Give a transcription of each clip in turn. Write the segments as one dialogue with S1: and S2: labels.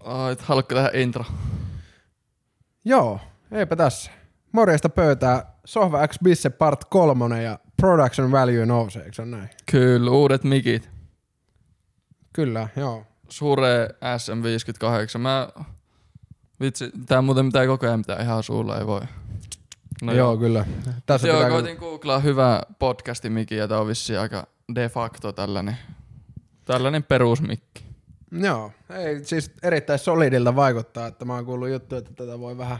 S1: Ai, et haluatko tähän intro?
S2: Joo, eipä tässä. Morjesta pöytää Sohva X Bisse Part 3 ja Production Value nousee, eikö se ole näin?
S1: Kyllä, uudet mikit.
S2: Kyllä, joo.
S1: Sure SM58. Mä... Vitsi, tää muuten mitään koko ajan mitään ihan suulla ei voi.
S2: No joo, kyllä. Tässä
S1: Joo,
S2: pitää
S1: koitin googlaa hyvää podcastimikki ja tää on vissiin aika de facto tällainen, tällainen perusmikki.
S2: kyllä- Joo, ei siis erittäin solidilta vaikuttaa, että mä oon kuullut juttuja, että tätä voi vähän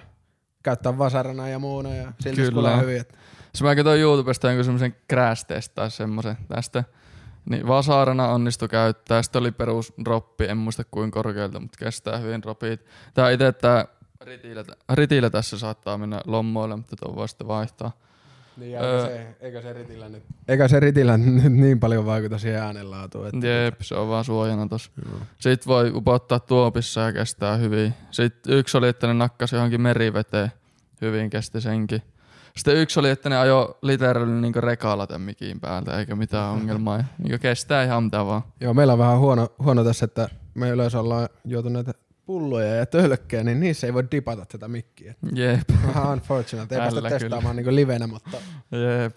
S2: käyttää vasarana ja muuna ja silti se
S1: Kyllä.
S2: kuulee hyvin. Että...
S1: Sitten Siis mä katsoin YouTubesta jonkun semmoisen crash test tai semmoisen tästä. Niin vasarana onnistu käyttää. Sitten oli perus droppi, en muista kuin korkealta, mutta kestää hyvin dropit. Tää itse tää ritillä, ritillä tässä saattaa mennä lommoille, mutta tuon voi sitten vaihtaa.
S2: Niin,
S1: eikä Öö.
S2: se, eikä se ritillä nyt. Eikä se ritillä nyt niin paljon vaikuta siihen äänenlaatuun. Että...
S1: Jep, se on vaan suojana tossa. Sitten voi upottaa tuopissa ja kestää hyvin. Sitten yksi oli, että ne nakkasi johonkin meriveteen. Hyvin kesti senkin. Sitten yksi oli, että ne ajo literally niinku rekalla tämän mikin päältä, eikä mitään ongelmaa. Ja Niinku kestää ihan mitä vaan.
S2: Joo, meillä on vähän huono, huono tässä, että me yleensä ollaan juotu näitä pulloja ja tölkkejä, niin niissä ei voi dipata tätä mikkiä.
S1: Jep,
S2: Vähän unfortunate, ei päästä
S1: Tällä kyllä.
S2: testaamaan niin livenä, mutta,
S1: jep.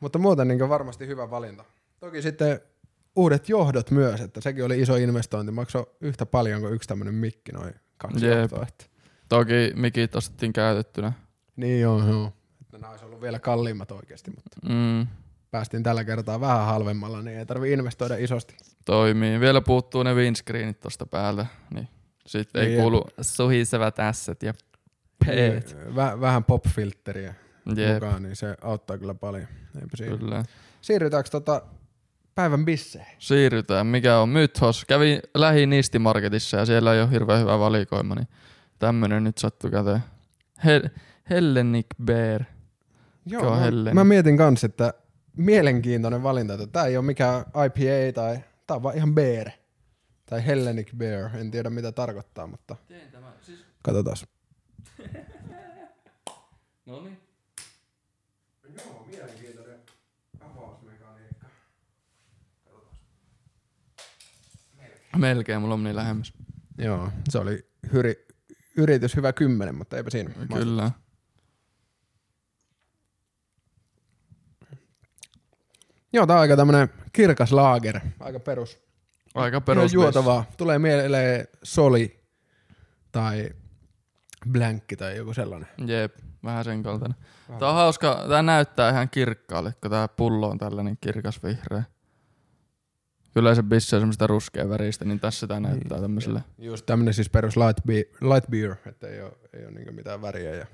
S2: mutta muuten niin varmasti hyvä valinta. Toki sitten uudet johdot myös, että sekin oli iso investointi, maksoi yhtä paljon kuin yksi tämmöinen mikki, noin kaksi
S1: Jep.
S2: johtoa. Että.
S1: Toki mikit ostettiin käytettynä.
S2: Niin joo, joo. Että nämä olisi ollut vielä kalliimmat oikeasti, mutta
S1: Mm,
S2: päästiin tällä kertaa vähän halvemmalla, niin ei tarvi investoida isosti.
S1: toimii. Vielä puuttuu ne windscreenit tosta päältä, niin sit ei
S2: Jep.
S1: kuulu suhisevat ässät ja peet.
S2: Väh- vähän pop-filtteriä
S1: Jep,
S2: mukaan, niin se auttaa kyllä paljon. Eipä siinä.
S1: kyllä.
S2: Siirrytäänkö tota päivän bisseihin?
S1: Siirrytään, mikä on Mythos. Kävi lähi Nistimarketissa ja siellä ei ole hirveän hyvä valikoima, niin tämmönen nyt sattui käteen. Hel- Hellenic Bear. Joo, on
S2: mä,
S1: hellinen.
S2: mä mietin kans, että mielenkiintoinen valinta, että tää ei ole mikään IPA tai tää on vaan ihan beer. Tai Hellenic Bear, en tiedä mitä tarkoittaa, mutta
S1: Siis-
S2: katsotaan.
S1: No niin.
S2: Joo, mielenkiintoinen avausmekaniikka.
S1: Melkein, mulla on niin lähemmäs.
S2: Joo, se oli hyri, yritys hyvä kymmenen, mutta eipä siinä. Kyllä.
S1: Kyllä.
S2: Joo, tää on aika tämmönen kirkas laager, aika perus.
S1: Aika perus.
S2: Perus juotavaa. Tulee mieleen soli tai blankki tai joku sellainen.
S1: Jep, vähän sen kaltainen. Tää on hauska, tää näyttää ihan kirkkaalle, kun tää pullo on tällainen kirkas vihreä. Kyllä se bisse on semmoista ruskea väristä, niin tässä tää näyttää tämmöiselle.
S2: Just tämmönen siis perus light, be- light beer, että ei ole, ei ole niinku mitään väriä ja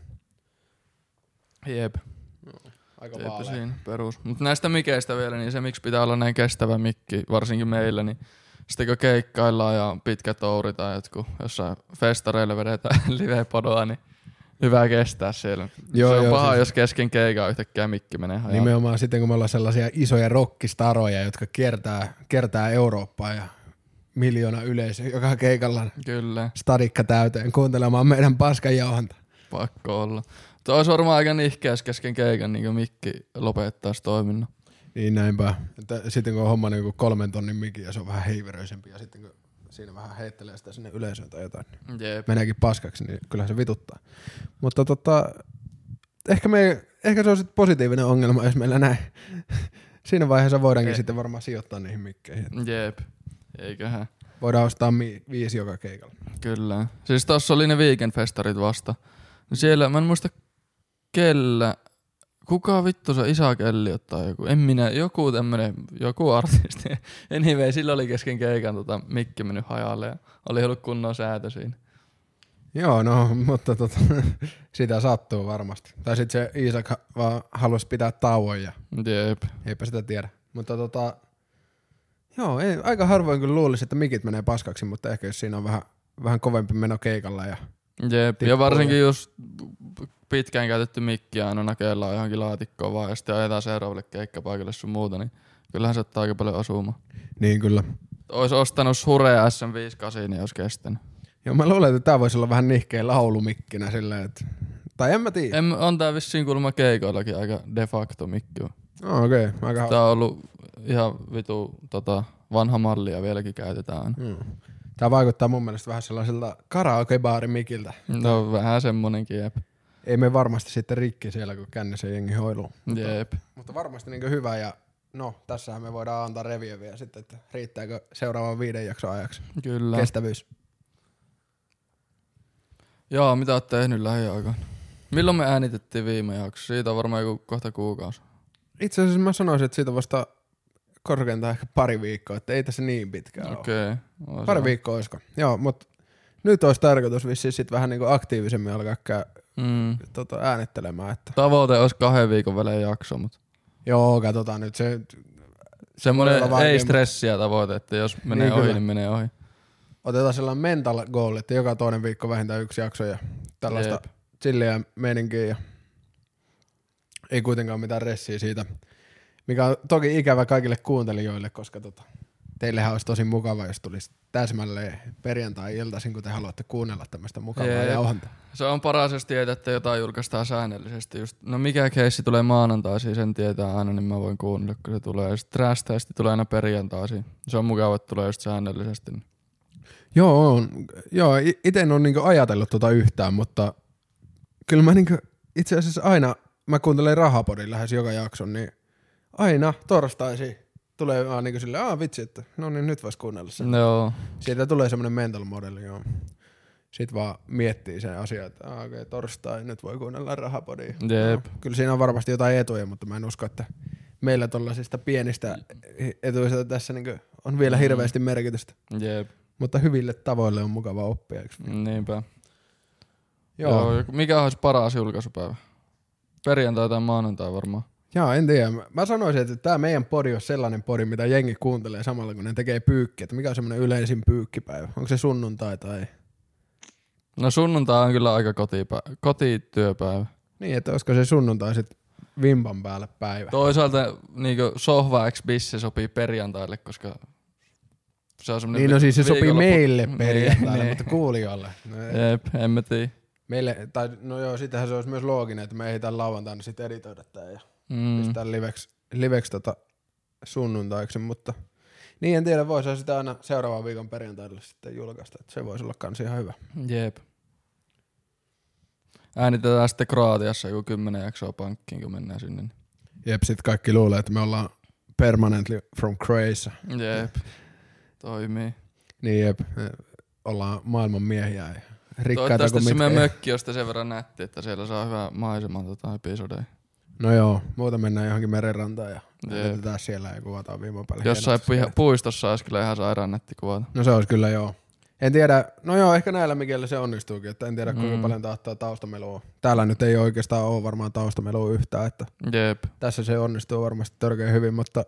S1: Jep.
S2: aika
S1: Sepä
S2: vaalea.
S1: siinä perus. Mutta näistä mikeistä vielä, niin se miksi pitää olla näin kestävä mikki, varsinkin meillä, niin sitten kun keikkaillaan ja on pitkä touri tai jotkut jossain festareilla vedetään livepodoa, niin hyvä kestää siellä.
S2: Joo,
S1: se on
S2: joo,
S1: paha,
S2: siis-
S1: jos kesken keikaa yhtäkkiä mikki menee hajalle.
S2: Nimenomaan sitten, kun me ollaan sellaisia isoja rockistaroja, jotka kiertää, kiertää Eurooppaa ja miljoona yleisö joka keikalla
S1: Kyllä,
S2: stadikka täyteen kuuntelemaan meidän paskan jauhanta.
S1: pakko olla. Tuo olisi varmaan aika nihkeä, jos kesken keikan niin mikki lopettaisi toiminnan.
S2: Niin näinpä. Että sitten kun on homma niin kolmen tonnin mikin ja se on vähän heiveröisempi ja sitten kun siinä vähän heittelee sitä sinne yleisöön tai jotain, niin
S1: Jep.
S2: meneekin paskaksi, niin kyllähän se vituttaa. Mutta tota, ehkä, me, ehkä se on sitten positiivinen ongelma, jos meillä näin. Siinä vaiheessa voidaankin
S1: Ei.
S2: sitten varmaan sijoittaa niihin mikkeihin.
S1: Jep. Eiköhän.
S2: Voidaan ostaa mi- viisi joka keikalla.
S1: Kyllä. Siis tossa oli ne weekendfestarit vasta. Niin Siellä, mä en muista kellä, kuka vittu se Isa Kelli ottaa joku, en minä, joku tämmönen, joku artisti. Anyway, sillä oli kesken keikan tota, mikki mennyt hajalle ja oli ollut kunnon säätö siinä.
S2: Joo, no, mutta tota, sitä sattuu varmasti. Tai sitten se Iisak ha- vaan halusi pitää tauon ja
S1: Jep.
S2: eipä sitä tiedä. Mutta tota, joo, ei, aika harvoin kyllä luulisi, että mikit menee paskaksi, mutta ehkä jos siinä on vähän, vähän kovempi meno keikalla ja
S1: Jep.
S2: Tippuu
S1: Ja varsinkin jos pitkään käytetty mikki aina nakellaan johonkin laatikkoon vaan ja sitten ajetaan seuraavalle keikkapaikalle sun muuta, niin kyllähän se ottaa aika paljon osumaan.
S2: niin kyllä.
S1: Ois ostanut Sure SM58, niin olisi kestänyt.
S2: Joo, mä luulen, että tämä voisi olla vähän nihkeä laulumikkinä silleen, että... Tai en mä tiedä.
S1: En, on tää vissiin kuulemma keikoillakin aika de facto mikki.
S2: Oh, Okei, okay. aika hauska.
S1: Tää on ollut ihan vitu tota, vanha mallia vieläkin käytetään aina.
S2: Mm. Tämä vaikuttaa mun mielestä vähän sellaiselta karaokebaarimikiltä.
S1: No vähän semmonenkin, jep.
S2: Ei me varmasti sitten rikki siellä, kun kännissä jengi hoiluu.
S1: Jep.
S2: Mutta varmasti niin hyvä ja no, tässähän me voidaan antaa review vielä sitten, että riittääkö seuraavan viiden jakson ajaksi.
S1: Kyllä.
S2: Kestävyys.
S1: Joo, mitä oot tehnyt lähiaikaan? Milloin me äänitettiin viime jakso? Siitä on varmaan joku kohta kuukausi.
S2: Itse asiassa mä sanoisin, että siitä vasta korkeintaan ehkä pari viikkoa, että ei tässä niin pitkään ole.
S1: Okei. Okay.
S2: Pari viikkoa olisiko. Joo, mutta nyt olisi tarkoitus vissiin sitten vähän niin aktiivisemmin alkaa käy,
S1: Mm.
S2: tota, äänittelemään. Että.
S1: Tavoite olisi kahden viikon välein jakso, mutta
S2: Joo, katsotaan nyt se.
S1: semmoinen
S2: Todella vaikea,
S1: ei
S2: mut-
S1: stressiä tavoite, että jos menee
S2: Niin,
S1: ohi,
S2: kyllä.
S1: niin menee ohi.
S2: Otetaan sellainen mental goal, että joka toinen viikko vähintään yksi jakso ja tällaista
S1: Jep.
S2: Jep. chilliä meininkiä. Ja ei kuitenkaan mitään ressiä siitä, mikä on toki ikävä kaikille kuuntelijoille, koska tota, teillähän olisi tosi mukava, jos tulisi täsmälleen perjantai-iltaisin, kun te haluatte kuunnella tämmöistä mukavaa
S1: Jep.
S2: jauhantaa.
S1: Se on paras, jos tietää, että jotain julkaistaan säännöllisesti. Just, no mikä keissi tulee maanantaisin, sen tietää aina, niin mä voin kuunnella, kun se tulee. Ja sit trash testi tulee aina perjantaisin. Se on mukava, että tulee just säännöllisesti. niin
S2: Joo, on. Joo itse en ole niinku ajatellut tota yhtään, mutta kyllä mä niinku, itse asiassa aina, mä kuuntelen Rahapodin lähes joka jakson, niin aina torstaisi tulee vaan niinku silleen, aah vitsi, että no niin nyt vois kuunnella sen.
S1: Joo.
S2: Siitä tulee semmoinen mental model, joo. Sitten vaan miettii sen asian, että aah, okei, torstai, nyt voi kuunnella Rahapodia. No,
S1: Jep.
S2: Kyllä siinä on varmasti jotain etuja, mutta mä en usko, että meillä tollaisista pienistä etuista tässä niinku on vielä hirveästi merkitystä.
S1: Jep.
S2: Mutta hyville tavoille on mukava oppia, eikö?
S1: Niinpä.
S2: Joo.
S1: Joo. joku- Mikä olisi paras julkaisupäivä? Perjantai tai maanantai varmaan.
S2: Jaa, en tiedä. Mä- Mä sanoisin, että tämä meidän podi on sellainen podi, mitä jengi kuuntelee samalla, kun ne tekee pyykkiä. Että mikä on semmoinen yleisin pyykkipäivä? Onko se sunnuntai tai...
S1: No sunnuntai on kyllä aika kotipä, kotityöpäivä.
S2: Niin, että olisiko se sunnuntai sitten vimpan päälle päivä?
S1: Toisaalta niin sohva x bisse sopii perjantaille, koska se on semmoinen
S2: niin, no siis se sopii
S1: viikonloppu-
S2: meille
S1: Niin,
S2: perjantaille,
S1: niin.
S2: mutta kuulijoille. No,
S1: Jep, en mä tiedä.
S2: meille, tai, no joo, sitähän se olisi myös looginen, että me ehditään lauantaina sitten editoida tämä ja
S1: Mm.
S2: pistää liveksi, liveksi tota sunnuntaiksi, mutta niin en tiedä, voisi sitä aina seuraavan viikon perjantaille sitten julkaista, että se voisi olla kans ihan hyvä.
S1: Jep. Äänitetään sitten Kroatiassa joku kymmenen jaksoa pankkiin, kun mennään sinne.
S2: Jep, sit kaikki luulee, että me ollaan permanently from Croatia.
S1: niin. Jep. Toimii.
S2: Niin jep, me ollaan maailman miehiä ja rikkaita
S1: Toivottavasti
S2: kuin
S1: se meidän
S2: mitkä.
S1: mökki on sitten sen verran nätti, että siellä saa hyvää maisemaa tota episodeja.
S2: No joo, muuta mennään johonkin merenrantaan ja
S1: Jep.
S2: yritetään siellä ja kuvataan viime päälle.
S1: Jossain
S2: hienosti.
S1: piha- puistossa olisi kyllä ihan sairaan nätti kuvata.
S2: No se olisi kyllä joo. En tiedä, no joo, ehkä näillä mikillä se onnistuukin, että en tiedä kuinka
S1: Mm.
S2: paljon tahtaa taustamelua. Täällä nyt ei oikeastaan ole varmaan taustamelua yhtään, että
S1: Jep.
S2: tässä se onnistuu varmasti törkeä hyvin, mutta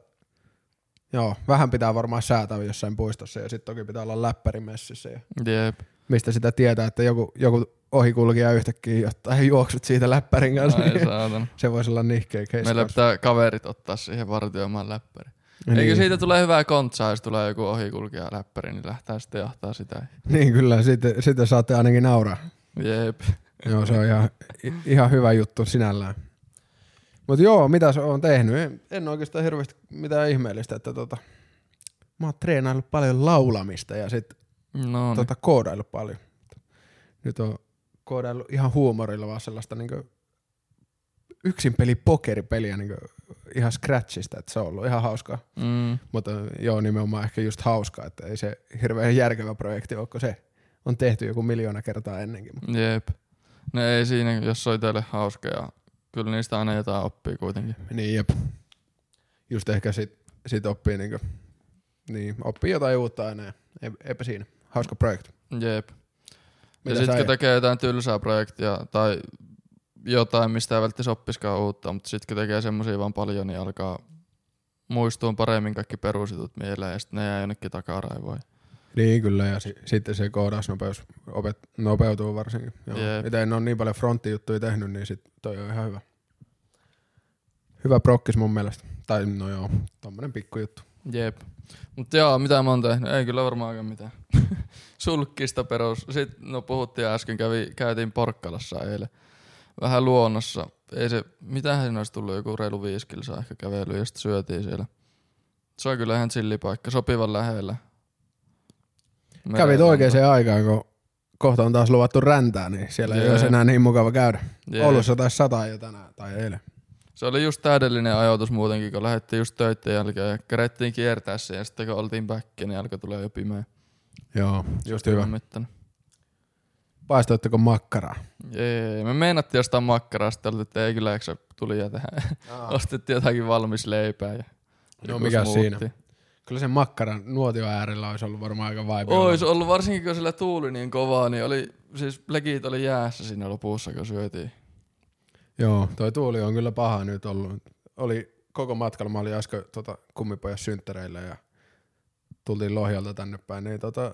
S2: joo, vähän pitää varmaan säätää jossain puistossa ja sitten toki pitää olla läppärimessissä ja
S1: Jep.
S2: mistä sitä tietää, että joku, joku ohikulkija yhtäkkiä jotta ei juoksut siitä läppärin kanssa.
S1: Ai
S2: Niin
S1: saatana.
S2: se voisi olla nihkeä case.
S1: Meillä
S2: kanssa.
S1: pitää kaverit ottaa siihen vartioimaan läppäri.
S2: niin,
S1: Eikö siitä tule hyvää kontsaa, jos tulee joku ohikulkija läppäri, niin lähtee sitten jahtaa sitä.
S2: niin kyllä, siitä, siitä saatte ainakin nauraa.
S1: Jep.
S2: joo, se on ihan, i- ihan hyvä juttu sinällään. Mutta joo, mitä se on tehnyt? En, en oikeastaan hirveästi mitään ihmeellistä, että tota, mä oon treenaillut paljon laulamista ja sit
S1: No niin.
S2: tota, koodaillut paljon. Nyt on koodaillut ihan huumorilla vaan sellaista niinku yksin peli pokeripeliä niinku ihan scratchista, että se on ollut ihan hauskaa.
S1: Mm.
S2: Mutta joo, nimenomaan ehkä just hauskaa, että ei se hirveän järkevä projekti ole, kun se on tehty joku miljoona kertaa ennenkin.
S1: Jep. No ei siinä, jos on itselle hauska ja kyllä niistä aina jotain oppii kuitenkin.
S2: Niin jep. Just ehkä sit, sit oppii niinku, niin oppii jotain uutta aina ja ei- eipä siinä. Hauska projekti.
S1: Jep.
S2: Mitä
S1: ja sitten
S2: sä-
S1: kun tekee jotain tylsää projektia tai jotain, mistä ei välttämättä oppiskaan uutta, mutta sitten kun tekee semmoisia vaan paljon, niin alkaa muistua paremmin kaikki perusjutut mieleen ja sitten ne jää jonnekin takaraivoon.
S2: Niin kyllä ja si- sitten se koodausnopeus opet, nopeutuu varsinkin. Joo.
S1: Jep.
S2: Itse en ole niin paljon fronttijuttuja tehnyt, niin sit toi on ihan hyvä. Hyvä prokkis mun mielestä. Tai no joo, tommonen pikkujuttu.
S1: Jep. Mutta joo, mitä mä oon tehnyt? Ei kyllä varmaan aika mitään. Sulkkista perus. Sitten, no puhuttiin äsken, kävi, käytiin Porkkalassa eilen. Vähän luonnossa. Ei se, mitähän siinä olisi tullut, joku reilu viisi kilsaa ehkä kävelyä ja sitten syötiin siellä. Se on kyllä ihan chillipaikka, sopivan lähellä.
S2: Kävit oikeaan aikaan, kun kohta on taas luvattu räntää, niin siellä ei
S1: Jee.
S2: olisi enää niin mukava käydä.
S1: Jee.
S2: Oulussa taisi sataa jo tänään tai eilen.
S1: Se oli just täydellinen ajoitus muutenkin, kun lähdettiin just töiden jälkeen ja kerättiin kiertää se ja sitten kun oltiin backia, niin alkoi tulee jo pimeä.
S2: Joo, just hyvä.
S1: Mittainen.
S2: Paistoitteko makkaraa?
S1: Jee, me meinattiin jostain makkaraa, sitten oltiin, että ei kyllä, eikö se tuli ja tähän. Ostettiin jotakin valmis leipää. Ja
S2: No,
S1: joku
S2: mikäs
S1: smoothie.
S2: siinä? Kyllä sen makkaran nuotio äärellä olisi ollut varmaan aika vaipia.
S1: Ois ollut, varsinkin kun sillä tuuli niin kovaa, niin oli, siis legit oli jäässä siinä lopussa, kun syötiin.
S2: Joo, toi tuuli on kyllä paha nyt ollut. Oli koko matkalla, mä olin äsken tota, kummipojas synttäreillä ja tultiin Lohjalta tänne päin, niin tota,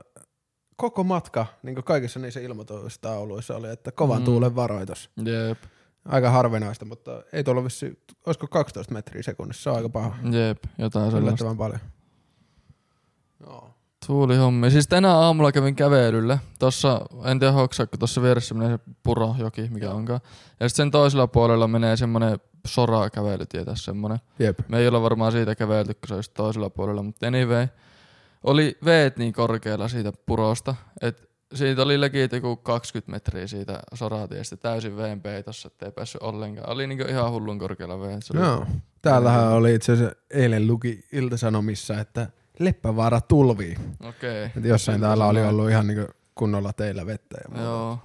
S2: koko matka, niin kuin kaikissa niissä ilmoitustauluissa oli, että kovan
S1: Mm.
S2: mm. tuulen varoitus.
S1: Jep,
S2: Aika harvinaista, mutta ei tuolla vissi, olisiko 12 metriä sekunnissa, se on aika paha.
S1: jep, jotain sellaista.
S2: Yllättävän paljon. Joo.
S1: Tuulihommi. Siis tänä aamulla kävin kävelyllä. Tossa, en tiedä hoksaako, tuossa vieressä menee se purojoki, mikä onkaan. Ja sitten sen toisella puolella menee semmonen sora kävelytie tässä semmonen.
S2: Jep.
S1: Me ei olla varmaan siitä kävelty, kun se olisi toisella puolella, mutta anyway. Oli veet niin korkealla siitä purosta, että siitä oli legit joku 20 metriä siitä soratiestä täysin veen peitossa, ettei päässyt ollenkaan. Oli niinku ihan hullun korkealla veet. Se oli
S2: Joo. Täällähän oli itse asiassa eilen luki Ilta-Sanomissa, että Leppävaara tulvii.
S1: Okei.
S2: Et jossain
S1: Siltä
S2: täällä oli
S1: sanoin.
S2: ollut ihan niin kunnolla teillä vettä. Ja muuta.
S1: Joo.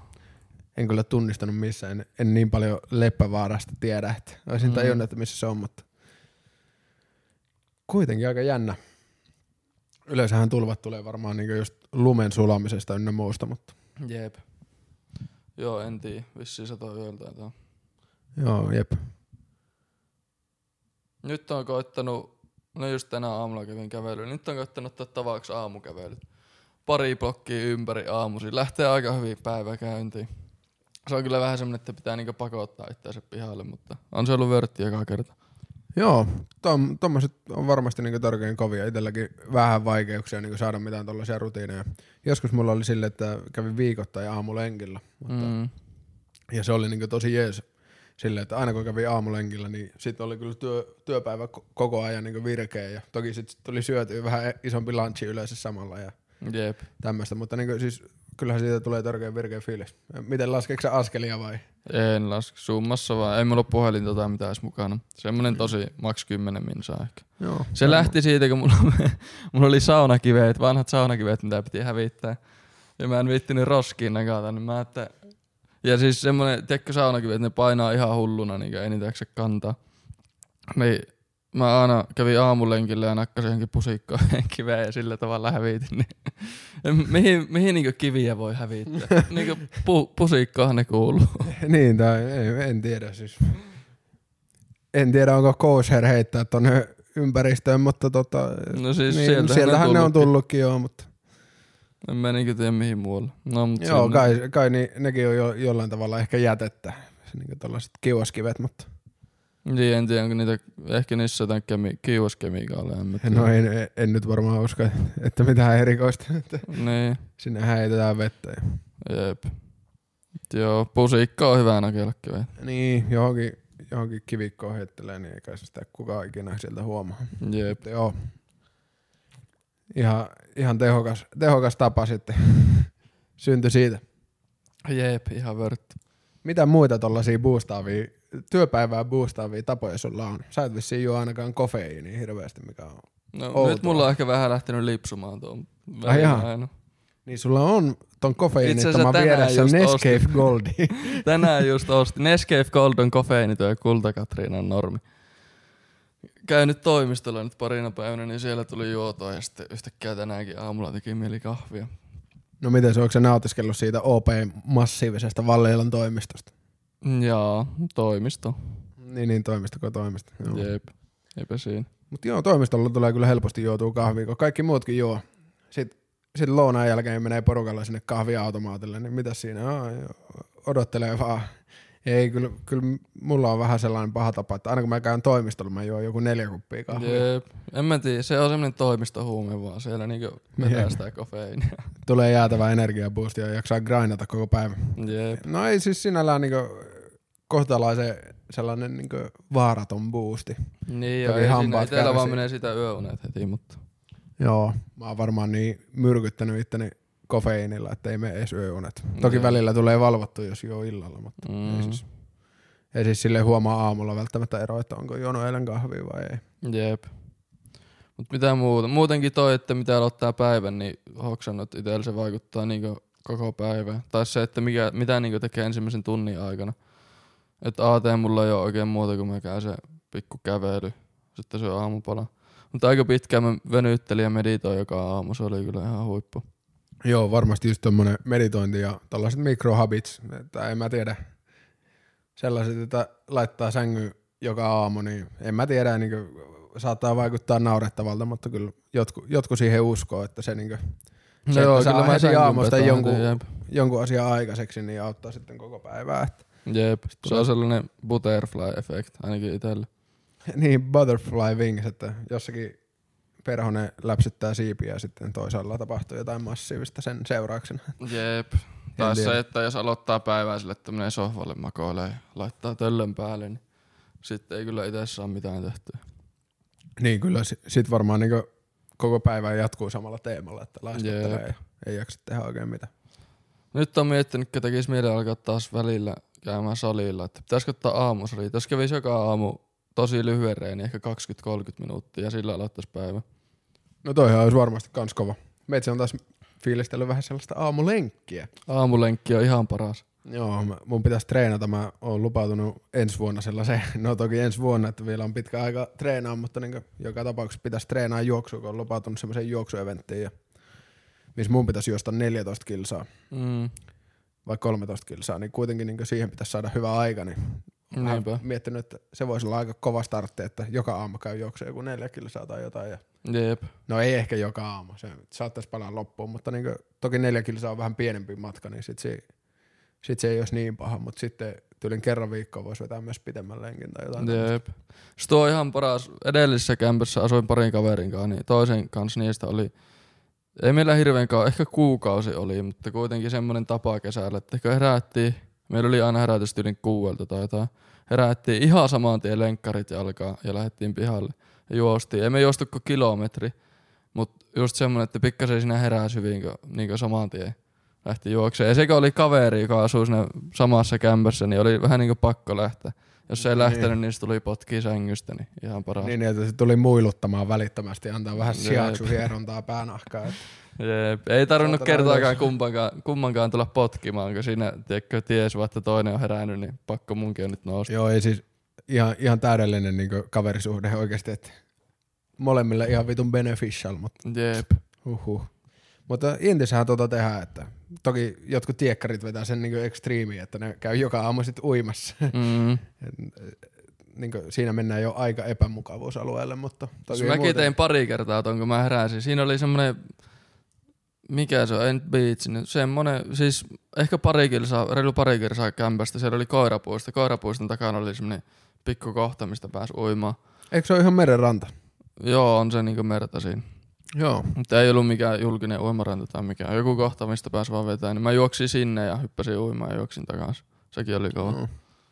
S2: En kyllä tunnistanut missään. En, en niin paljon Leppävaarasta tiedä, että olisin
S1: Mm.
S2: mm. tajunnut, että missä se on, mutta kuitenkin aika jännä. Yleensähän tulvat tulee varmaan niin just lumen sulamisesta ynnä muusta, mutta
S1: Jep. Joo, en tiedä. Vissiin satoi yöltä jotain.
S2: joo, jep.
S1: Nyt on koittanut, no just tänä aamulla kävin kävelyyn, nyt on koittanut ottaa tavaksi aamukävelyt. Pari blokkia ympäri aamuisin. Lähtee aika hyvin päivä käyntiin. Se on kyllä vähän semmonen, että pitää niinku pakottaa itseänsä pihalle, mutta on se ollut vörtti joka kerta.
S2: Joo, tom, tommoset on varmasti niinku tarkein kovia. Itselläkin vähän vaikeuksia niinku saada mitään tällaisia rutiineja. Joskus mulla oli sille, että kävin viikoittain aamulenkillä. Mutta
S1: Mm.
S2: Ja se oli niin tosi jees sille, että aina kun kävi aamulenkillä, niin sitten oli kyllä työ, työpäivä ko- koko ajan niin virkeä. Ja toki sitten tuli syötyä vähän e- isompi lunchi yleensä samalla ja
S1: Jep.
S2: tämmöistä. Mutta niin siis, kyllähän siitä tulee törkeä virkeä fiilis. Miten laskeeko sä askelia vai?
S1: En laske summassa vaan. Ei mulla ole puhelinta tai mitään edes mukana. Semmonen tosi maks 10 minsaa ehkä.
S2: Joo.
S1: Se lähti siitä, kun mulla, mulla oli saunakiveet, vanhat saunakiveet, mitä piti hävittää. Ja mä en viittinyt roskiin nakata, niin mä että... Ja siis semmonen, tiedätkö saunakiveet, ne painaa ihan hulluna, niin eniten se kantaa. Niin mä aina kävin aamulenkillä ja nakkasin johonkin pusikkoon kiveen ja sillä tavalla hävitin. Niin. En- Mihin, mihin niin kiviä voi hävittää? niin pu, pusikkoahan ne kuuluu.
S2: niin, tai ei, en tiedä siis. En tiedä, onko kosher heittää tonne ympäristöön, mutta tota,
S1: No siis niin,
S2: niin,
S1: sieltähän,
S2: sieltähän ne on
S1: tullutkin.
S2: tullutkin joo, mutta
S1: En mä niin tiedä mihin muualle. No, mut
S2: Joo,
S1: sinne.
S2: kai, kai ni, nekin on jo, jollain tavalla ehkä jätettä, niin tällaiset kiuaskivet, mutta
S1: Niin, en tiedä, onko niitä, ehkä niissä jotain kemi- kiuaskemikaaleja. en mä tiedä.
S2: no en, en nyt varmaan usko, että mitään erikoista, että
S1: Niin,
S2: sinne häitetään vettä. Ja.
S1: jep. Mut Joo, pusikka on hyvä nakelakki vai?
S2: Niin, johonkin, johonkin kivikkoon heittelee, niin eikä se sitä kukaan ikinä sieltä huomaa.
S1: Jep.
S2: Mutta joo, ihan, ihan tehokas, tehokas tapa sitten syntyi siitä.
S1: Jep, ihan vörtti.
S2: Mitä muita tollasia boostaavia, työpäivää boostaavia tapoja sulla on? Sä et vissiin juo ainakaan kofeiiniä hirveästi, mikä on
S1: No
S2: Outoa.
S1: nyt mulla on ehkä vähän lähtenyt lipsumaan tuon.
S2: Ai
S1: välillä
S2: jaha.
S1: aina.
S2: Niin sulla on ton
S1: Itse
S2: kofeiinittoman
S1: asiassa tänään
S2: vieressä
S1: just
S2: Nescafe Goldi.
S1: Tänään just ostin Nescafe Golden kofeiinityö ja kultakatriinan normi. Käynyt toimistolla nyt parina päivänä, niin siellä tuli juotua ja sitten yhtäkkiä tänäänkin aamulla teki mieli kahvia.
S2: no miten se, onko se nautiskellut siitä OP massiivisesta Valleilan toimistosta?
S1: Jaa, toimisto.
S2: Niin, niin toimisto kuin toimisto. Joo.
S1: Jep. Eipä siinä.
S2: Mutta joo, toimistolla tulee kyllä helposti juotua kahvia, kun kaikki muutkin juo. Sitten sit lounaan jälkeen menee porukalla sinne kahviautomaatille, niin mitä siinä on? Odottelee vaan. Ei, kyllä, kyllä mulla on vähän sellainen paha tapa, että aina kun mä käyn toimistolla, mä juon joku neljä kuppia kahvia.
S1: Jep. En mä tiedä, se on semmonen toimistohuume vaan, siellä niinku vetää
S2: Jep.
S1: sitä kofeiinia.
S2: Tulee jäätävä energiaboostia ja jaksaa grindata koko päivän.
S1: Jep.
S2: No ei siis sinällään niinku kohtalaisen sellainen niinku vaaraton boosti.
S1: Niin
S2: Toki
S1: joo, ei siinä
S2: hampaat
S1: itellä vaan
S2: kärsii.
S1: menee sitä yöunet heti, mutta
S2: Joo. Mä oon varmaan niin myrkyttänyt itteni kofeiinilla, että ei mene edes yöunet. Toki
S1: Joo.
S2: välillä tulee valvottu, jos juo illalla, mutta mm. ei, siis, ei siis silleen huomaa aamulla välttämättä eroa, että onko juonut eilen kahvia vai ei.
S1: Jep. Mut mitä muuta? Muutenkin toi, että mitä aloittaa päivän, niin hoksannut itsellä se vaikuttaa niinku koko päivään. Tai se, että mikä, mitä niinku tekee ensimmäisen tunnin aikana. Että AT mulla ei ole oikein muuta kuin mä käyn se pikku kävely. Sitten se aamupala. Mutta aika pitkään mä venyttelin ja meditoin joka aamu. Se oli kyllä ihan huippu.
S2: Joo, varmasti just tuommoinen meditointi ja tällaiset mikrohabits, että en mä tiedä. Sellaiset, että laittaa sängy joka aamu, niin en mä tiedä, niin kuin, saattaa vaikuttaa naurettavalta, mutta kyllä jotkut, jotkut siihen uskoo, että se, niin kuin, se että saa heti
S1: sänkyn
S2: aamusta
S1: petoin,
S2: jonkun-
S1: Jep.
S2: jonkun asian aikaiseksi, niin auttaa sitten koko päivää. Että.
S1: Jep. Se
S2: tulee-
S1: on sellainen butterfly-efekt ainakin itsellä.
S2: Niin, butterfly wings, että jossakin perhonen läpsyttää siipiä ja sitten toisaalla tapahtuu jotain massiivista sen seurauksena.
S1: Jep.
S2: En
S1: Tai
S2: tiedä.
S1: se, että jos aloittaa päivää sille, että menee sohvalle makoilee ja laittaa töllön päälle, niin sitten ei kyllä itse saa mitään tehtyä.
S2: Niin kyllä, si- sit varmaan niin koko päivä jatkuu samalla teemalla, että laiskattelee
S1: Jep.
S2: ja ei jaksa tehdä oikein mitään.
S1: Nyt on miettinyt, että tekisi mieleen alkaa taas välillä käymään salilla, että pitäisikö ottaa aamusali. Jos kävisi joka aamu tosi lyhyen reeni, ehkä 20-30 minuuttia ja sillä aloittaisi päivä.
S2: No toihan olisi varmasti kans kova. Meitsi on taas fiilistellyt vähän sellaista aamulenkkiä.
S1: Aamulenkki on ihan paras.
S2: Joo, mä- mun pitäisi treenata. Mä oon lupautunut ensi vuonna sellaiseen. No toki ensi vuonna, että vielä on pitkä aika treenaa, mutta niin joka tapauksessa pitäisi treenaa juoksua, kun oon lupautunut semmoiseen juoksueventtiin, ja- missä mun pitäisi juosta 14 kilsaa
S1: Mm,
S2: vai 13 kilsaa, niin kuitenkin niin siihen pitäisi saada hyvä aika. Niin oon vähän
S1: niinpä.
S2: miettinyt, että se voisi olla aika kova startti, että joka aamu käy juokseen joku neljä kilsaa tai jotain. Ja
S1: Jep.
S2: No ei ehkä joka aamu, se saattaisi palaa loppuun, mutta niin kuin, toki neljä kilsaa on vähän pienempi matka, niin sit se, sit se ei olisi niin paha, mutta sitten tyylin kerran viikkoa voisi vetää myös pitemmän lenkin tai jotain.
S1: Jep. Sitten on ihan paras. Edellisessä kämpässä asuin parin kaverin kanssa, niin toisen kanssa niistä oli, ei meillä hirveän kauan, ehkä kuukausi oli, mutta kuitenkin semmoinen tapa kesällä, että kun herättiin, meillä oli aina herätys yli kuuelta tai jotain, herättiin ihan saman tien lenkkarit jalkaa ja lähdettiin pihalle ja juostiin. Ei me juostu kuin kilometri, mutta just semmoinen, että pikkasen sinä heräsi hyvin kun, niin kuin saman tien lähti juokseen. Ja se, kun oli kaveri, joka asui siinä samassa kämpässä, niin oli vähän niin kuin pakko lähteä. Jos ei
S2: Niin.
S1: lähtenyt, niin se tuli potki sängystä, niin ihan paras.
S2: Niin, että se tuli muiluttamaan välittömästi, antaa vähän
S1: Jep.
S2: sijaksuhierontaa päänahkaa. että-
S1: Jep. Ei tarvinnut
S2: Saatana
S1: kertaakaan
S2: ylös.
S1: kummankaan, kummankaan tulla potkimaan, kun siinä tiedätkö, ties vaan, että toinen on herännyt, niin pakko munkin on nyt nousta.
S2: Joo, ei siis ihan, ihan täydellinen niin kaverisuhde oikeasti, että molemmille ihan vitun beneficial, mutta
S1: Jep.
S2: Uhuh. Mutta Intissähän tota tehdään, että toki jotkut tiekkarit vetää sen niin ekstriimiin, että ne käy joka aamu sit uimassa.
S1: Mm.
S2: niin siinä mennään jo aika epämukavuusalueelle, mutta toki
S1: Mäkin
S2: muuten-
S1: tein pari kertaa ton, kun mä heräsin. Siinä oli semmonen, mikä se on, End Beach, niin semmonen, siis ehkä pari kilsaa, reilu pari kilsaa kämpästä. Siellä oli koirapuisto. Koirapuiston takana oli semmonen pikku kohta, mistä pääsi uimaan.
S2: Eikö se ole ihan merenranta?
S1: Joo, on se niinku merta siinä.
S2: Joo.
S1: Mutta ei ollut mikään julkinen uimaranta tai mikään. Joku kohta, mistä pääsi vaan vetämään. Niin mä juoksin sinne ja hyppäsin uimaan ja juoksin takaisin. Sekin oli kova.
S2: Mm.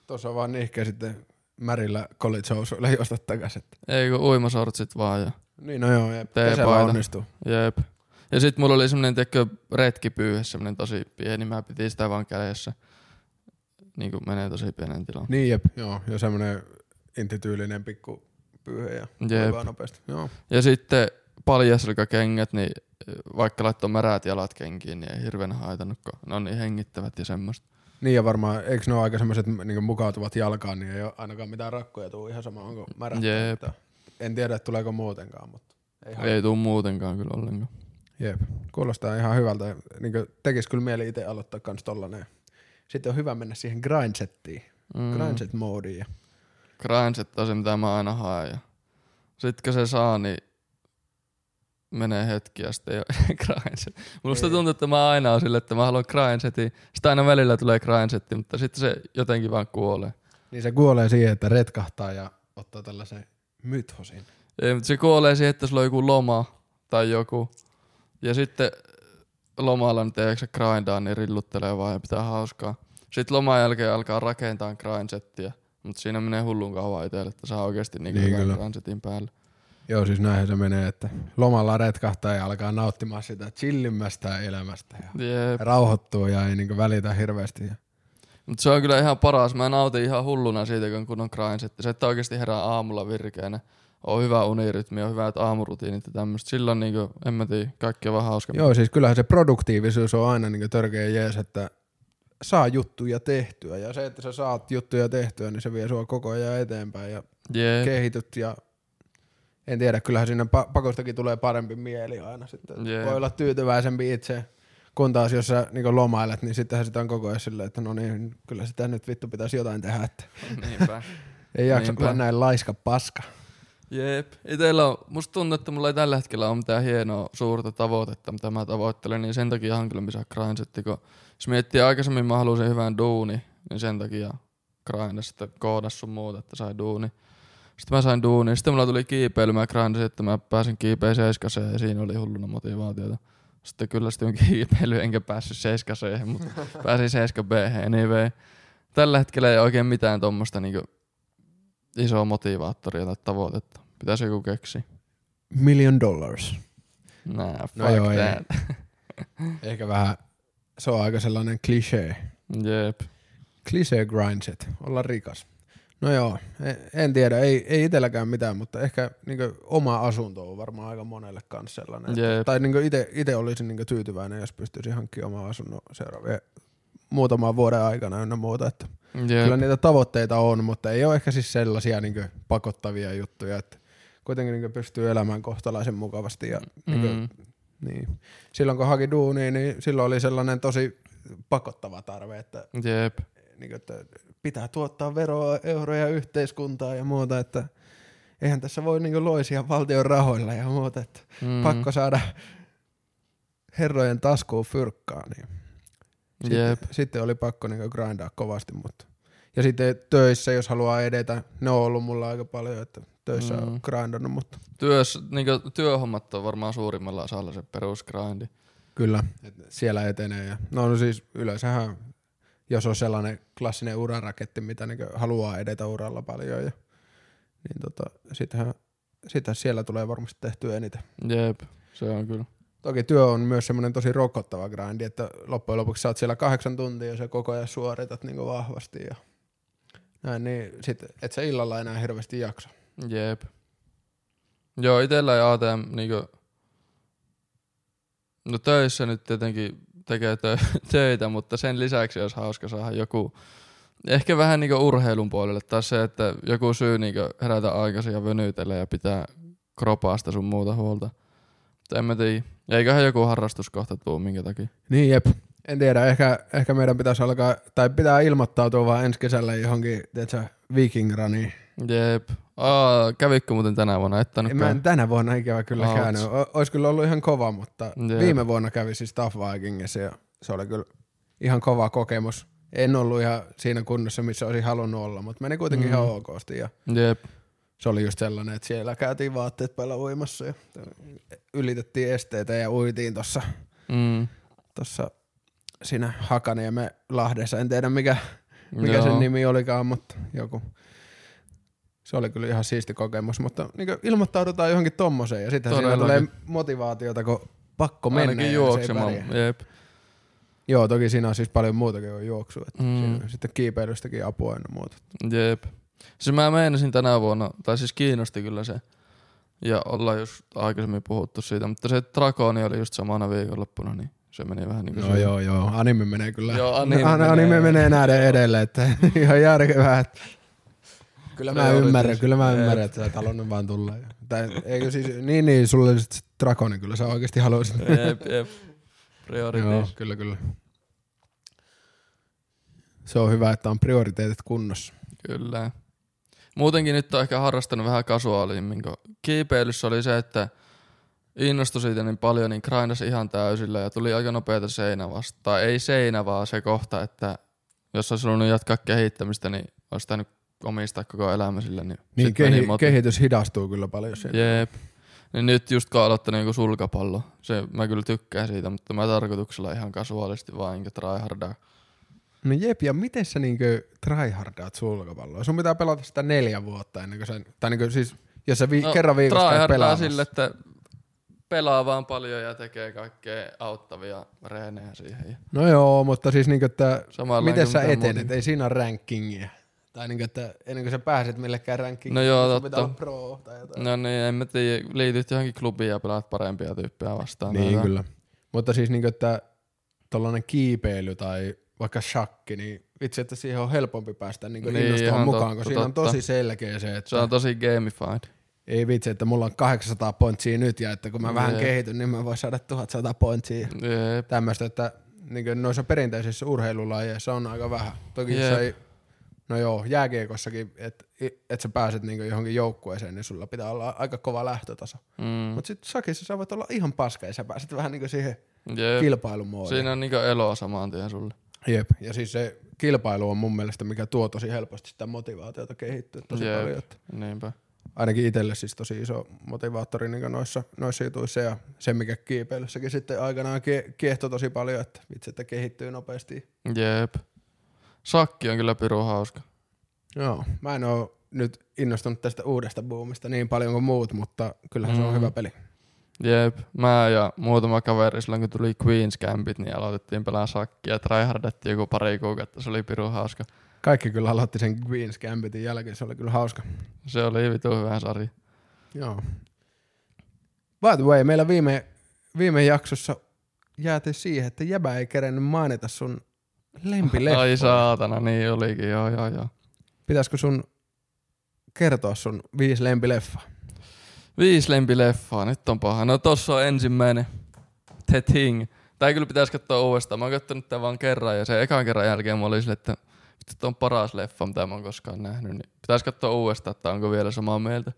S2: Tuossa on vaan nihkeä sitten märillä kolitsousuilla juosta takaisin. että-
S1: Ei kun uimasortsit vaan ja
S2: Niin no joo, ja
S1: Tee
S2: kesällä
S1: paita.
S2: onnistuu.
S1: jep. Ja sit mulla oli semmonen tekkö retkipyyhe, semmonen tosi pieni. Mä piti sitä vaan kädessä. Niin kuin menee tosi pienen tilaan.
S2: Niin jep, joo, ja semmoinen intityylinen pikku pyyhe ja
S1: Jep.
S2: vaan nopeasti. Joo.
S1: Ja sitten paljasrykakengät, niin vaikka laittoi märät jalat kenkiin, niin ei hirveän haitannut, kun ne on niin hengittävät ja semmoista.
S2: Niin ja varmaan, eikö ne ole aika semmoiset niin mukautuvat jalkaan, niin ei ole ainakaan mitään rakkoja tuu ihan sama, onko märä.
S1: Jep.
S2: Mutta En tiedä, että tuleeko muutenkaan, mutta ei, haittaa.
S1: Ei tuu muutenkaan kyllä ollenkaan.
S2: Jep. Kuulostaa ihan hyvältä. Niin tekis kyllä mieli itse aloittaa kans tollanen. Sitten on hyvä mennä siihen grindsettiin,
S1: Mm.
S2: mm. grindset-moodiin. Ja...
S1: grindset on se, mitä mä aina haen. Ja sit kun se saa, niin menee hetki ja sitten ei ole grindset. Musta
S2: Ei.
S1: tuntuu, että mä aina on sille, että mä haluan grindsetin. Sitä aina välillä tulee grindsetti, mutta sitten se jotenkin vaan kuolee.
S2: Niin se kuolee siihen, että retkahtaa ja ottaa tällaisen mythosin.
S1: Ei, mutta se kuolee siihen, että sulla on joku loma tai joku. Ja sitten lomalla nyt ei jaksa grindaa, niin rilluttelee vaan ja pitää hauskaa. Sitten loman jälkeen alkaa rakentaa grindsettiä, mutta siinä menee hullun kauan itselle, että saa oikeasti niin
S2: Niin,
S1: niin
S2: kyllä.
S1: grindsetin päälle.
S2: Joo, siis näinhän se menee, että lomalla retkahtaa ja alkaa nauttimaan sitä chillimmästä elämästä ja
S1: Jep.
S2: rauhoittuu ja ei niinku välitä hirveästi. Ja...
S1: Mutta se on kyllä ihan paras. Mä nautin ihan hulluna siitä, kun kun on grindsetti. Se, että oikeasti herää aamulla virkeänä. On hyvä unirytmi, on hyvät aamurutiinit ja tämmöistä. Silloin niinku, en mä tiedä, kaikki on vähän hauska.
S2: Joo, siis kyllähän se produktiivisuus on aina niinku törkeä jees, että saa juttuja tehtyä ja se, että sä saat juttuja tehtyä, niin se vie sua koko ajan eteenpäin ja
S1: Jep.
S2: kehityt ja en tiedä, kyllähän siinä pa- pakostakin tulee parempi mieli aina sitten.
S1: Jee.
S2: Yeah. Voi olla tyytyväisempi itse, kun taas jos sä niin lomailet, niin sittenhän sitä on koko ajan silleen, että no niin, kyllä sitä nyt vittu pitäisi jotain tehdä, että
S1: Niinpä.
S2: ei jaksa
S1: No Niinpä.
S2: olla näin laiska paska.
S1: Jep. Itellä on, musta tuntuu, että mulla ei tällä hetkellä ole mitään hienoa suurta tavoitetta, mitä mä tavoittelen, niin sen takia hankilempi saa grindsetti, kun jos miettii aikaisemmin mä halusin hyvän duuni, niin sen takia grindas sitten koodas sun muuta, että sai duuni. Sitten mä sain duuni, sitten mulla tuli kiipeily, mä grindasin, että mä pääsin kiipeen seiskaseen ja siinä oli hulluna motivaatiota. Sitten kyllästyin kiipeilyyn, enkä päässyt seiskaseen, mutta pääsin seiska b anyway. Tällä hetkellä ei oikein mitään tuommoista niinku isoa motivaattoria tai tavoitetta. Pitäisi joku keksi.
S2: Million dollars.
S1: Nah, fuck
S2: No joo, ei.
S1: that.
S2: Ehkä vähän, se on aika sellainen cliché.
S1: Jep.
S2: Cliché grindset, olla rikas. No joo, e- en tiedä, ei, ei itselläkään mitään, mutta ehkä niin oma asunto on varmaan aika monelle kanssa sellainen.
S1: Jep.
S2: Tai niin itse olisin niin tyytyväinen, jos pystyisin hankkimaan oman asunnon seuraavien muutaman vuoden aikana ynnä muuta. Että kyllä
S1: Jep.
S2: niitä tavoitteita on, mutta ei ole ehkä siis sellaisia niin pakottavia juttuja, että kuitenkin niin pystyy elämään kohtalaisen mukavasti. Ja, niin
S1: Mm.
S2: niin. Silloin kun haki duunia, niin silloin oli sellainen tosi pakottava tarve, että,
S1: Jep.
S2: niin kuin, että pitää tuottaa veroa, euroja yhteiskuntaa ja muuta, että eihän tässä voi niin loisia valtion rahoilla ja muuta, että
S1: Mm.
S2: pakko saada herrojen taskuun fyrkkaa. Niin. Sitten,
S1: Jep.
S2: sitten oli pakko niin grindaa kovasti. Mutta. Ja sitten töissä, jos haluaa edetä, ne on ollut mulla aika paljon, että töissä mm.
S1: Mm.
S2: on grindannut, mutta
S1: Työs, niin työhommat on varmaan suurimmalla osalla se perusgrindi.
S2: kyllä että siellä etenee. Ja, no, no siis yleensähän, jos on sellainen klassinen uraraketti, mitä niin haluaa edetä uralla paljon, ja, niin tota, sitähän, sitä siellä tulee varmasti tehtyä eniten.
S1: Jep. Se on kyllä.
S2: Toki työ on myös semmoinen tosi rokottava grindi, että loppujen lopuksi sä oot siellä kahdeksan tuntia ja sä koko ajan suoritat niin vahvasti ja näin, niin sit, et sä illalla enää hirveästi jaksa.
S1: Jep. Joo, itellä ei ATM niinku... No töissä nyt tietenkin tekee tö- töitä, mutta sen lisäksi olisi hauska saada joku... Ehkä vähän niinku urheilun puolelle tai se, että joku syy niinku herätä aikaisin ja venytellä ja pitää kropaasta sun muuta huolta. Mutta en mä tiedä. Eiköhän joku harrastuskohta tuu minkä takia.
S2: Niin jep. En tiedä, ehkä, ehkä meidän pitäisi alkaa, tai pitää ilmoittautua vaan ensi kesällä johonkin, tiedätkö, viking runiin.
S1: Jep. Aa, kävikö muuten tänä vuonna? Et tainnut
S2: En mä en
S1: käydä.
S2: tänä vuonna ikävä kyllä
S1: Ouch.
S2: käynyt. O- Ois kyllä ollut ihan kova, mutta
S1: Jep.
S2: jep. viime vuonna kävi siis Tough Vikingissa ja se oli kyllä ihan kova kokemus. En ollut ihan siinä kunnossa, missä olisin halunnut olla, mutta meni kuitenkin
S1: Mm.
S2: ihan okosti ja
S1: Jep.
S2: se oli just sellainen, että siellä käytiin vaatteet päällä uimassa ja ylitettiin esteitä ja uitiin tuossa
S1: Mm.
S2: tossa siinä Hakaniemen Lahdessa. En tiedä mikä, mikä sen
S1: Joo.
S2: nimi olikaan, mutta joku. Se oli kyllä ihan siisti kokemus, mutta niin ilmoittaudutaan johonkin tommoseen ja sitten siinä tulee
S1: Todellakin.
S2: monivaatiota, kun pakko mennä. ja
S1: Ainakin
S2: jos ei
S1: juoksemaan.
S2: pärjää.
S1: Jep.
S2: Joo, toki siinä on siis paljon muutakin kuin juoksu. Että
S1: Mm.
S2: mm. siinä on sitten kiipeilystäkin apua ja muuta.
S1: Jep. Siis mä meinasin tänä vuonna, tai siis kiinnosti kyllä se, ja ollaan jos aikaisemmin puhuttu siitä, mutta se Drakoni oli just samana viikonloppuna, niin se meni vähän niin kuin
S2: No joo, joo. Anime menee kyllä.
S1: Joo, anime
S2: An-
S1: menee.
S2: anime menee näiden edelle, että ihan järkevää. Että. Kyllä mä
S1: Priorities.
S2: ymmärrän, kyllä mä
S1: siis- Jep.
S2: ymmärrän, että sä et halunnut vaan tulla. Tai, eikö siis, niin niin, sulle sit se drakoni, kyllä sä oikeasti haluaisit.
S1: Jep, jep.
S2: Joo,
S1: Prioriteetti.
S2: kyllä, kyllä. Se on hyvä, että on prioriteetit kunnossa.
S1: Kyllä. Muutenkin nyt on ehkä harrastanut vähän kasuaalimmin, kun kiipeilyssä oli se, että innostui siitä niin paljon, niin grindasi ihan täysillä ja tuli aika nopeata seinä vastaan. Tai ei seinä, vaan se kohta, että jos olisi halunnut jatkaa kehittämistä, niin olisi pitänyt omistaa koko elämä sillä. Niin,
S2: Niin
S1: sit meni
S2: kehi-
S1: moti-
S2: kehitys hidastuu kyllä paljon siellä.
S1: Jep. Niin nyt just kun on aloittanut joku sulkapallo, se, mä kyllä tykkään siitä, mutta mä tarkoituksella ihan kasuaalisti vaan enkä tryhardaa.
S2: No jep, ja miten sä niinkö tryhardaat sulkapalloa? Sun pitää pelata sitä neljä vuotta ennen kuin sä, tai niinkö siis Jos sä vi- kerran viikossa käyt
S1: No, tryhardaa
S2: pelaamassa.
S1: sille, että pelaa vaan paljon ja tekee kaikkea auttavia reenejä siihen. Ja
S2: No joo, mutta siis niin että
S1: samalla
S2: miten
S1: niinku
S2: sä
S1: mitään
S2: etenet?
S1: muuta.
S2: Ei siinä ole rankingia. Tai niin että ennen kuin sä pääset millekään rankingille,
S1: No joo,
S2: sun
S1: totta.
S2: pitää olla pro tai jotain.
S1: No niin, en mä tiedä. Liityt johonkin klubiin ja pelaat parempia tyyppejä vastaan.
S2: Niin
S1: Tai-
S2: kyllä. Mutta siis niin että tollanen kiipeily tai vaikka shakki, niin vitsi, että siihen on helpompi päästä niin
S1: Niin,
S2: niin, innostumaan
S1: ihan
S2: mukaan,
S1: totta,
S2: kun siinä on
S1: totta.
S2: tosi selkeä se, että
S1: Se on tosi gamified.
S2: ei vitsi, että mulla on 800 pointsia nyt ja että kun mä vähän
S1: Jep.
S2: kehityn, niin mä voin saada 1100 pointsia.
S1: Jep.
S2: Tämmöistä, että niin noissa perinteisissä urheilulajeissa on aika vähän. Toki
S1: Jep.
S2: jos ei, no joo, jääkiekossakin, että et sä pääset niin johonkin joukkueeseen, niin sulla pitää olla aika kova lähtötaso.
S1: Mm.
S2: Mutta sitten sakissa sä voit olla ihan paska ja sä pääset vähän niin siihen
S1: Jep.
S2: kilpailumoodi.
S1: Siinä on niinku eloa saman tien sulle.
S2: Jep. Ja siis se kilpailu on mun mielestä, mikä tuo tosi helposti sitä motivaatiota kehittyä tosi
S1: Jep.
S2: Jep. paljon. Että
S1: Niinpä.
S2: ainakin itselle siis tosi iso motivaattori niin noissa, noissa jutuissa ja se, mikä kiipeilyssäkin sitten aikanaan kie- kiehtoi tosi paljon, että vitsi, että kehittyy nopeasti.
S1: Jep. Sakki on kyllä pirun hauska.
S2: Joo. Mä en oo nyt innostunut tästä uudesta buumista niin paljon kuin muut, mutta kyllähän mm. se on
S1: Mm.
S2: hyvä peli.
S1: Jep, mä ja muutama kaveri silloin kun tuli Queen's Gambit, niin aloitettiin pelaa sakkia. Tryhardettiin joku pari kuukautta, se oli pirun hauska.
S2: Kaikki kyllä aloitti sen Queen's Gambitin jälkeen, se oli kyllä hauska.
S1: Se oli vitu hyvä sarja.
S2: Joo. By the way, meillä viime, viime jaksossa jäätiin siihen, että jäbä ei kerennyt mainita sun
S1: Ai
S2: lempileffoja.
S1: saatana, niin olikin, joo joo joo.
S2: Pitäisikö sun kertoa sun viisi lempileffaa?
S1: Viisi lempileffaa, nyt on paha. No tossa on ensimmäinen. The Thing. Tää kyllä pitäisi katsoa uudestaan. Mä oon kattonut tän vaan kerran ja sen ekan kerran jälkeen mä olin silleen, että vittu tää on paras leffa, mitä mä oon koskaan nähnyt. Niin pitäis katsoa uudestaan, että onko vielä samaa mieltä.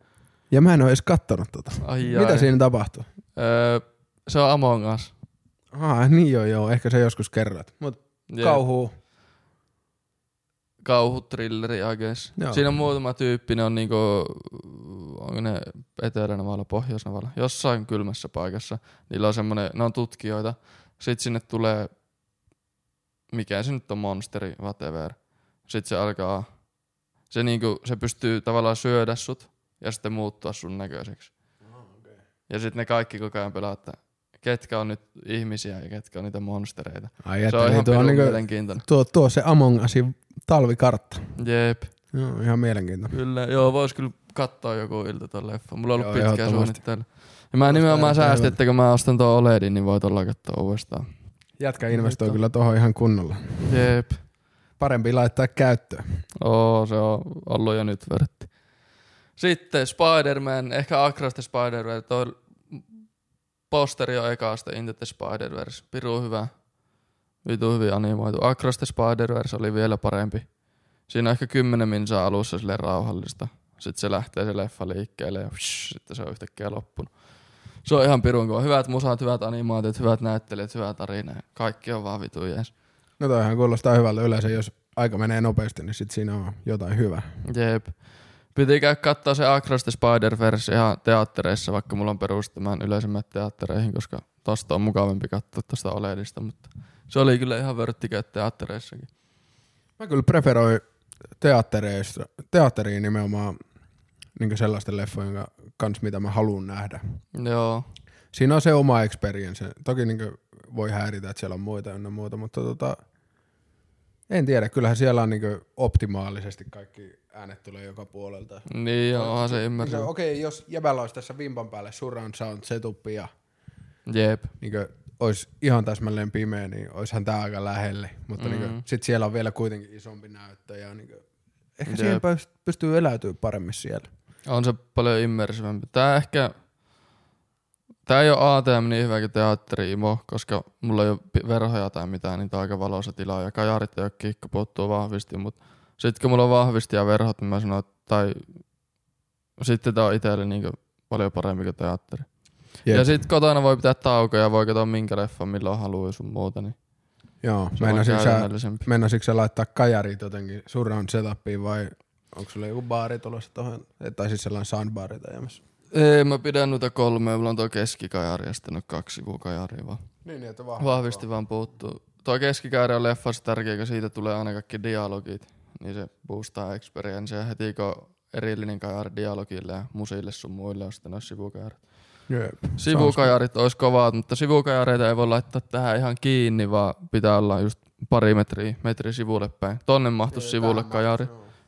S2: Ja mä en ole edes kattonut tota.
S1: Ai
S2: Jai. Mitä
S1: jai.
S2: siinä tapahtuu?
S1: Öö, se on Among Us.
S2: Ah, niin joo joo, ehkä sä joskus kerrot. Mut
S1: Jep.
S2: kauhu.
S1: kauhutrilleri, I guess.
S2: Joo.
S1: Siinä on muutama tyyppi, ne on niinku, onko ne Etelänavalla, Pohjoisnavalla, jossain kylmässä paikassa. Niillä on semmonen, ne on tutkijoita. Sitten sinne tulee, mikä se nyt on, monsteri, whatever. Sitten se alkaa, se, niinku, se pystyy tavallaan syödä sut ja sitten muuttua sun näköiseksi. Ja sitten ne kaikki koko ajan pelaa, että ketkä on nyt ihmisiä ja ketkä on niitä monstereita.
S2: Ai
S1: se on ihan
S2: että niin tuo, on
S1: pirun
S2: niinku,
S1: mielenkiintoinen.
S2: tuo, tuo se Among Usin talvikartta.
S1: Jep.
S2: Joo, ihan mielenkiintoinen.
S1: Kyllä, joo, vois kyllä katsoa joku ilta ton leffa. Mulla on ollut
S2: Joo,
S1: joo, pitkää
S2: ehdottomasti.
S1: suunnitteilla. Ja mä nimenomaan
S2: erittäin
S1: säästin,
S2: hyvältä.
S1: että kun mä ostan tuon OLEDin, niin voit olla katsoa uudestaan.
S2: Jätkä investoi
S1: Nyt on.
S2: kyllä tohon ihan kunnolla.
S1: Jep.
S2: Parempi laittaa käyttöön.
S1: Oo, se on ollut jo nyt vertti. Sitten Spider-Man, ehkä Across the Spider-Verse. Toi posteri on ekaasta Into the Spider-Verse. Piru hyvä. Vitu hyvin animoitu. Across the Spider-Verse oli vielä parempi. Siinä on ehkä 10 minsaa alussa sille rauhallista. Sitten se lähtee se leffa liikkeelle ja psh, sitten se on yhtäkkiä loppunut. Se on ihan pirun kova. Hyvät musat, hyvät animaatiot, hyvät näyttelijät, hyvä tarina. Kaikki on vaan vitu jees.
S2: No toihan kuulostaa hyvältä yleensä, jos aika menee nopeasti, niin sit siinä on jotain hyvää.
S1: Jep. Piti käydä katsoa se Across the Spider-Verse ihan teattereissa, vaikka mulla on perustamaan yleisemmät teattereihin, koska tosta on mukavampi katsoa tosta oleellista, mutta se oli kyllä ihan vörtti käydä teattereissakin.
S2: Mä kyllä preferoin teattereista, teatteriin nimenomaan niin sellaisten leffojen jonka kanssa, mitä mä haluan nähdä.
S1: Joo,
S2: Siinä on se oma experience. Toki niin voi häiritä, että siellä on muita ja muuta, mutta tota, en tiedä. Kyllähän siellä on niin optimaalisesti kaikki äänet tulee joka puolelta.
S1: niin joo, onhan se
S2: Niin se,
S1: ymmärrä.
S2: Okei, okay, jos jäbällä olisi tässä vimpan päälle surround sound setupi ja
S1: Jep,
S2: niin olisi ihan täsmälleen pimeä, niin oishan tää aika lähelle. Mutta mm.
S1: Mm.
S2: niin sitten siellä on vielä kuitenkin isompi näyttö ja niin ehkä
S1: Jep.
S2: siihen pääs- pystyy eläytyy paremmin siellä.
S1: on se paljon immersivämpi. Tää ehkä, tää ei ole ATM niin hyvä kuin teatteri imo, koska mulla ei ole pi- verhoja tai mitään, niin tää on aika valoisa tila ja kajarit ei ole kiikko puuttuu vahvisti, mut Sitten kun mulla on vahvisti ja verhot, niin mä sanon, että tai sitten tää on itselle niin paljon parempi kuin teatteri.
S2: Jep.
S1: Ja sitten kotona voi pitää taukoja, voi katsoa minkä leffa milloin haluaa ja sun muuta, niin
S2: Joo,
S1: se on
S2: meinasin siis sä,
S1: käytännöllisempi.
S2: meinasin sä laittaa kajarit jotenkin surround setupiin vai onko sulla joku baari tulossa tuohon, tai siis sellainen soundbaari tai jämässä?
S1: Ei, mä pidän noita kolmea, mulla on tuo keskikajari ja sitten on kaksi sivukajaria vaan.
S2: Niin, niin, että vahva.
S1: Vahvisti vaan puuttuu. Tuo keskikäyrä on leffassa tärkeä, kun siitä tulee aina kaikki dialogit, niin se boostaa experienceä heti kun erillinen kajari dialogille ja musiille sun muille on sitten noissa sivukajarit.
S2: Jep.
S1: Sivukajarit olisi kovat, mutta sivukajareita ei voi laittaa tähän ihan kiinni, vaan pitää olla just pari metriä, metri sivulle päin. Tonne mahtuisi sivulle kajari,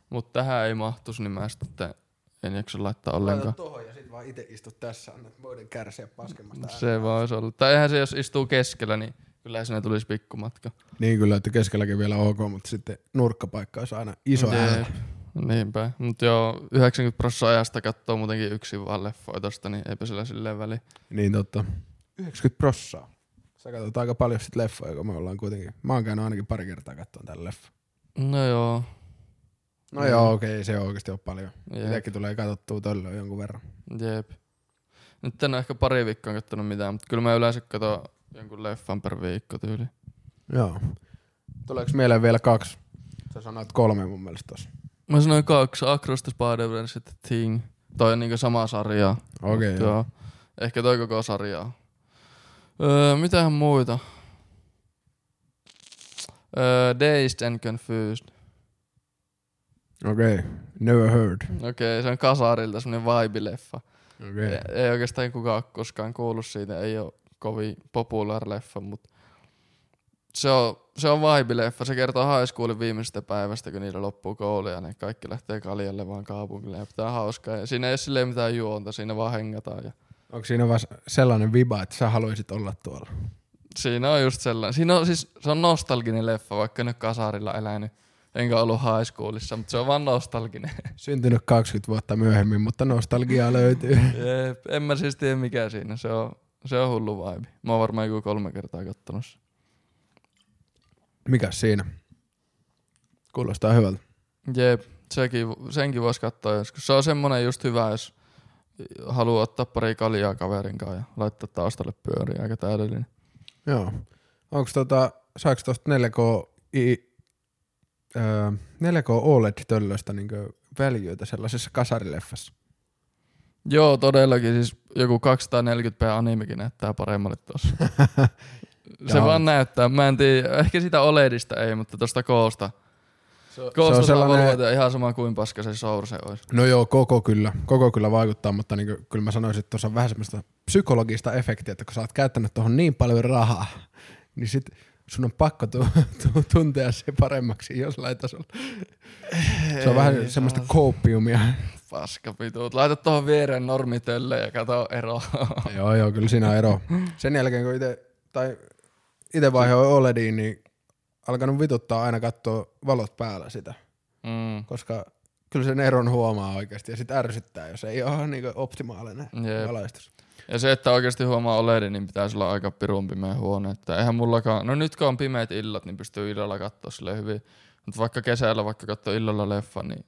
S1: mutta tähän ei mahtuisi, niin mä sitten en jaksa laittaa ollenkaan.
S2: Laita tohon ja sit vaan itse istut tässä, annat muiden kärsiä paskemmasta
S1: Se voisi olla. Tai eihän se, jos istuu keskellä, niin kyllä sinne tulisi pikkumatka.
S2: Niin kyllä, että keskelläkin vielä ok, mutta sitten nurkkapaikka olisi aina iso ääni.
S1: Jep. Niinpä. Mutta joo, 90 prosenttia ajasta katsoo muutenkin yksin vaan leffoja tosta, niin eipä sillä silleen väli.
S2: Niin totta. 90 prossaa. Sä katsot aika paljon sit leffoja, kun me ollaan kuitenkin. Mä oon käynyt ainakin pari kertaa katsomaan tällä leffa.
S1: No joo.
S2: No joo, okei, okay, se on oikeasti ole paljon.
S1: Jep.
S2: Mitäkin tulee katsottua tällöin jonkun verran.
S1: Jep. Nyt en ole ehkä pari viikkoa katsonut mitään, mutta kyllä mä yleensä katson jonkun leffan per viikko tyyli.
S2: Joo. Tuleeko mieleen vielä kaksi? Sä sanoit kolme mun mielestä tossa.
S1: Mä sanoin kaksi, Across the Spider-Verse ja The Thing. Toi on niinku sama sarja.
S2: Okei, okay,
S1: Joo. Ehkä toi koko sarjaa. Öö, mitähän muita? Öö, Dazed and Confused.
S2: Okei, okay. never heard.
S1: Okei, okay, se on kasarilta semmonen vibe-leffa.
S2: Okei.
S1: Ei, ei oikeastaan kukaan ole koskaan kuullut siitä, ei ole kovin populaari leffa, mutta se on, se on vibe-leffa. Se kertoo high schoolin viimeisestä päivästä, kun niillä loppuu koulu ja ne kaikki lähtee kaljalle vaan kaupungille ja pitää hauskaa. Ja siinä ei ole silleen mitään juonta, siinä vaan hengataan. Ja
S2: Onko siinä vaan sellainen viba, että sä haluaisit olla tuolla?
S1: siinä on just sellainen. Siinä on, siis, se on nostalginen leffa, vaikka en ole kasarilla elänyt. Enkä ollut high schoolissa, mutta se on vaan nostalginen.
S2: Syntynyt 20 vuotta myöhemmin, mutta nostalgiaa löytyy.
S1: Jep, en mä siis tiedä mikä siinä. Se on, se on hullu vibe. Mä oon varmaan joku kolme kertaa kattonut sen.
S2: Mikäs siinä? Kuulostaa hyvältä.
S1: Jep, sekin, senkin voisi katsoa joskus. Se on semmonen just hyvä, jos haluaa ottaa pari kaljaa kaverin kanssa ja laittaa taustalle pyöriä. Aika täydellinen.
S2: Joo. Onko tota, saako tuosta 4K, i, öö, 4K OLED-töllöstä niin väljyytä sellaisessa kasarileffassa?
S1: Joo, todellakin. Siis joku 240p animekin näyttää paremmalle tuossa. se
S2: Joo.
S1: vaan näyttää. Mä en tiedä. Ehkä sitä OLEDista ei, mutta tuosta koosta.
S2: se
S1: Koosta
S2: on
S1: se on
S2: sellainen-
S1: sellainen... ihan sama kuin paska se source olisi.
S2: No joo, koko kyllä. Koko kyllä vaikuttaa, mutta niin kyllä mä sanoisin, että tuossa on vähän semmoista psykologista efektiä, että kun sä oot käyttänyt tuohon niin paljon rahaa, niin sit sun on pakko tu- tu- tuntea se paremmaksi jollain tasolla. Se on vähän semmoista koopiumia.
S1: Paska pituut. Laita tuohon viereen normitölle ja kato eroa.
S2: joo, joo, kyllä siinä on ero. Sen jälkeen kun itse, tai itse vaihoin OLEDiin, niin alkanut vituttaa aina katsoa valot päällä sitä,
S1: mm.
S2: koska kyllä sen eron huomaa oikeasti ja sit ärsyttää, jos ei ole niin optimaalinen
S1: Jep.
S2: valaistus.
S1: Ja se, että oikeasti huomaa OLEDin, niin pitäisi olla aika pirun pimeä huone. Että eihän mullakaan, no nyt kun on pimeät illat, niin pystyy illalla katsoa sille hyvin. Mutta vaikka kesällä, vaikka katsoo illalla leffa, niin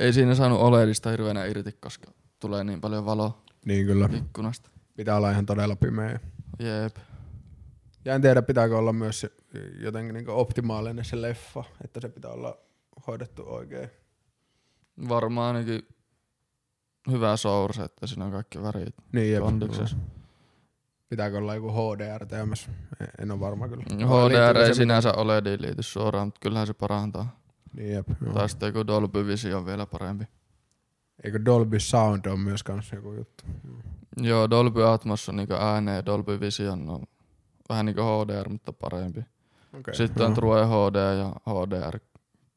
S1: ei siinä saanut OLEDista hirveänä irti, koska tulee niin paljon valoa
S2: Niin kyllä.
S1: Mm. ikkunasta.
S2: Pitää olla ihan todella pimeä.
S1: Jep.
S2: Ja en tiedä, pitääkö olla myös se, jotenkin niin optimaalinen se leffa, että se pitää olla hoidettu oikein.
S1: Varmaan ainakin hyvä source, että siinä on kaikki värit.
S2: Niin, jep.
S1: Kondiksessa.
S2: Pitääkö olla joku HDR teemässä? En- En ole varma kyllä.
S1: HDR
S2: Liittyykö
S1: ei
S2: se-
S1: sinänsä OLEDiin liity suoraan, mutta kyllähän se parantaa.
S2: Niin, jep.
S1: No.
S2: Joo.
S1: Tai sitten joku Dolby Vision on vielä parempi.
S2: Eikö Dolby Sound on myös kanssa joku juttu?
S1: Joo, Dolby Atmos on niinku ääneen ja Dolby Vision on vähän niinku HDR, mutta parempi.
S2: Okay.
S1: Sitten on True HD ja HDR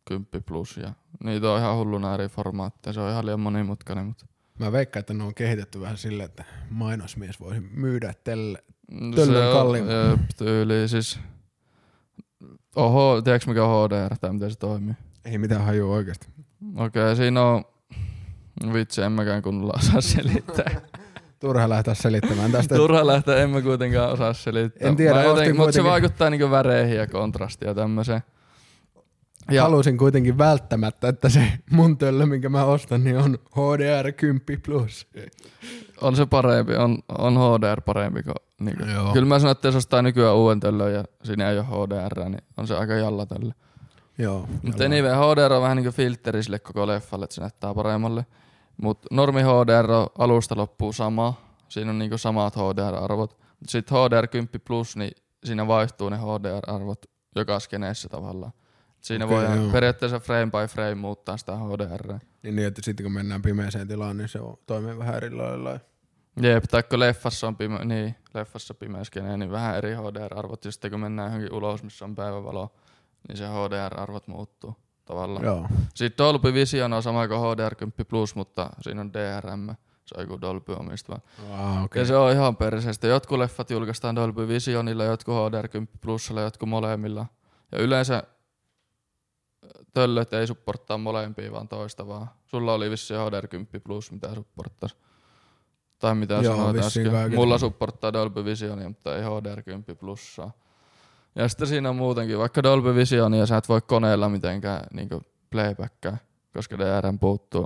S1: 10 Plus ja niitä on ihan hulluna eri formaatteja. Se on ihan liian monimutkainen, mutta
S2: Mä veikkaan, että ne on kehitetty vähän silleen, että mainosmies voisi myydä tälle. Töllön
S1: se on
S2: kalliimpi.
S1: jep, tyyli siis. Oho, tiedätkö mikä on HDR tai miten se toimii?
S2: Ei mitään hajua oikeasti.
S1: Okei, siinä on... Vitsi, en mäkään kunnolla osaa selittää.
S2: Turha lähteä selittämään tästä.
S1: Turha lähteä, en mä kuitenkaan osaa selittää.
S2: En tiedä,
S1: Mä
S2: ostin
S1: mutta se
S2: kuitenkin-
S1: vaikuttaa niinku väreihin ja kontrastiin ja tämmöiseen. Ja
S2: Halusin kuitenkin välttämättä, että se mun töllö, minkä mä ostan, niin on HDR 10 plus.
S1: on se parempi, on, on HDR parempi kuin niinku.
S2: Joo.
S1: Kyllä mä sanon, että jos ostaa nykyään uuden töllön ja siinä ei ole HDR, niin on se aika jalla töllö.
S2: Joo.
S1: Mutta anyway, HDR on vähän niinku filtteri sille koko leffalle, että se näyttää paremmalle. Mutta normi HDR on alusta loppuu sama. Siinä on niinku samat HDR-arvot. Mutta sitten HDR 10 Plus, niin siinä vaihtuu ne HDR-arvot joka skeneessä tavallaan. Et Siinä
S2: Okei,
S1: okay, voi
S2: joo.
S1: ihan periaatteessa frame by frame muuttaa sitä HDR.
S2: Niin, niin, että sitten kun mennään pimeäseen tilaan, niin se on- toimii vähän eri lailla.
S1: Jep, tai kun leffassa on pime- niin, leffassa pimeyskene, niin vähän eri HDR-arvot. Ja sitten kun mennään johonkin ulos, missä on päivävalo, niin se HDR-arvot muuttuu tavallaan.
S2: Joo.
S1: Sitten Dolby Vision on sama kuin HDR10 Plus, mutta siinä on DRM. Se on joku Dolby omistava.
S2: Ah,
S1: Okay.
S2: okei.
S1: Ja se on ihan perseestä. Jotkut leffat julkaistaan Dolby Visionilla, jotkut HDR10 Plusilla, jotkut molemmilla. Ja yleensä töllöt ei supporttaa molempia, vaan toista vaan. Sulla oli vissiin HDR10 Plus, mitä supporttas. Tai mitä
S2: Joo,
S1: sanoit
S2: vissiin
S1: äsken.
S2: kaiket.
S1: Mulla supporttaa Dolby Visionia, mutta ei HDR10 Plussaa. Ja sitten siinä on muutenkin, vaikka Dolby Visionia sä et voi koneella mitenkään niin playbackkää, koska DRM puuttuu.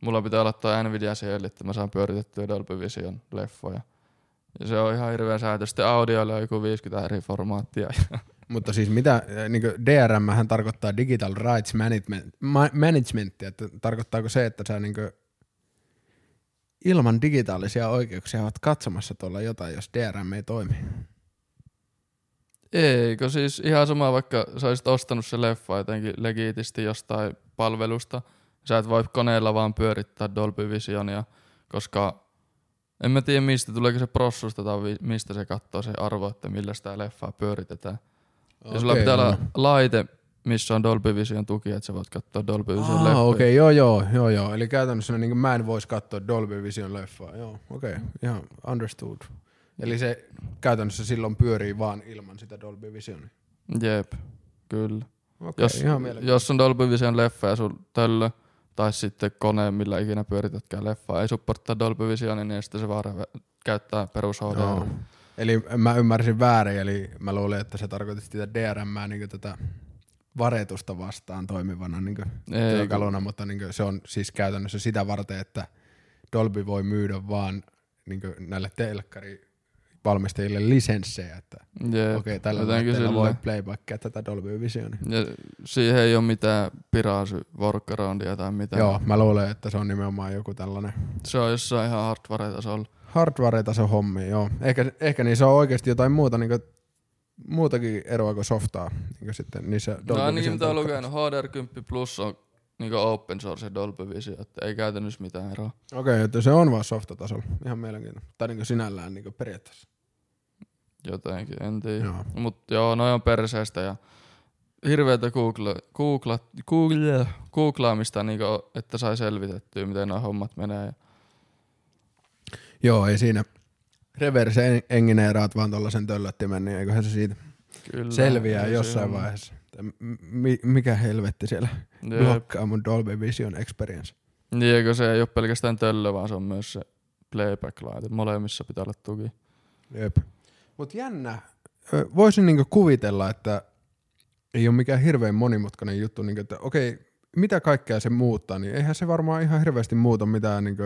S1: Mulla pitää olla tuo Nvidia siellä, että mä saan pyöritettyä Dolby Vision leffoja. Ja se on ihan hirveä säätö. Sitten audioilla on joku 50 eri formaattia.
S2: Mutta siis mitä, niin DRM hän tarkoittaa Digital Rights Management, ma- managementia, että tarkoittaako se, että sä niin ilman digitaalisia oikeuksia oot katsomassa tuolla jotain, jos DRM ei toimi?
S1: Eikö siis ihan sama, vaikka sä olisit ostanut se leffa jotenkin legiitisti jostain palvelusta. Sä et voi koneella vaan pyörittää Dolby Visionia, koska en mä tiedä mistä, tuleeko se prossusta tai vi- mistä se katsoo se arvo, että millä sitä leffaa pyöritetään. Okay, ja sulla
S2: Okei,
S1: pitää
S2: no.
S1: olla laite, missä on Dolby Vision tuki, että sä voit katsoa Dolby Vision
S2: Ah,
S1: leffoja.
S2: okei, okay, joo, joo, joo, joo. Eli käytännössä niin mä en voisi katsoa Dolby Vision leffaa. Joo, okei, okay, ihan understood. Eli se käytännössä silloin pyörii vaan ilman sitä Dolby Visionia.
S1: Jep, kyllä.
S2: Okei,
S1: Jos,
S2: ihan mielenkiintoista.
S1: jos on Dolby Vision leffa ja sun töllö, tai sitten kone, millä ikinä pyöritätkään leffaa, ei supporttaa Dolby Visionia, niin sitten se vaan reve- käyttää perus HDR.
S2: Joo. Eli mä ymmärsin väärin, eli mä luulin, että se tarkoitti sitä DRM, niin tätä varetusta vastaan toimivana niin
S1: Ei,
S2: työkaluna, mutta niin se on siis käytännössä sitä varten, että Dolby voi myydä vaan niin näille telkkarivalmistajille lisenssejä, että
S1: Jep,
S2: okei, okay, tällä
S1: jotenkin
S2: laitteella voi
S1: sillä.
S2: playbackia tätä Dolby Visionia.
S1: Ja siihen ei ole mitään piraasy workaroundia tai mitään.
S2: Joo, mä luulen, että se on nimenomaan joku tällainen
S1: Se on jossain ihan hardware-tasolla.
S2: hardware-tason hommi, joo. Ehkä, ehkä niissä on oikeasti jotain muuta, niin kuin, muutakin eroa kuin softaa. Niin kuin sitten niissä
S1: No
S2: Dolby
S1: ainakin
S2: Vision
S1: mitä on
S2: telkkareissa.
S1: lukenut, HDR10 Plus on niin open source Dolby Vision, että ei käytännössä mitään eroa.
S2: Okei, että se on vaan softatasolla. Ihan mielenkiintoista. Tai niin sinällään niin periaatteessa.
S1: Jotenkin, en tiedä.
S2: Joo.
S1: Mutta joo, noi on perseestä ja hirveätä Google, Google, Google, googlaamista, niin kuin, että sai selvitettyä, miten nämä hommat menee.
S2: Joo, ei siinä. Reverse en- engineeraat vaan tuollaisen töllöttimen, niin eiköhän se siitä
S1: Kyllä,
S2: selviää
S1: ei se
S2: jossain
S1: homma.
S2: vaiheessa. Tai mi- mikä helvetti siellä
S1: Jep.
S2: blokkaa mun Dolby Vision Experience.
S1: Niin, kun se ei ole pelkästään töllö, vaan se on myös se playback-laite. Molemmissa pitää olla
S2: Niin,
S1: tuki.
S2: Jep. Mut jännä. Ö, Voisin niinku kuvitella, että ei ole mikään hirveän monimutkainen juttu, niinku, että okei, mitä kaikkea se muuttaa, niin eihän se varmaan ihan hirveästi muuta mitään. Niinku,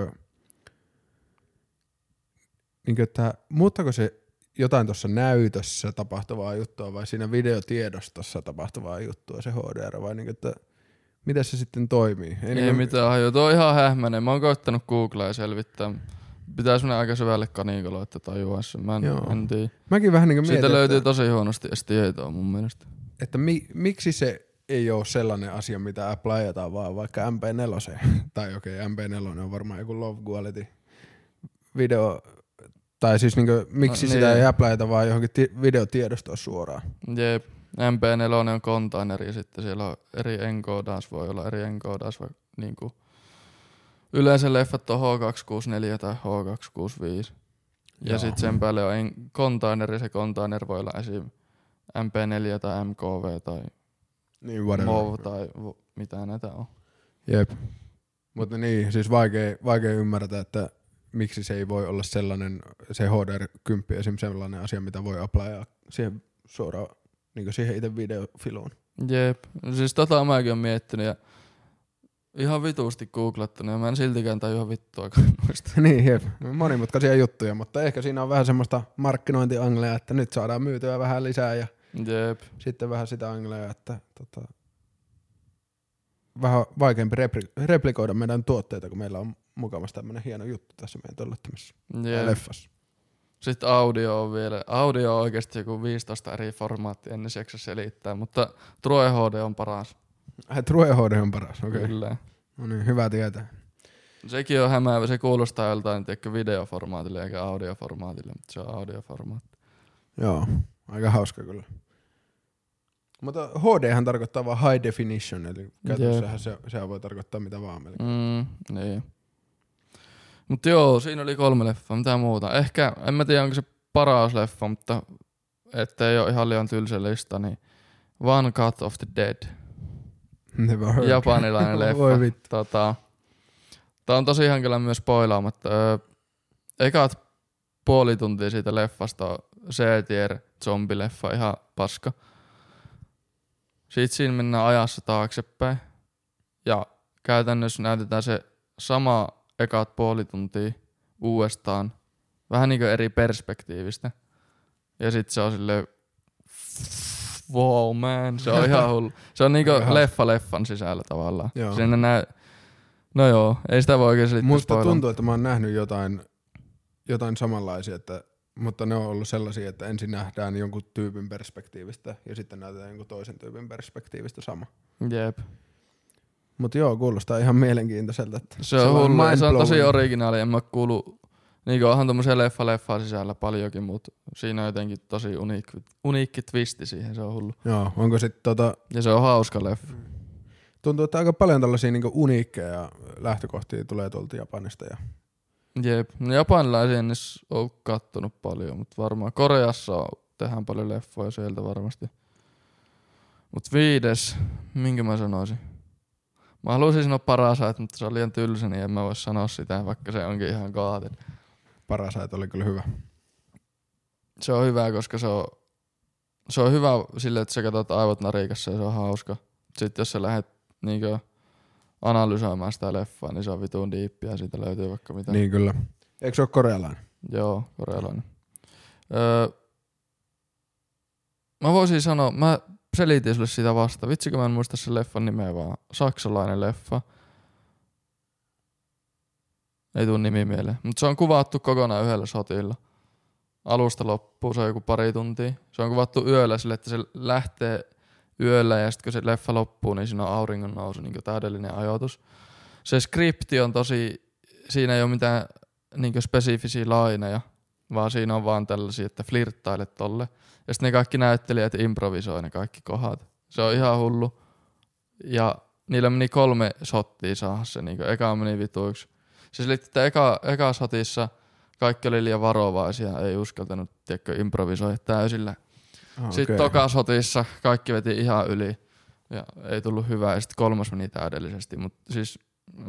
S2: niinku, että muuttaako se jotain tuossa näytössä tapahtuvaa juttua vai siinä videotiedostossa tapahtuvaa juttua se HDR vai niinku, että miten se sitten toimii?
S1: Ei,
S2: niinku-
S1: mitään hajua. Tuo on ihan hähmäinen. Mä oon koittanut googlaa ja selvittää. Pitää semmonen aika syvälle kanikolla, että tajuaa sen. Mä en,
S2: Joo.
S1: en tiedä.
S2: Mäkin vähän niinku
S1: Siitä
S2: mietin,
S1: löytyy
S2: että,
S1: tosi huonosti edes tietoa mun mielestä.
S2: että mi, miksi se ei ole sellainen asia, mitä applyataan vaan vaikka MP4. tai okei, okay, MP4 on varmaan joku low quality video. Tai siis niinku, miksi
S1: No,
S2: no, sitä
S1: niin.
S2: ei applyata vaan johonkin ti- videotiedostoon suoraan.
S1: Jep. MP4 on containeri ja sitten siellä on eri encodaus, voi olla eri encodaus. Vai, niin kuin. Yleensä leffat on H264 tai H265. Ja
S2: Joo.
S1: sitten sen päälle on en- containeri, se container voi olla esim. MP4 tai MKV tai
S2: Niin whatever.
S1: MOV tai vo- mitä näitä on.
S2: Jep. Mutta niin, siis vaikea, vaikea ymmärtää, että miksi se ei voi olla sellainen, se HDR10 esim. sellainen asia, mitä voi applyaa siihen suoraan, niin siihen itse videofiluun.
S1: Jep, No siis tota mäkin oon miettinyt ja ihan vituusti googlattanut ja mä en siltikään tajua vittua noista.
S2: Niin, jep. Monimutkaisia juttuja, mutta ehkä siinä on vähän semmoista markkinointianglea, että nyt saadaan myytyä vähän lisää ja
S1: Jep,
S2: sitten vähän sitä anglea, että tota, vähän vaikeampi repri- replikoida meidän tuotteita, kun meillä on mukavasti tämmöinen hieno juttu tässä meidän töllöttämässä
S1: jep.
S2: yeah. leffassa.
S1: Sitten audio on vielä, audio on oikeasti joku 15 eri formaattia, en edes jaksa selittää, mutta True HD on paras.
S2: Ai, True HD on paras, okei. Okay.
S1: Kyllä.
S2: No niin, hyvä tietää.
S1: Sekin on hämäävä, se kuulostaa joltain tiedätkö, videoformaatille eikä audioformaatille, mutta se on audioformaatti.
S2: Joo, aika hauska kyllä. Mutta HDhän tarkoittaa vaan high definition, eli käytännössähän se, sehän voi tarkoittaa mitä vaan melkein.
S1: Mm, niin. Mutta joo, siinä oli kolme leffaa, mitä muuta. Ehkä, en mä tiedä onko se paras leffa, mutta ettei ole ihan liian tylsä lista, niin One Cut of the Dead,
S2: Never heard.
S1: japanilainen
S2: Voi
S1: leffa.
S2: vittu.
S1: tota, Tämä on tosi ihan kyllä myös spoilaamatta. Öö, ekat puoli tuntia siitä leffasta on C-tier zombileffa, ihan paska. Sitten siinä mennään ajassa taaksepäin. Ja käytännössä näytetään se sama ekat puoli tuntia uudestaan. Vähän niin kuin eri perspektiivistä. Ja sitten se on silleen... Wow man, se on ihan hullu. Se on niinku
S2: Aika
S1: leffa leffan sisällä tavallaan.
S2: Joo.
S1: Siinä nä- No joo, ei sitä voi oikein selittää
S2: Musta
S1: spoilaa.
S2: tuntuu, että mä oon nähnyt jotain, jotain samanlaisia, että, mutta ne on ollut sellaisia, että ensin nähdään jonkun tyypin perspektiivistä ja sitten näytetään jonkun toisen tyypin perspektiivistä sama.
S1: Jep.
S2: Mutta joo, kuulostaa ihan mielenkiintoiselta. Että
S1: Se on
S2: on
S1: hullu. ja Se on tosi
S2: mind-blowing.
S1: originaali. En mä kuulu... Niin onhan tommosia leffa leffaa sisällä paljonkin, mutta siinä on jotenkin tosi uniikki, uniikki twisti siihen. Se on hullu.
S2: Joo, onko sitten tota,
S1: Ja se on hauska leffa.
S2: tuntuu, että aika paljon tällaisia niinku uniikkeja lähtökohtia tulee tuolta Japanista. Ja,
S1: Jep. No japanilaisia en edes ole kattonut paljon, mutta varmaan Koreassa on, tehdään paljon leffoja sieltä varmasti. Mut viides, minkä mä sanoisin? Mä haluaisin sanoa Parasite, mutta se on liian tylsä, niin en mä voi sanoa sitä, vaikka se onkin ihan kaatin.
S2: Parasite oli kyllä hyvä.
S1: Se on hyvä, koska se on, se on hyvä sille, että sä katsot aivot narikassa ja se on hauska. Sitten jos sä lähdet niinkö analysoimaan sitä leffaa, niin se on vitun diippiä ja siitä löytyy vaikka mitä.
S2: Niin kyllä. Eikö se ole korealainen?
S1: Joo, korealainen. Öö, mä voisin sanoa, mä selitin sulle sitä vasta. Vitsikö mä en muista sen leffan nimeä vaan. Saksalainen leffa. Ei tuu nimi mieleen. Mutta se on kuvattu kokonaan yhdellä shotilla. Alusta loppuun, se on joku pari tuntia. Se on kuvattu yöllä sille, että se lähtee yöllä ja sitten kun se leffa loppuu, niin siinä on auringon nousu, niin täydellinen ajoitus. Se skripti on tosi, siinä ei ole mitään niin spesifisiä laineja, vaan siinä on vaan tällaisia, että flirttaile tolle. Ja sitten ne kaikki näyttelijät improvisoi ne kaikki kohdat. Se on ihan hullu. Ja niillä meni kolme shottia saada se. Niin eka meni vituiksi. Siis oli, että eka, eka shotissa kaikki oli liian varovaisia, ei uskaltanut tiedätkö, improvisoida täysillä.
S2: Ah,
S1: Sitten
S2: okei.
S1: toka shotissa kaikki veti ihan yli ja ei tullut hyvää. Ja sitten kolmas meni täydellisesti. Mutta siis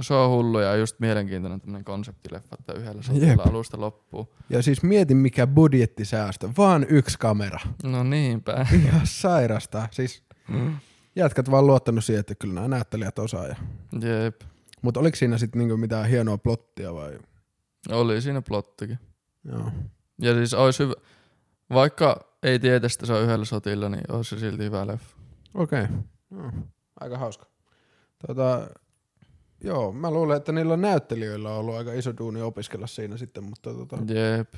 S1: se on hullu ja just mielenkiintoinen tämmöinen konseptileffa, että yhdellä shotilla
S2: Jep.
S1: alusta loppuu.
S2: Ja siis mietin mikä budjettisäästö. Vaan yksi kamera.
S1: No niinpä.
S2: Ihan sairasta. Siis
S1: Mm.
S2: jätkät vaan luottanut siihen, että kyllä nämä näyttelijät osaa. Ja...
S1: Jep.
S2: Mutta oliko siinä sitten niinku mitään hienoa plottia vai?
S1: Oli siinä plottikin.
S2: Joo.
S1: Ja siis olisi hyvä, vaikka ei tietäisi, että se on yhdellä shotilla, niin olisi se silti hyvä leffa.
S2: Okei. Okay. Aika hauska. Tota, joo, mä luulen, että niillä näyttelijöillä on ollut aika iso duuni opiskella siinä sitten, mutta tota,
S1: Mm. Jep.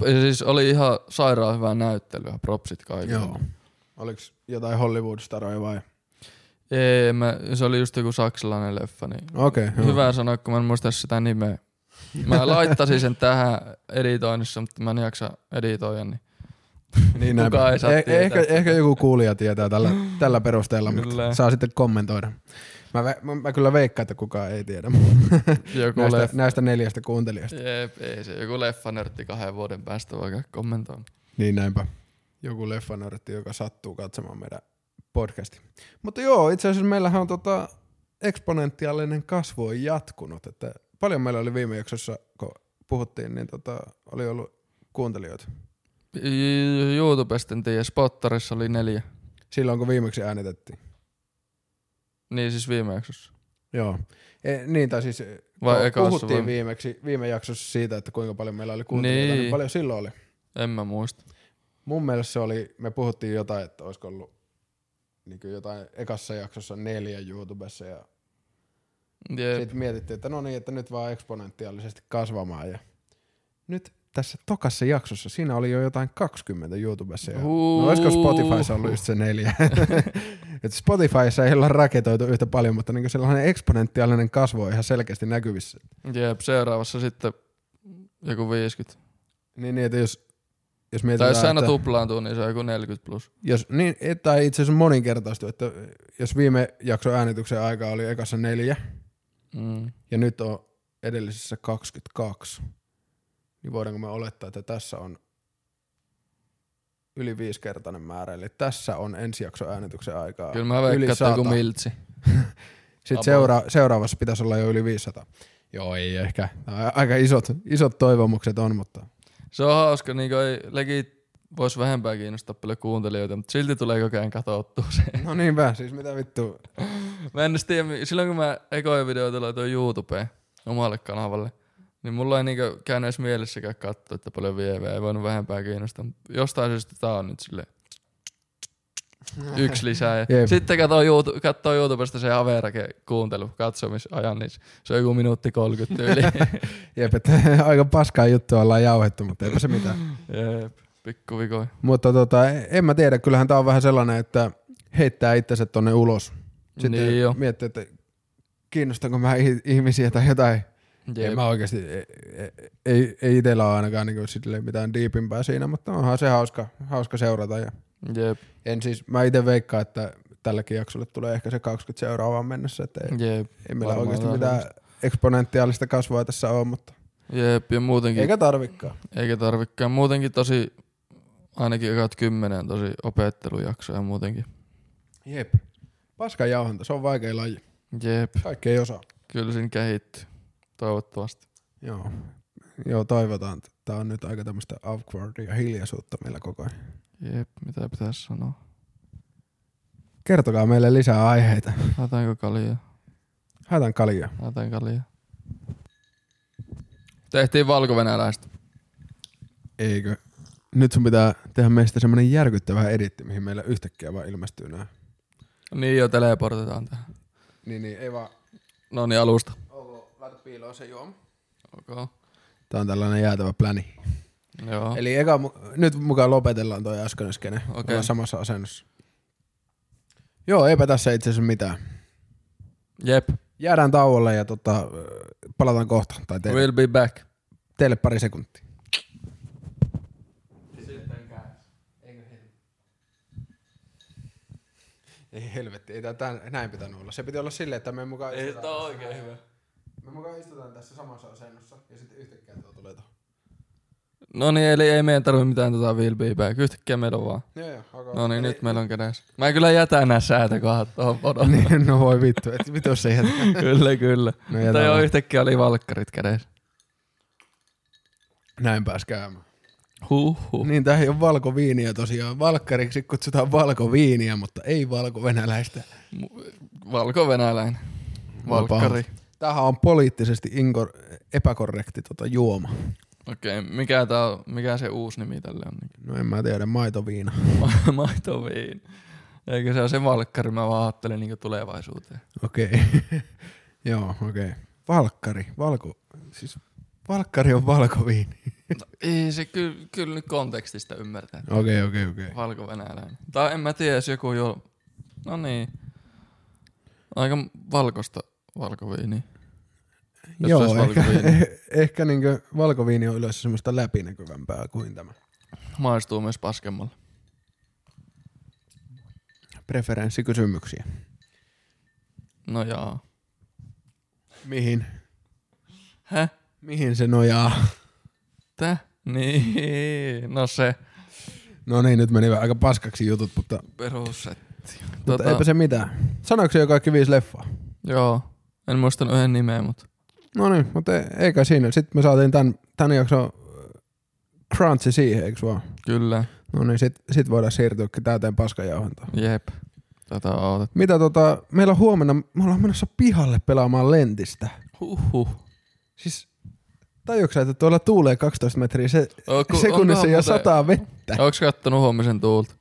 S1: Ja siis oli ihan sairaan hyvää näyttelyä, propsit kaikille.
S2: joo. Oliko jotain Hollywood-staroja vai?
S1: Ei, mä, se oli just joku saksalainen leffa, niin
S2: Okei, okay,
S1: Hyvä sanoa, kun mä en muista sitä nimeä. Mä laittasin sen tähän editoinnissa, mutta mä en jaksa editoida, niin
S2: Niin
S1: Kukaan
S2: näinpä.
S1: ei saa
S2: Eh-
S1: tietää
S2: ehkä,
S1: sitä.
S2: ehkä joku kuulija tietää tällä, tällä perusteella,
S1: Kyllä.
S2: mutta saa sitten kommentoida. Mä, ve- mä, mä kyllä veikkaan, että kukaan ei tiedä
S1: joku
S2: näistä,
S1: leffa.
S2: näistä neljästä kuuntelijasta.
S1: Jep, ei se, joku leffanörtti kahden vuoden päästä voi käydä kommentoimaan.
S2: Niin näinpä. Joku leffanörtti, joka sattuu katsomaan meidän podcasti. Mutta joo, itse asiassa meillähän on tota eksponentiaalinen kasvu on jatkunut. Että paljon meillä oli viime jaksossa, kun puhuttiin, niin tota, oli ollut kuuntelijoita.
S1: Y- YouTubesta en tiedä, Spotterissa oli neljä.
S2: Silloin, kun viimeksi äänitettiin.
S1: Niin siis viime jaksossa.
S2: Joo. E, niin, tai siis
S1: Vai
S2: Vai
S1: ekassa
S2: puhuttiin
S1: vai-
S2: viimeksi, viime jaksossa siitä, että kuinka paljon meillä oli kuuntelijoita,
S1: Niin.
S2: niin. niin paljon silloin oli.
S1: En mä muista.
S2: Mun mielestä se oli, me puhuttiin jotain, että olisiko ollut niin jotain ekassa jaksossa neljä YouTubessa ja
S1: Jep,
S2: Sitten mietittiin, että no niin, että nyt vaan eksponentiaalisesti kasvamaan ja nyt tässä tokassa jaksossa, siinä oli jo jotain 20 YouTubessa. Ja... No
S1: Huuhu.
S2: olisiko Spotifyssa ollut just se neljä? Et Spotifyssa ei olla raketoitu yhtä paljon, mutta niin sellainen eksponentiaalinen kasvu on ihan selkeästi näkyvissä.
S1: Jep, seuraavassa sitten joku 50.
S2: Niin, niin että jos, jos
S1: Tai
S2: mietitään,
S1: jos se aina
S2: että,
S1: tuplaantuu, niin se on joku 40 plus.
S2: jos, niin, et- tai itse asiassa moninkertaistu, että jos viime jakson äänityksen aika oli ekassa neljä
S1: Mm.
S2: ja nyt on edellisessä 22, niin voidaanko me olettaa, että tässä on yli viisikertainen määrä, eli tässä on ensi jakson äänityksen aikaa.
S1: Kyllä mä
S2: yli
S1: veikkaan, että joku
S2: 100.
S1: miltsi.
S2: Sitten
S1: About.
S2: seura- seuraavassa pitäisi olla jo yli 500. Joo, ei ehkä. Nää on Aika isot, isot toivomukset on, mutta
S1: Se on hauska, niin ei legit voisi vähempää kiinnostaa paljon kuuntelijoita, mutta silti tulee koko ajan katsottua se.
S2: no niinpä, siis mitä vittu.
S1: Mä en edes tiedä, mi- silloin kun mä ekoja videoita laitoin YouTubeen omalle kanavalle, niin mulla ei niinku käynyt edes mielessäkään katsoa, että paljon vievää, ei voinut vähempää kiinnostaa. Mut Jostain syystä tää on nyt sille yksi lisää. Ja
S2: Jep.
S1: sitten katsoo, YouTube, katsoo YouTubesta se average kuuntelu, katsomisajan, niin se on joku minuutti 30 yli.
S2: Jep, että aika paskaa juttua ollaan jauhettu, mutta eipä se mitään.
S1: Jep, pikkuvikoja.
S2: Mutta tota, en mä tiedä, kyllähän tää on vähän sellainen, että heittää itsensä tonne ulos. Sitten
S1: Niin jo.
S2: miettii, että kiinnostanko mä ih- ihmisiä tai jotain. Jep. En
S1: Jep.
S2: mä oikeasti, ei, ei itsellä ole ainakaan niin kuin mitään diipimpää siinä, mutta onhan se hauska, hauska seurata. Ja
S1: Jep.
S2: en siis, mä itse veikkaan, että tälläkin jaksolle tulee ehkä se 20 seuraavaan mennessä, että ei,
S1: Jep.
S2: ei meillä
S1: varmaan
S2: oikeasti
S1: vähän
S2: mitään eksponentiaalista kasvua tässä ole, mutta
S1: Jep, ja muutenkin.
S2: eikä tarvikaan.
S1: Eikä tarvikaan. Muutenkin tosi, ainakin ekat kymmenen tosi opettelujaksoja muutenkin.
S2: Jep. Paska jauhanta, se on vaikea laji.
S1: Jep,
S2: Kaikki ei osaa.
S1: kyllä siinä kehittyy. Toivottavasti.
S2: Joo. Joo, toivotaan. Tämä on nyt aika tämmöistä awkwardia hiljaisuutta meillä koko ajan.
S1: Jep, mitä pitäisi sanoa?
S2: Kertokaa meille lisää aiheita.
S1: Haetaanko kaljaa?
S2: Haetaan kaljaa.
S1: Haetaan kaljaa. Tehtiin valkovenäläistä.
S2: Eikö? Nyt sun pitää tehdä meistä semmoinen järkyttävä editti, mihin meillä yhtäkkiä vaan ilmestyy nämä.
S1: Niin jo teleportetaan tähän.
S2: Niin, niin, ei vaan.
S1: No niin, alusta.
S2: Onko, laita piiloon se juoma.
S1: Okay.
S2: Tää on tällainen jäätävä pläni.
S1: Joo.
S2: No. Eli eka, mu- nyt mukaan lopetellaan toi äskeinen skene.
S1: Okei.
S2: Ollaan samassa asennossa. Joo, eipä tässä itse asiassa mitään.
S1: Jep,
S2: Jäädään tauolle ja tota, äh, palataan kohta. Tai teille,
S1: we'll be back.
S2: teille pari sekuntia. Ei helvetti, ei tää, tää näin pitänyt olla. Se piti olla silleen, että me mukaan istutaan,
S1: oikein hyvä.
S2: me mukaan istutaan tässä samassa asennossa ja sitten yhtäkkiä tuo tulee tuohon.
S1: No niin, eli ei meidän tarvitse mitään tota we'll be back. Yhtäkkiä meillä on vaan.
S2: Joo, joo, okay.
S1: No niin, nyt meillä on kädessä. Mä kyllä jätän enää säätökohat tuohon podon.
S2: niin, no voi vittu, et vitos se jätä.
S1: kyllä, kyllä.
S2: No
S1: Mutta
S2: jätä
S1: joo,
S2: vaan.
S1: yhtäkkiä oli valkkarit kädessä.
S2: Näin pääs käymään.
S1: Huhhuh.
S2: Niin, tämä ei ole valkoviiniä tosiaan. Valkkariksi kutsutaan valkoviiniä, mutta ei valkovenäläistä.
S1: Valko-venäläinen. Valkkari.
S2: Tämähän on poliittisesti inkor- epäkorrekti tota, juoma.
S1: Okei, mikä, tää on, mikä se uusi nimi tälle on?
S2: No en mä tiedä, maitoviina.
S1: Ma- Maitoviin. Eikö se ole se valkkari, mä vaan ajattelin niin tulevaisuuteen.
S2: Okei. Joo, okei. Valkkari, valko... Siis valkkari on valkoviini.
S1: No, ei se kyllä, kyllä nyt kontekstista ymmärtää.
S2: Okei, okei, okei.
S1: Valko-venäläinen. Tai en mä tiedä, jos joku jo... No niin. Aika valkosta valkoviiniä. Jos se
S2: Joo,
S1: olisi
S2: ehkä,
S1: valkoviini.
S2: eh, ehkä niinkö valkoviini on yleensä semmoista läpinäkyvämpää kuin tämä.
S1: Maistuu myös paskemmalle.
S2: Preferenssikysymyksiä.
S1: No jaa.
S2: Mihin?
S1: Häh?
S2: Mihin se nojaa?
S1: Tä? Niin, no se
S2: No niin, nyt meni vähän aika paskaksi jutut, mutta,
S1: perussetti.
S2: mutta
S1: Tota,
S2: eipä se mitään. Sanoiko se jo kaikki viisi leffaa?
S1: Joo, en muistanut yhden nimeä, mutta
S2: No niin, mutta ei- eikä siinä. Sitten me saatiin tämän, tämän jakson äh, crunchi siihen, eikö vaan?
S1: kyllä,
S2: No niin, sit, sit voidaan siirtyäkin täyteen paskajauhantaan.
S1: jep. Tätä autot.
S2: Mitä tota, meillä on huomenna, me ollaan menossa pihalle pelaamaan lentistä.
S1: Huhhuh.
S2: Siis tajuuksä, että tuolla tuulee 12 metriä se,
S1: Onko,
S2: sekunnissa ja sataa vettä.
S1: Onko kattonut huomisen tuulta?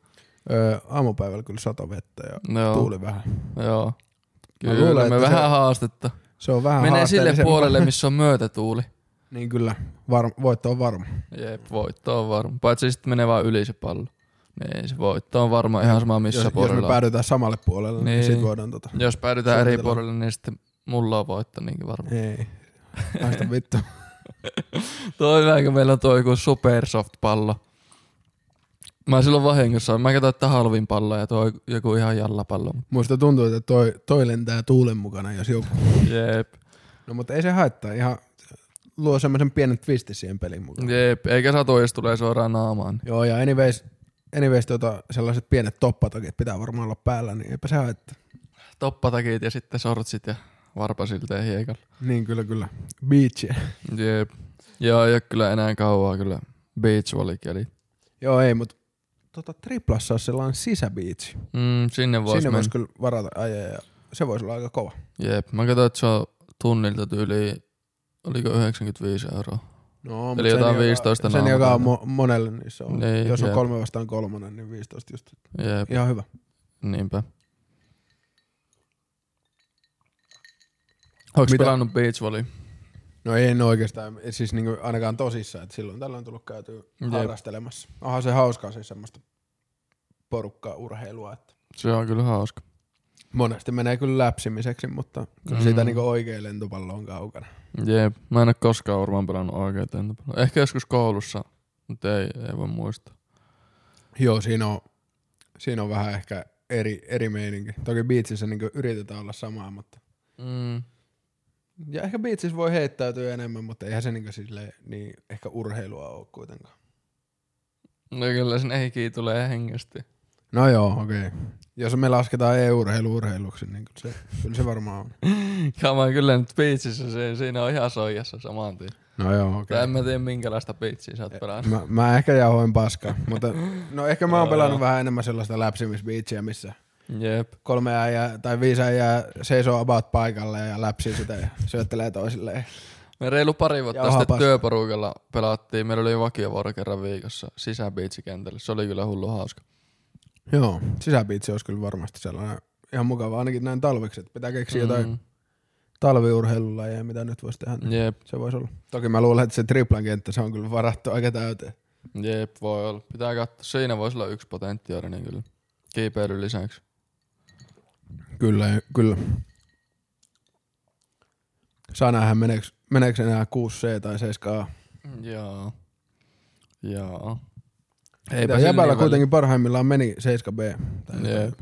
S2: Öö, aamupäivällä kyllä sato vettä ja
S1: Joo,
S2: tuuli vähän.
S1: joo.
S2: Mä
S1: Kyllä,
S2: luulen,
S1: me
S2: että
S1: vähän
S2: se-
S1: haastetta.
S2: Se on vähän
S1: Menee sille
S2: haasteellisempaa.
S1: puolelle, missä on myötätuuli.
S2: Niin kyllä, varm, voitto on varma.
S1: Jep, voitto on varma. Paitsi sitten menee vaan yli se pallo. Niin ei se voitto on varma ihan sama missä
S2: jos, jos me
S1: puolella. Jos,
S2: päädytään samalle puolelle, niin, niin
S1: Niin.
S2: sit voidaan tota.
S1: jos päädytään eri
S2: suunnitellaan.
S1: puolelle, niin sitten mulla on voitto niinkin varma.
S2: Ei, päästä vittu.
S1: Toi on hyvä, kun meillä on toi joku supersoft-pallo. Mä silloin vahingossa, mä katsoin, että halvin pallo ja toi joku ihan jallapallo.
S2: Musta tuntuu, että toi, toi lentää tuulen mukana, jos joku.
S1: Jep,
S2: No mutta ei se haittaa, ihan luo semmoisen pienen twistin siihen pelin mukaan.
S1: jep. Eikä satu, jos tulee suoraan naamaan.
S2: Joo, ja anyways, anyways tota, sellaiset pienet toppatakit pitää varmaan olla päällä, niin eipä se haittaa.
S1: Toppatakit ja sitten sortsit ja varpasilteen hiekalla.
S2: Niin kyllä, kyllä. Beach.
S1: Jep. Joo, ei ole kyllä enää kauaa kyllä beachvolikeli.
S2: Joo, ei, mutta tota, triplassa on sellainen sisäbiitsi.
S1: Mm, sinne voisi
S2: Sinne
S1: mennä.
S2: voisi kyllä varata ajaa ja se voisi olla aika kova.
S1: Jep, mä katsoin, että se on tunnilta tyyli, oliko 95 euroa.
S2: No, mut
S1: Eli jotain 15
S2: Sen,
S1: naamua
S2: joka on
S1: tänne.
S2: mo- monelle, niin se on.
S1: Niin,
S2: Jos on
S1: jep.
S2: kolme vastaan kolmonen, niin 15 just.
S1: Jep,
S2: Ihan hyvä.
S1: niinpä. Onko
S2: Mitä-
S1: pelannut beachvolley?
S2: No ei en oikeastaan, siis niinku ainakaan tosissaan, että silloin tällöin on tullut käytyä
S1: Jep.
S2: harrastelemassa. Onhan se hauskaa siis semmoista porukkaa urheilua, että
S1: Se on kyllä hauska.
S2: monesti menee kyllä läpsimiseksi, mutta kyllä
S1: Mm.
S2: siitä niinku oikea lentopallo on kaukana.
S1: Jep, mä en ole koskaan varmaan pelannut oikein lentopalloa. Ehkä joskus koulussa, mutta ei, ei voi muistaa.
S2: Joo, siinä on, siinä on vähän ehkä eri, eri meininki. Toki biitsissä niinku yritetään olla samaa, mutta
S1: Mm.
S2: ja ehkä biitsissä voi heittäytyä enemmän, mutta eihän se niinku silleen, niin ehkä urheilua ole kuitenkaan.
S1: No kyllä sen ehkii tulee hengesti.
S2: No joo, okei. Okay. Jos me lasketaan e-urheilu urheiluksi, niin kyllä se, kyllä se varmaan on.
S1: Kama kyllä nyt beachissä, se, siinä on ihan soijassa saman tien.
S2: No joo, okei.
S1: Okay. En mä tiedä minkälaista beachiä sä oot pelannut.
S2: Mä, mä ehkä jauhoin paskaa, mutta no ehkä mä oon pelannut vähän enemmän sellaista läpsimisbiitsiä, missä
S1: Jep.
S2: kolme äijää tai viisi äijää seisoo about paikalle ja läpsii sitä ja syöttelee toisilleen.
S1: Me reilu pari vuotta
S2: Jauhaa
S1: sitten
S2: paskaa.
S1: työporukalla pelattiin. Meillä oli vakiovuoro kerran viikossa sisäbiitsikentällä. Se oli kyllä hullu hauska.
S2: Joo, sisäbiitsi olisi kyllä varmasti sellainen ihan mukava ainakin näin talveksi, että pitää keksiä mm. jotain talviurheilulajeja, mitä nyt voisi tehdä. Niin
S1: Jep,
S2: se voisi olla. Toki mä luulen, että se triplan kenttä, se on kyllä varattu aika täyteen.
S1: jep, voi olla. Pitää katsoa. Siinä voisi olla yksi potentiaalinen kyllä. Kiipeilyn lisäksi.
S2: Kyllä, kyllä. Saa nähdä, meneekö, meneekö enää 6C tai 7A.
S1: Joo. Joo.
S2: Mitä
S1: sillä
S2: jäbällä
S1: niin
S2: kuitenkin parhaimmillaan meni 7B. Tai
S1: väliä. Jep.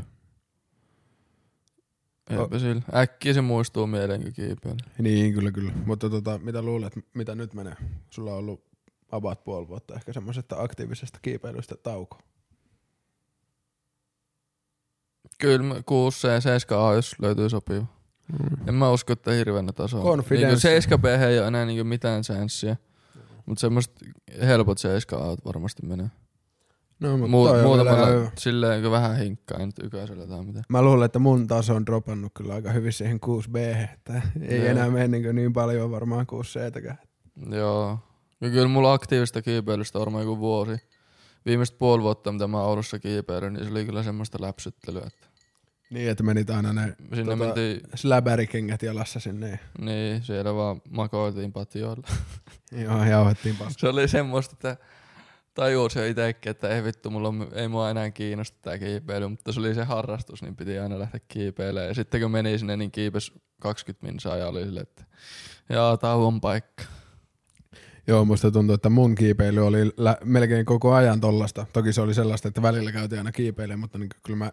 S1: Eipä sillä. Äkkiä se muistuu mieleenkin kiipeily.
S2: Niin, kyllä, kyllä. Mutta tota, mitä luulet, mitä nyt menee? Sulla on ollut about puoli vuotta ehkä semmoisesta aktiivisesta kiipeilystä tauko.
S1: Kyllä mä- 6 ja 7 A, jos löytyy sopiva.
S2: Mm.
S1: En mä usko, että hirveänä tasoa.
S2: Confidence.
S1: Niin 7 B ei ole enää niinku mitään chanssiä. Mutta semmoiset helpot 7 A varmasti menee.
S2: No, mutta
S1: Muu,
S2: toi on vielä
S1: muutamalla
S2: hyvä.
S1: silleen kun vähän hinkkaa, nyt ykäisellä tai mitä.
S2: Mä luulen, että mun taso on dropannut kyllä aika hyvin siihen 6B, että ei
S1: Joo.
S2: enää mene niin, niin paljon varmaan 6C-täkään.
S1: Joo. Ja kyllä mulla aktiivista kiipeilystä on varmaan joku vuosi. Viimeiset puoli vuotta, mitä mä Oulussa kiipeilin, niin se oli kyllä semmoista läpsyttelyä. Että
S2: Niin, että menit aina ne
S1: sinne
S2: Tota-
S1: tota... mentiin,
S2: släbärikengät jalassa sinne ja
S1: niin siellä vaan makoiltiin patioilla.
S2: Joo, jauhettiin paskaa.
S1: se oli semmoista, että tajus jo itsekin, että ei vittu, mulla on, ei mua enää kiinnosta tää kiipeily, mutta se oli se harrastus, niin piti aina lähteä kiipeilemään. Ja sitten kun meni sinne, niin kiipes 20 minsaa ja oli silleen, että jaa, tauon paikka.
S2: Joo, musta tuntuu, että mun kiipeily oli lä- melkein koko ajan tollasta. Toki se oli sellaista, että välillä käytiin aina kiipeilemään, mutta niin kyllä mä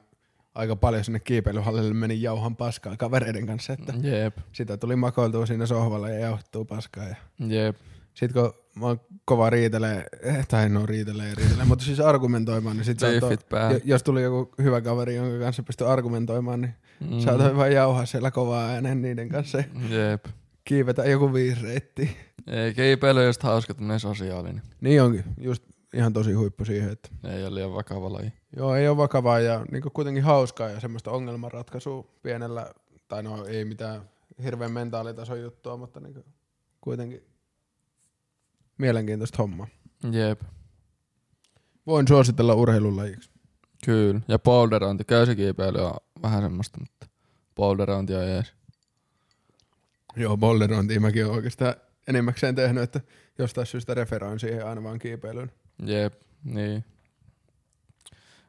S2: aika paljon sinne kiipeilyhallille menin jauhan paskaa kavereiden kanssa, että
S1: Jep,
S2: sitä tuli makoiltua siinä sohvalla ja jauhtuu paskaa. Ja
S1: jep,
S2: sit kun mä oon kova riitelee, eh, tai no riitelee, riitelee, mutta siis argumentoimaan, niin sit saattoi,
S1: leifit päähän.
S2: jo- jos tuli joku hyvä kaveri, jonka kanssa pystyi argumentoimaan, niin
S1: Mm,
S2: mm. saatoin vaan jauhaa siellä kovaa ääneen niiden kanssa ja
S1: Jep.
S2: kiivetä joku viisi reittiä.
S1: Ei kiipeily on just hauska tämmönen sosiaalinen.
S2: Niin onkin, just ihan tosi huippu siihen, että
S1: Ei ole liian vakava laji.
S2: Joo, ei ole vakavaa ja niin kuitenkin hauskaa ja semmoista ongelmanratkaisua pienellä, tai no ei mitään hirveän mentaalitason juttua, mutta niin kuitenkin mielenkiintoista hommaa.
S1: Jep,
S2: Voin suositella urheilulajiksi.
S1: kyllä. Ja boulderointi, köysikiipeily on vähän semmoista, mutta boulderointi on jees.
S2: Joo, boulderointia mäkin oon oikeastaan enimmäkseen tehnyt, että jostain syystä referoin siihen aina vaan kiipeilyyn.
S1: Jep, niin.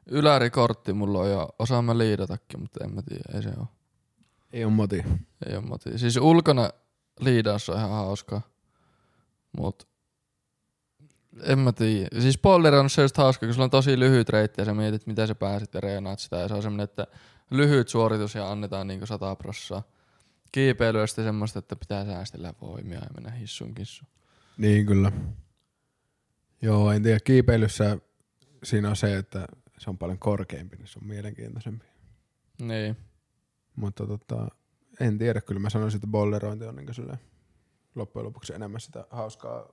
S1: Ylärikortti mulla on ja osaan mä liidatakin, mutta en mä tiedä, ei se oo.
S2: Ei ole moti.
S1: Ei oo moti. Siis ulkona liidaus on ihan hauskaa, mut en mä tiedä. Siis spoilerannassa on just hauska, kun sulla on tosi lyhyt reitti ja sä mietit, mitä sä pääsit ja reenaat sitä. Ja se on semmonen, että lyhyt suoritus ja annetaan niinku sata prossaa. Kiipeilyä sitten semmoista, että pitää säästellä voimia ja mennä hissun kissun.
S2: Niin kyllä. Joo, en tiedä. Kiipeilyssä siinä on se, että se on paljon korkeampi, niin se on mielenkiintoisempi.
S1: Niin.
S2: Mutta tota, en tiedä, kyllä mä sanoisin, että bollerointi on niin sille loppujen lopuksi enemmän sitä hauskaa.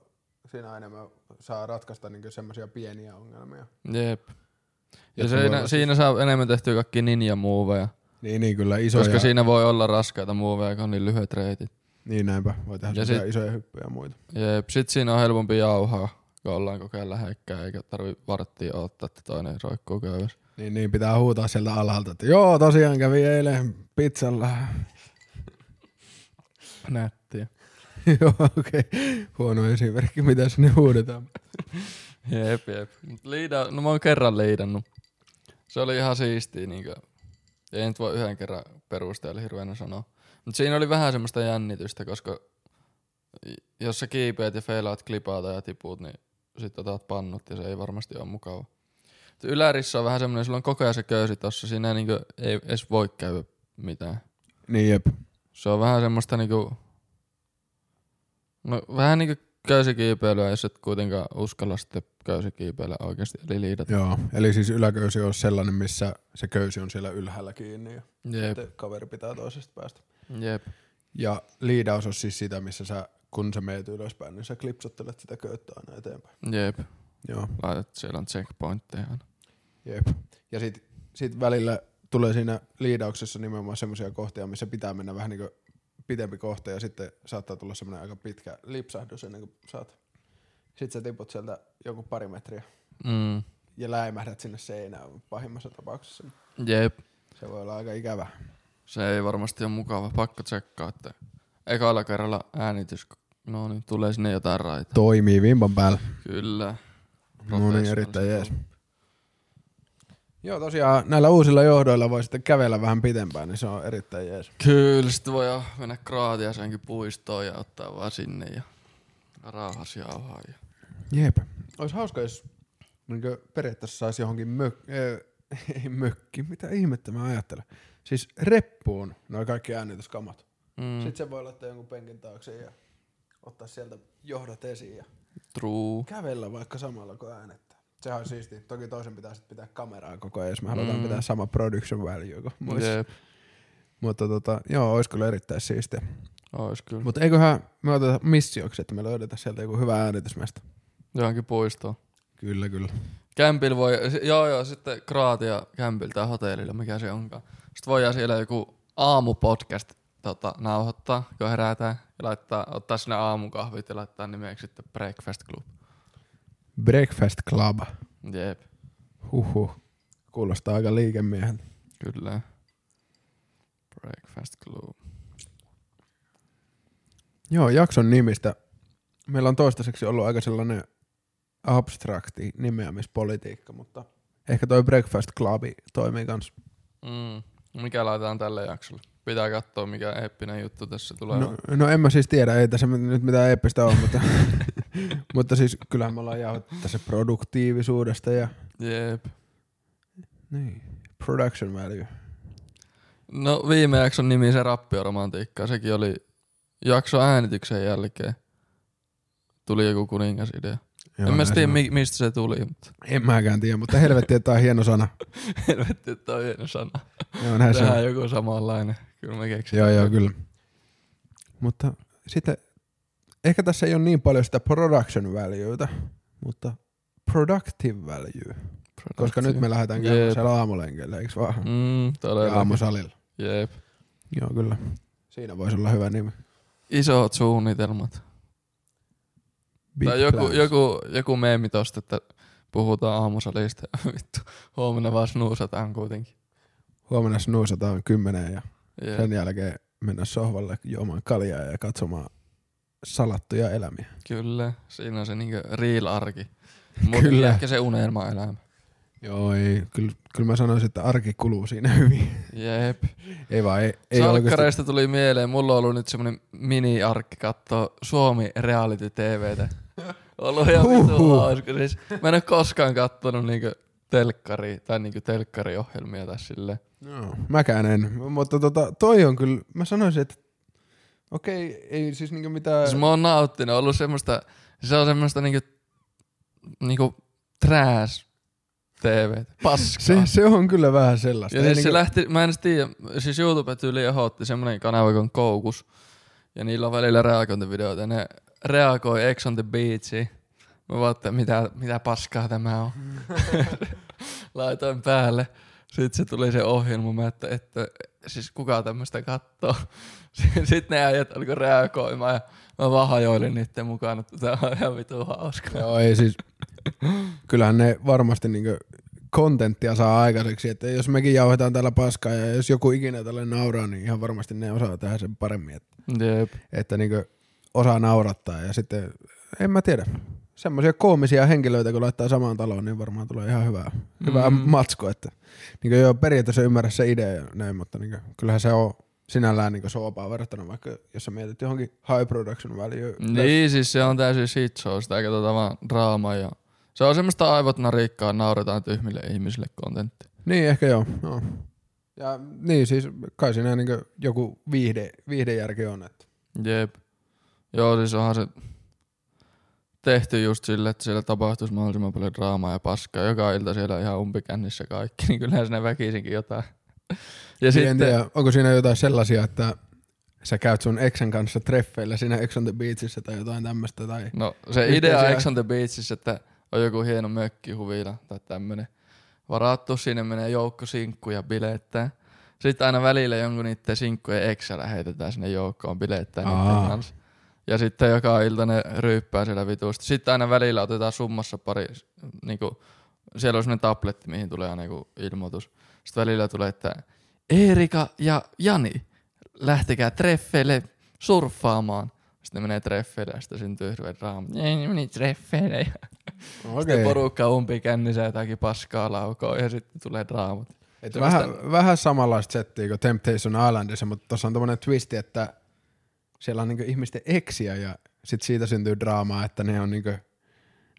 S2: Siinä enemmän saa ratkaista niin semmoisia pieniä ongelmia.
S1: Jep. Ja
S2: Jotka voi
S1: siinä,
S2: olla-
S1: siinä saa enemmän tehtyä kaikki ninja muuveja,
S2: Niin, niin kyllä isoja.
S1: koska siinä voi olla raskaita muuveja, kun on niin lyhyet reitit.
S2: Niin näinpä, voi tehdä
S1: Ja
S2: semmosia
S1: sit-
S2: isoja hyppyjä ja muita.
S1: Jep, sit siinä on helpompi jauhaa, kun ollaan koko ajan lähekkäin, eikä tarvi varttia odottaa, että toinen roikkuu köyvässä.
S2: Niin, niin pitää huutaa sieltä alhaalta, että joo, tosiaan kävi eilen pizzalla.
S1: Nättiä.
S2: joo, okei. Huono esimerkki, mitä sinne huudetaan.
S1: Jep, jep. Mut liida, no mä oon kerran liidannut. Se oli ihan siistiä, niinkö. Ei nyt voi yhden kerran perusteella hirveänä sanoa. Mut siinä oli vähän semmoista jännitystä, koska jos sä kiipeät ja feilaat klipaata ja tiput, niin sit otat pannut ja se ei varmasti ole mukava. Mut Ylärissä on vähän semmoinen, sulla on koko ajan se köysi tossa, siinä niinkö ei edes voi käydä mitään.
S2: Niin jep.
S1: Se on vähän semmoista niinku... No vähän niinku köysikiipeilyä, jos et kuitenkaan uskalla sitten köysikiipeillä oikeasti, eli liidata.
S2: Joo, eli siis yläköysi on sellainen, missä se köysi on siellä ylhäällä kiinni ja
S1: Jep,
S2: sitten kaveri pitää toisesta päästä.
S1: jep.
S2: Ja liidaus on siis sitä, missä sä, kun sä meet ylöspäin, niin sä klipsottelet sitä köyttä aina eteenpäin.
S1: Jep,
S2: Joo,
S1: laitat siellä on checkpointteja aina.
S2: jep. Ja sit, sit välillä tulee siinä liidauksessa nimenomaan semmoisia kohtia, missä pitää mennä vähän niin kuin pitempi kohta ja sitten saattaa tulla semmoinen aika pitkä lipsahdus ennen kuin saat. Sitten sä tiput sieltä joku pari metriä
S1: Mm.
S2: ja läimähdät sinne seinään pahimmassa tapauksessa.
S1: Jep,
S2: Se voi olla aika ikävä.
S1: se ei varmasti ole mukava, pakko tsekkaa, että ekalla kerralla äänitys, no niin, tulee sinne jotain raita.
S2: Toimii vimpan päällä.
S1: Kyllä.
S2: No niin, erittäin jees.
S1: Professionaalista
S2: Joo, tosiaan näillä uusilla johdoilla voi sitten kävellä vähän pitempään, niin se on erittäin jees.
S1: Kyllä, sitten voi mennä Kraatiasenkin puistoon ja ottaa vaan sinne ja raahas jauhaa. Ja...
S2: Jep. Olisi hauska, jos niin periaatteessa saisi johonkin mök- äh, ei mökki, mitä ihmettä mä ajattelen. Siis reppuun noi kaikki äänityskamat. Mm.
S1: Mm,
S2: Sitten se voi laittaa jonkun penkin taakse ja ottaa sieltä johdot esiin ja
S1: true.
S2: kävellä vaikka samalla kuin äänettää. Sehän on siisti. Toki toisen pitää sitten pitää kameraa koko ajan, jos me halutaan
S1: Mm.
S2: mm. pitää sama production value kuin muissa.
S1: Jep,
S2: Mutta tota, joo, olisi kyllä erittäin siistiä.
S1: ois kyllä. Mut.
S2: Mutta eiköhän me oteta missioksi, että me löydetään sieltä joku hyvä äänitysmästä.
S1: Johonkin puistoon.
S2: Kyllä, kyllä.
S1: Kämpil voi, si- joo joo, sitten Kraatia kämpiltä tai hotellilla, mikä se onkaan. Sitten voidaan siellä joku aamupodcast tota, nauhoittaa, kun herätään ja laittaa, ottaa sinne aamukahvit ja laittaa nimeksi sitten Breakfast Club.
S2: Breakfast Club.
S1: Jep,
S2: Huhhuh. Kuulostaa aika liikemiehen.
S1: kyllä. Breakfast Club.
S2: Joo, jakson nimistä. Meillä on toistaiseksi ollut aika sellainen abstrakti nimeämispolitiikka, mutta ehkä toi Breakfast Club toimii kans.
S1: Mm. Mikä laitetaan tälle jaksolle? Pitää katsoa, mikä eeppinen juttu tässä tulee.
S2: No, no, en mä siis tiedä, ei tässä nyt mitään eeppistä ole, mutta, mutta siis kyllähän me ollaan jauhettu tässä produktiivisuudesta ja
S1: Jep.
S2: niin, production value.
S1: No viime jakson nimi se rappioromantiikka, sekin oli jakso äänityksen jälkeen. Tuli joku kuningasidea. Joo, en mä
S2: näin
S1: sit
S2: se
S1: tiedä
S2: on.
S1: mi- mistä se tuli, mutta
S2: En mäkään tiedä, mutta helvetti, että tää on hieno sana.
S1: helvetti, että on hieno sana.
S2: Joo, näin se on.
S1: Tehdään joku samanlainen, kyllä mä keksin.
S2: Joo, joo, kyllä. Mutta sitten, ehkä tässä ei ole niin paljon sitä production valueta, mutta productive value. Koska nyt me lähdetään käymään
S1: Jep.
S2: siellä aamulenkeillä, eikö vaan?
S1: Mm,
S2: Ja
S1: todella.
S2: aamusalilla.
S1: Jep.
S2: Joo, kyllä. No, Siinä voisi olla hyvä nimi.
S1: Isot suunnitelmat. tai joku,
S2: plans.
S1: joku, joku meemi tosta, että puhutaan aamusalista ja vittu, huomenna vaan snuusataan kuitenkin.
S2: Huomenna snoosataan kymmeneen ja
S1: Jep.
S2: sen jälkeen mennä sohvalle juomaan kaljaa ja katsomaan salattuja elämiä.
S1: Kyllä, siinä on se niinku real arki. Mutta
S2: Kyllä.
S1: ehkä se unelmaelämä.
S2: Joo, ei. Kyllä, kyllä mä sanoisin, että arki kuluu siinä hyvin.
S1: Jep.
S2: Ei vaan, ei, ei oikeasti.
S1: Salkkareista tuli mieleen, mulla on ollut nyt semmonen mini-arkki katsoa Suomi Reality TVtä. Ollut ihan vitu
S2: Huhhuh.
S1: hauska. Siis, mä en ole koskaan kattonut niinku telkkari tai niinku telkkariohjelmia tai silleen.
S2: No, mäkään en. Mutta tota, toi on kyllä, mä sanoisin, että okei, ei siis niinku mitään...
S1: Siis mä oon nauttinut, ollut semmoista, se on semmoista niinku, niinku trash TVtä, paskaa.
S2: Se, se on kyllä vähän sellaista.
S1: Ja
S2: Ei
S1: siis se
S2: niinku-
S1: lähti, mä en edes tiedä, siis YouTube tyyli ehdotti semmonen kanava kuin Koukus, ja niillä on välillä reagointivideoita, ja ne reagoi Ex on the Beachiin. Mä vaan, että mitä, mitä paskaa tämä on. Laitoin päälle. Sitten se tuli se ohjelma, mä että, että siis kuka tämmöistä kattoo. Sitten ne äijät alkoi reagoimaan ja mä vaan hajoilin niiden mukana, että tää on ihan vitu hauskaa.
S2: Joo, ei siis... Kyllähän ne varmasti niinku kontenttia saa aikaiseksi, että jos mekin jauhetaan täällä paskaa ja jos joku ikinä tälle nauraa, niin ihan varmasti ne osaa tehdä sen paremmin, että,
S1: Jep.
S2: että niinku osaa naurattaa ja sitten en mä tiedä. Semmoisia koomisia henkilöitä, kun laittaa samaan taloon, niin varmaan tulee ihan hyvää, hyvää
S1: Mm.
S2: mm. matsko. Että, niin joo, periaatteessa ymmärrä se idea ja näin, mutta niin kyllähän se on sinällään niin soopaa verrattuna vaikka, jos sä mietit johonkin high production value.
S1: Niin, siis se on täysin shit show, sitä katsotaan vaan draamaa ja se on semmoista aivot narikkaa, nauretaan tyhmille ihmisille kontentti.
S2: Niin, ehkä joo. joo. Ja niin, siis kai siinä niin joku viihde, viihdejärki on. Että.
S1: Jep. Joo, siis onhan se tehty just sille, että siellä tapahtuisi mahdollisimman paljon draamaa ja paskaa. Joka ilta siellä ihan umpikännissä kaikki, niin kyllähän sinne väkisinkin jotain. Ja
S2: Niin, En
S1: sitten,
S2: tiedä, onko siinä jotain sellaisia, että sä käyt sun eksän kanssa treffeillä siinä Ex on the Beachissä tai jotain tämmöistä. Tai...
S1: no se
S2: Yhteisiä-
S1: idea Ex on the Beachissä, että on joku hieno mökki huvila tai tämmönen varattu, sinne menee joukko sinkkuja bilettää. Sitten aina välillä jonkun niiden sinkkujen eksä lähetetään sinne joukkoon bilettää niiden
S2: Aa.
S1: kanssa. Ja sitten joka ilta ne ryyppää siellä vituusti. Sitten aina välillä otetaan summassa pari, niinku, siellä on sellainen tabletti, mihin tulee aina joku ilmoitus. Sitten välillä tulee, että Erika ja Jani, lähtekää treffeille surffaamaan. Sitten menee treffeille ja sitten syntyy hirveä draama. Ei, ne meni treffeille. Ja
S2: Okei.
S1: sitten porukka umpi kännissä jotakin paskaa laukoo ja sitten tulee draamat.
S2: Et
S1: Semmoista-
S2: vähän, vähän samanlaista settiä kuin Temptation Islandissa, mutta tuossa on tämmöinen twisti, että siellä on niinku ihmisten eksiä ja sit siitä syntyy draamaa, että ne on niinku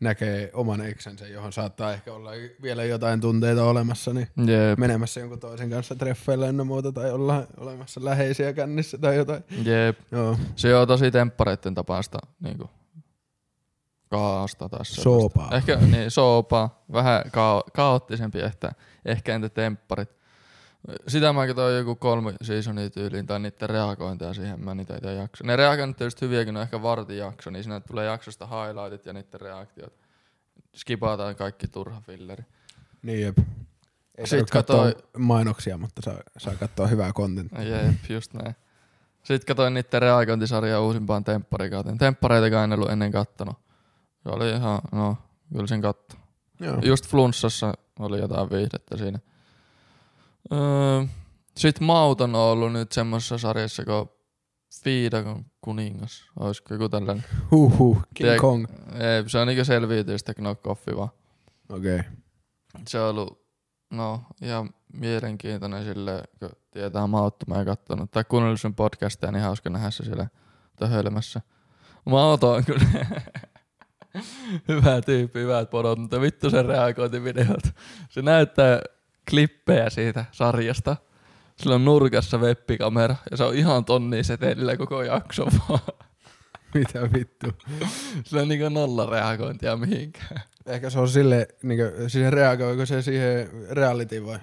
S2: näkee oman eksänsä, johon saattaa ehkä olla vielä jotain tunteita olemassa, niin
S1: Jep,
S2: menemässä jonkun toisen kanssa treffeillä ennen muuta tai ollaan olemassa läheisiä kännissä tai jotain.
S1: jep.
S2: Joo.
S1: Se on tosi temppareitten tapaista niinku, kaasta tai sellaista.
S2: Soopaa.
S1: Ehkä niin, soopaa. Vähän kao- kaoottisempi ehkä. Ehkä entä tempparit. Sitä mä katsoin joku kolme seasonia tyyliin tai niiden reagointia siihen, mä niitä itse jaksa. Ne reagoinnit on just hyviä, kun ne on ehkä vartin jakso, niin siinä tulee jaksosta highlightit ja niiden reaktiot. Skipataan kaikki turha filleri.
S2: Niin jep. Ei
S1: Sit
S2: Sitten katsoa
S1: katoi-
S2: mainoksia, mutta saa, saa katsoa hyvää kontenttia.
S1: Jep, just näin. Sitten katsoin niiden reagointisarjaa uusimpaan tempparikauteen. Temppareitakaan en ollut ennen kattonut. Se oli ihan, no, kyllä sen katto.
S2: Joo.
S1: Just flunssassa oli jotain viihdettä siinä. Öö, Sitten Mauton on ollut nyt semmoisessa sarjassa kuin Viidakon kuningas. Olisiko joku tällainen?
S2: Huhhuh, King
S1: Tiedä-
S2: Kong.
S1: Ei, se on niinku selviytyistä knock-offi vaan.
S2: Okei.
S1: Se on ollut no, ihan mielenkiintoinen sille, kun tietää mauttumaa ja katsonut. Tai kuunnellut sen podcastia, niin hauska nähdä se siellä töhölmässä. Mauto on kyllä hyvä tyyppi, hyvät podot, mutta vittu sen reagointivideot. Se näyttää klippejä siitä sarjasta. Sillä on nurkassa webbikamera ja se on ihan tonni setelillä koko jakso vaan.
S2: Mitä vittu.
S1: Sillä on niinku nolla reagointia mihinkään.
S2: Ehkä se on sille, niin kuin, siis reagoiko se siihen realityin vai?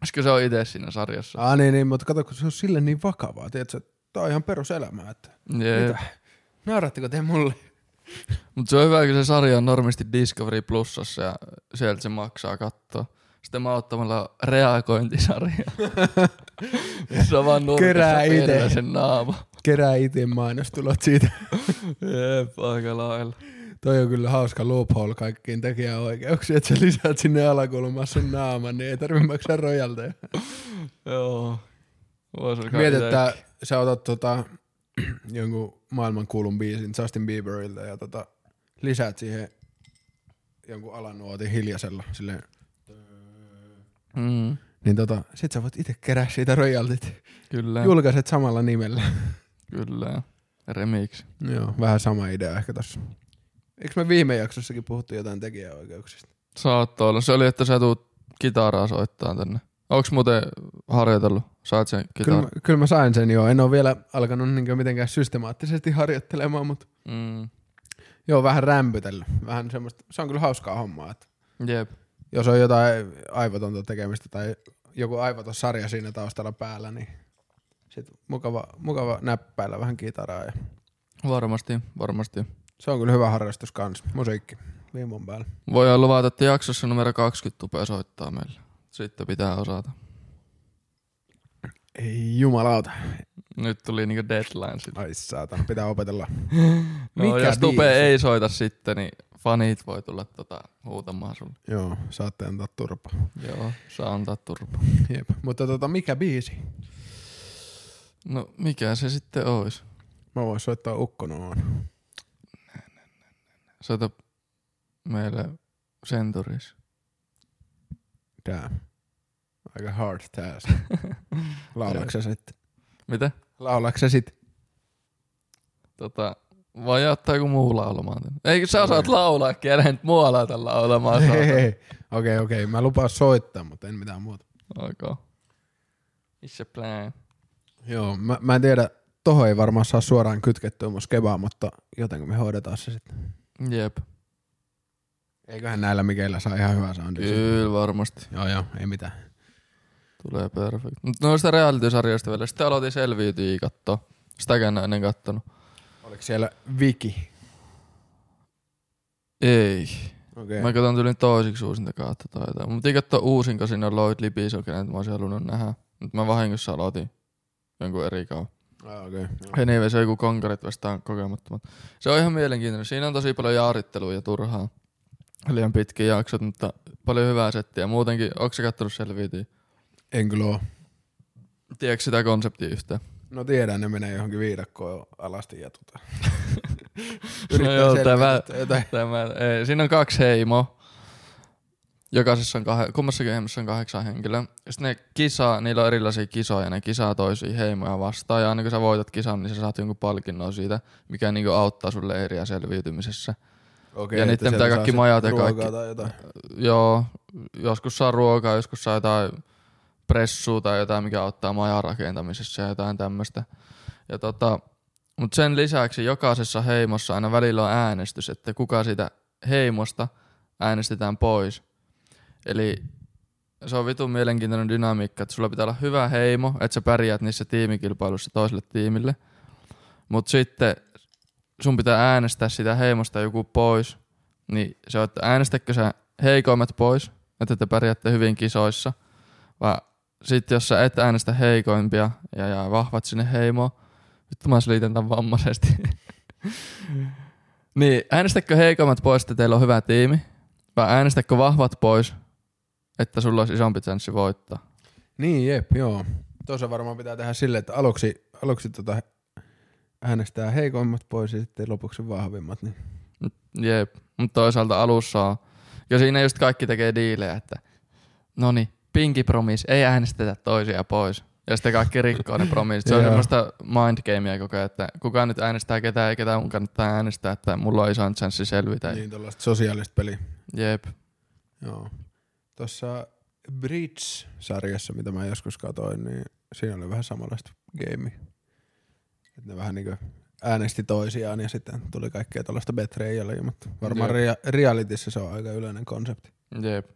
S1: Koska se on itse siinä sarjassa.
S2: Ah niin, niin, mutta kato, kun se on sille niin vakavaa, tiedätkö, tää on ihan peruselämää, että
S1: Jep.
S2: mitä? Nauratteko te mulle?
S1: Mutta se on hyvä, kun se sarja on normisti Discovery Plusassa ja sieltä se maksaa katsoa. Sitten mä ottamalla reagointisarja. se on vaan nurkassa
S2: Kerää ite.
S1: pienellä sen naama.
S2: Kerää itse mainostulot siitä.
S1: Jep, aika lailla.
S2: Toi on kyllä hauska loophole kaikkiin tekijäoikeuksiin, että sä lisäät sinne alakulmaan sun naaman, niin ei tarvitse maksaa rojalteja.
S1: Joo. Vois alkaa
S2: Mietit,
S1: ite-
S2: että sä otat tota, jonkun maailman kuulun biisin Justin Bieberiltä ja tota, lisäät siihen jonkun alanuotin hiljaisella silleen,
S1: Mm,
S2: niin tota, sit sä voit itse kerää siitä royaltit.
S1: kyllä, Jul-
S2: Julkaiset samalla nimellä.
S1: kyllä. Remix.
S2: Joo, vähän sama idea ehkä tossa. Eikö me viime jaksossakin puhuttu jotain tekijäoikeuksista?
S1: Saattaa olla. Se oli, että sä tuut kitaraa soittaa tänne. Onks muuten harjoitellut? Saat sen
S2: Kyllä,
S1: kitaran?
S2: mä- kyllä mä sain sen joo. En ole vielä alkanut niinkö mitenkään systemaattisesti harjoittelemaan, mutta
S1: Mm,
S2: joo, vähän rämpytellyt. Vähän semmoista, se on kyllä hauskaa hommaa, että
S1: jep.
S2: jos on jotain aivotonta tekemistä tai joku aivoton sarja siinä taustalla päällä, niin sit mukava, mukava näppäillä vähän kitaraa. Ja
S1: Varmasti, varmasti.
S2: se on kyllä hyvä harrastus kans, musiikki viimon päällä.
S1: Voidaan luvata, että jaksossa numero 20 tupea soittaa meille. Sitten pitää osata.
S2: Ei jumalauta.
S1: Nyt tuli niinku deadline sitten.
S2: Ai saatana, pitää opetella.
S1: No,
S2: Mikä
S1: jos tupe
S2: biisi?
S1: ei soita sitten, niin fanit voi tulla tota huutamaan sulle.
S2: Joo, saatte antaa turpa.
S1: Joo, saa antaa turpa.
S2: Jep. Mutta tota, mikä biisi?
S1: No, mikä se sitten ois?
S2: Mä voin soittaa ukkonoon.
S1: Soita meille Centuries.
S2: Damn. Aika hard task. Laulaksä sitten?
S1: Mitä?
S2: Laulaksä sit?
S1: Tota, vai jättää joku muu laulamaan tänne? Ei, sä osaat laulaa, kerran nyt mua laita laulamaan. saatana.
S2: Okei, okei. Mä lupaan soittaa, mutta en mitään muuta.
S1: Okay. It's a plan.
S2: Joo, mä, mä en tiedä, toho ei varmaan saa suoraan kytkettyä mun skebaa, mutta jotenkin me hoidetaan se sitten.
S1: Jep.
S2: Eiköhän näillä mikeillä saa ihan hyvää soundia.
S1: Kyllä varmasti.
S2: Joo, joo, ei mitään.
S1: Tulee perfect. Mut noista reality-sarjoista vielä. Sitten aloitin selviytyjiä kattoo. Sitäkään en ole ennen kattonut.
S2: Oliko siellä Viki?
S1: Ei.
S2: Okei.
S1: Mä katson tyyliin toisiksi uusinta kautta tai jotain. Mut ei katsoa uusinko siinä on Lloyd Libiso, kenet mä olisin halunnut nähdä. Nyt mä vahingossa aloitin jonkun eri kauan.
S2: Ah, Okei. Okay.
S1: Anyway, se on joku konkarit vastaan kokemattomat. Se on ihan mielenkiintoinen. Siinä on tosi paljon jaarittelua ja turhaa. Liian pitkiä jaksot, mutta paljon hyvää settiä. Muutenkin, onko se kattonut selviytyä?
S2: En kyllä oo.
S1: Tiedätkö sitä konseptia yhtään?
S2: No tiedän, ne menee johonkin viidakkoon alasti ja tota.
S1: No joo, tämä-
S2: selvitä jotain.
S1: Tämä, ei, siinä on kaksi heimoa. Jokaisessa on kah- kummassakin heimossa on kahdeksan henkilöä. Ja sitten ne kisaa, niillä on erilaisia kisoja, ne kisaa toisia heimoja vastaan. Ja aina kun sä voitat kisan, niin sä saat jonkun palkinnon siitä, mikä niinku auttaa sun leiriä selviytymisessä.
S2: Okei,
S1: Ja
S2: että
S1: niitten
S2: sieltä
S1: pitää
S2: saa
S1: kaikki
S2: sit
S1: majat ja
S2: ruokaa
S1: kaikki.
S2: Tai jotain.
S1: Joo, joskus saa ruokaa, joskus saa jotain pressua tai jotain, mikä auttaa majan rakentamisessa ja jotain tämmöistä. Ja tota, mutta sen lisäksi jokaisessa heimossa aina välillä on äänestys, että kuka siitä heimosta äänestetään pois. Eli se on vitun mielenkiintoinen dynamiikka, että sulla pitää olla hyvä heimo, että sä pärjäät niissä tiimikilpailussa toiselle tiimille. Mutta sitten sun pitää äänestää sitä heimosta joku pois, niin se on, että äänestätkö sä heikoimmat pois, että te pärjäätte hyvin kisoissa, vai sitten jos sä et äänestä heikoimpia ja jää vahvat sinne heimoon, vittu mä selitän tämän vammaisesti. niin, äänestätkö heikoimmat pois, että teillä on hyvä tiimi, vai äänestätkö vahvat pois, että sulla olisi isompi chanssi voittaa?
S2: Niin, jep, joo. Tuossa varmaan pitää tehdä silleen, että aluksi, aluksi tota äänestää heikoimmat pois ja sitten lopuksi vahvimmat. Niin.
S1: Jep, mutta toisaalta alussa on. Ja siinä just kaikki tekee diilejä, että no niin, pinki promis, ei äänestetä toisia pois. Ja sitten kaikki rikkoo ne promisit. Se on
S2: Joo.
S1: semmoista mindgamea koko ajan, että kuka nyt äänestää ketään ja ketään mun kannattaa äänestää, että mulla on iso chanssi selvitä. Niin.
S2: Niin, tuollaista sosiaalista peliä.
S1: Jep.
S2: Joo. Tuossa Bridge-sarjassa, mitä mä joskus katsoin, niin siinä oli vähän samanlaista game. Että ne vähän niinku äänesti toisiaan ja sitten tuli kaikkea tuollaista betrayallia, mutta varmaan
S1: Jep.
S2: rea- realityssä se on aika yleinen konsepti.
S1: Jep.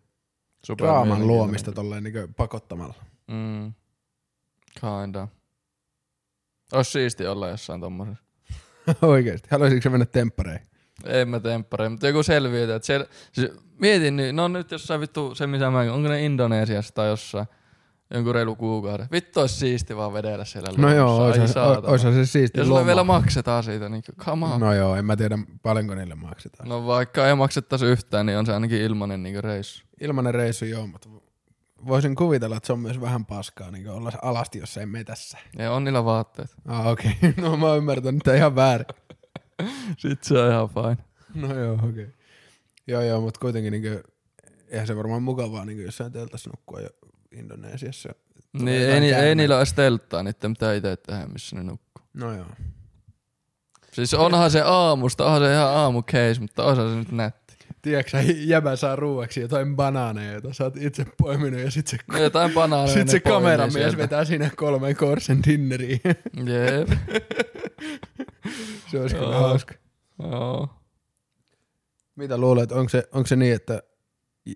S1: Super
S2: Draaman
S1: mielenkiintoinen.
S2: luomista tolleen niinku pakottamalla.
S1: Mm. Kinda. Ois siisti olla jossain tommosessa.
S2: Oikeesti. Haluaisitko sä mennä temppareihin?
S1: En mä temppare, mutta joku selviytyy. Että siellä, siis mietin nyt, no nyt jossain vittu se missä mä, onko ne Indonesiassa tai jossain jonkun reilu kuukauden. Vittu olisi siisti vaan vedellä siellä
S2: No joo,
S1: luonnossa. Ai
S2: oishan, se-
S1: saatana.
S2: o- oishan se siisti
S1: Ja sulle
S2: loma.
S1: vielä maksetaan siitä, niin come on. No.
S2: No joo, en mä tiedä paljonko niille maksetaan.
S1: no vaikka ei maksettaisi yhtään, niin on se ainakin ilmanen niin niinku reissu.
S2: Ilmanen reissu joo, mutta voisin kuvitella, että se on myös vähän paskaa niin olla alasti jossain metässä.
S1: Ja on niillä vaatteet.
S2: Ah, okei. Okay. No mä oon ymmärtänyt tämän ihan väärin.
S1: Sit se on ihan fine.
S2: No joo, okei. Okay. Joo, joo, mutta kuitenkin niin kuin, eihän se varmaan mukavaa niin jossain teltassa nukkua jo Indonesiassa. Tulee
S1: Niin, ei,
S2: jotain
S1: ni-
S2: käärmeitä.
S1: ei niillä ole edes telttaa niiden mitä itse tehdä, missä ne nukkuu.
S2: No joo.
S1: Siis onhan se aamusta, onhan se ihan aamukeis, mutta onhan se nyt nätti.
S2: Tiedätkö, sä, jäbä saa ruuaksi jotain banaaneja, joita sä oot itse poiminut ja sit se,
S1: No Jotain banaaneja.
S2: sit
S1: ne
S2: se
S1: poimii
S2: kameramies
S1: sieltä.
S2: vetää siinä kolmen korsen dinneriin.
S1: Jep.
S2: se olisi kyllä
S1: Joo.
S2: hauska.
S1: Joo.
S2: Mitä luulet, onko se, onko se niin, että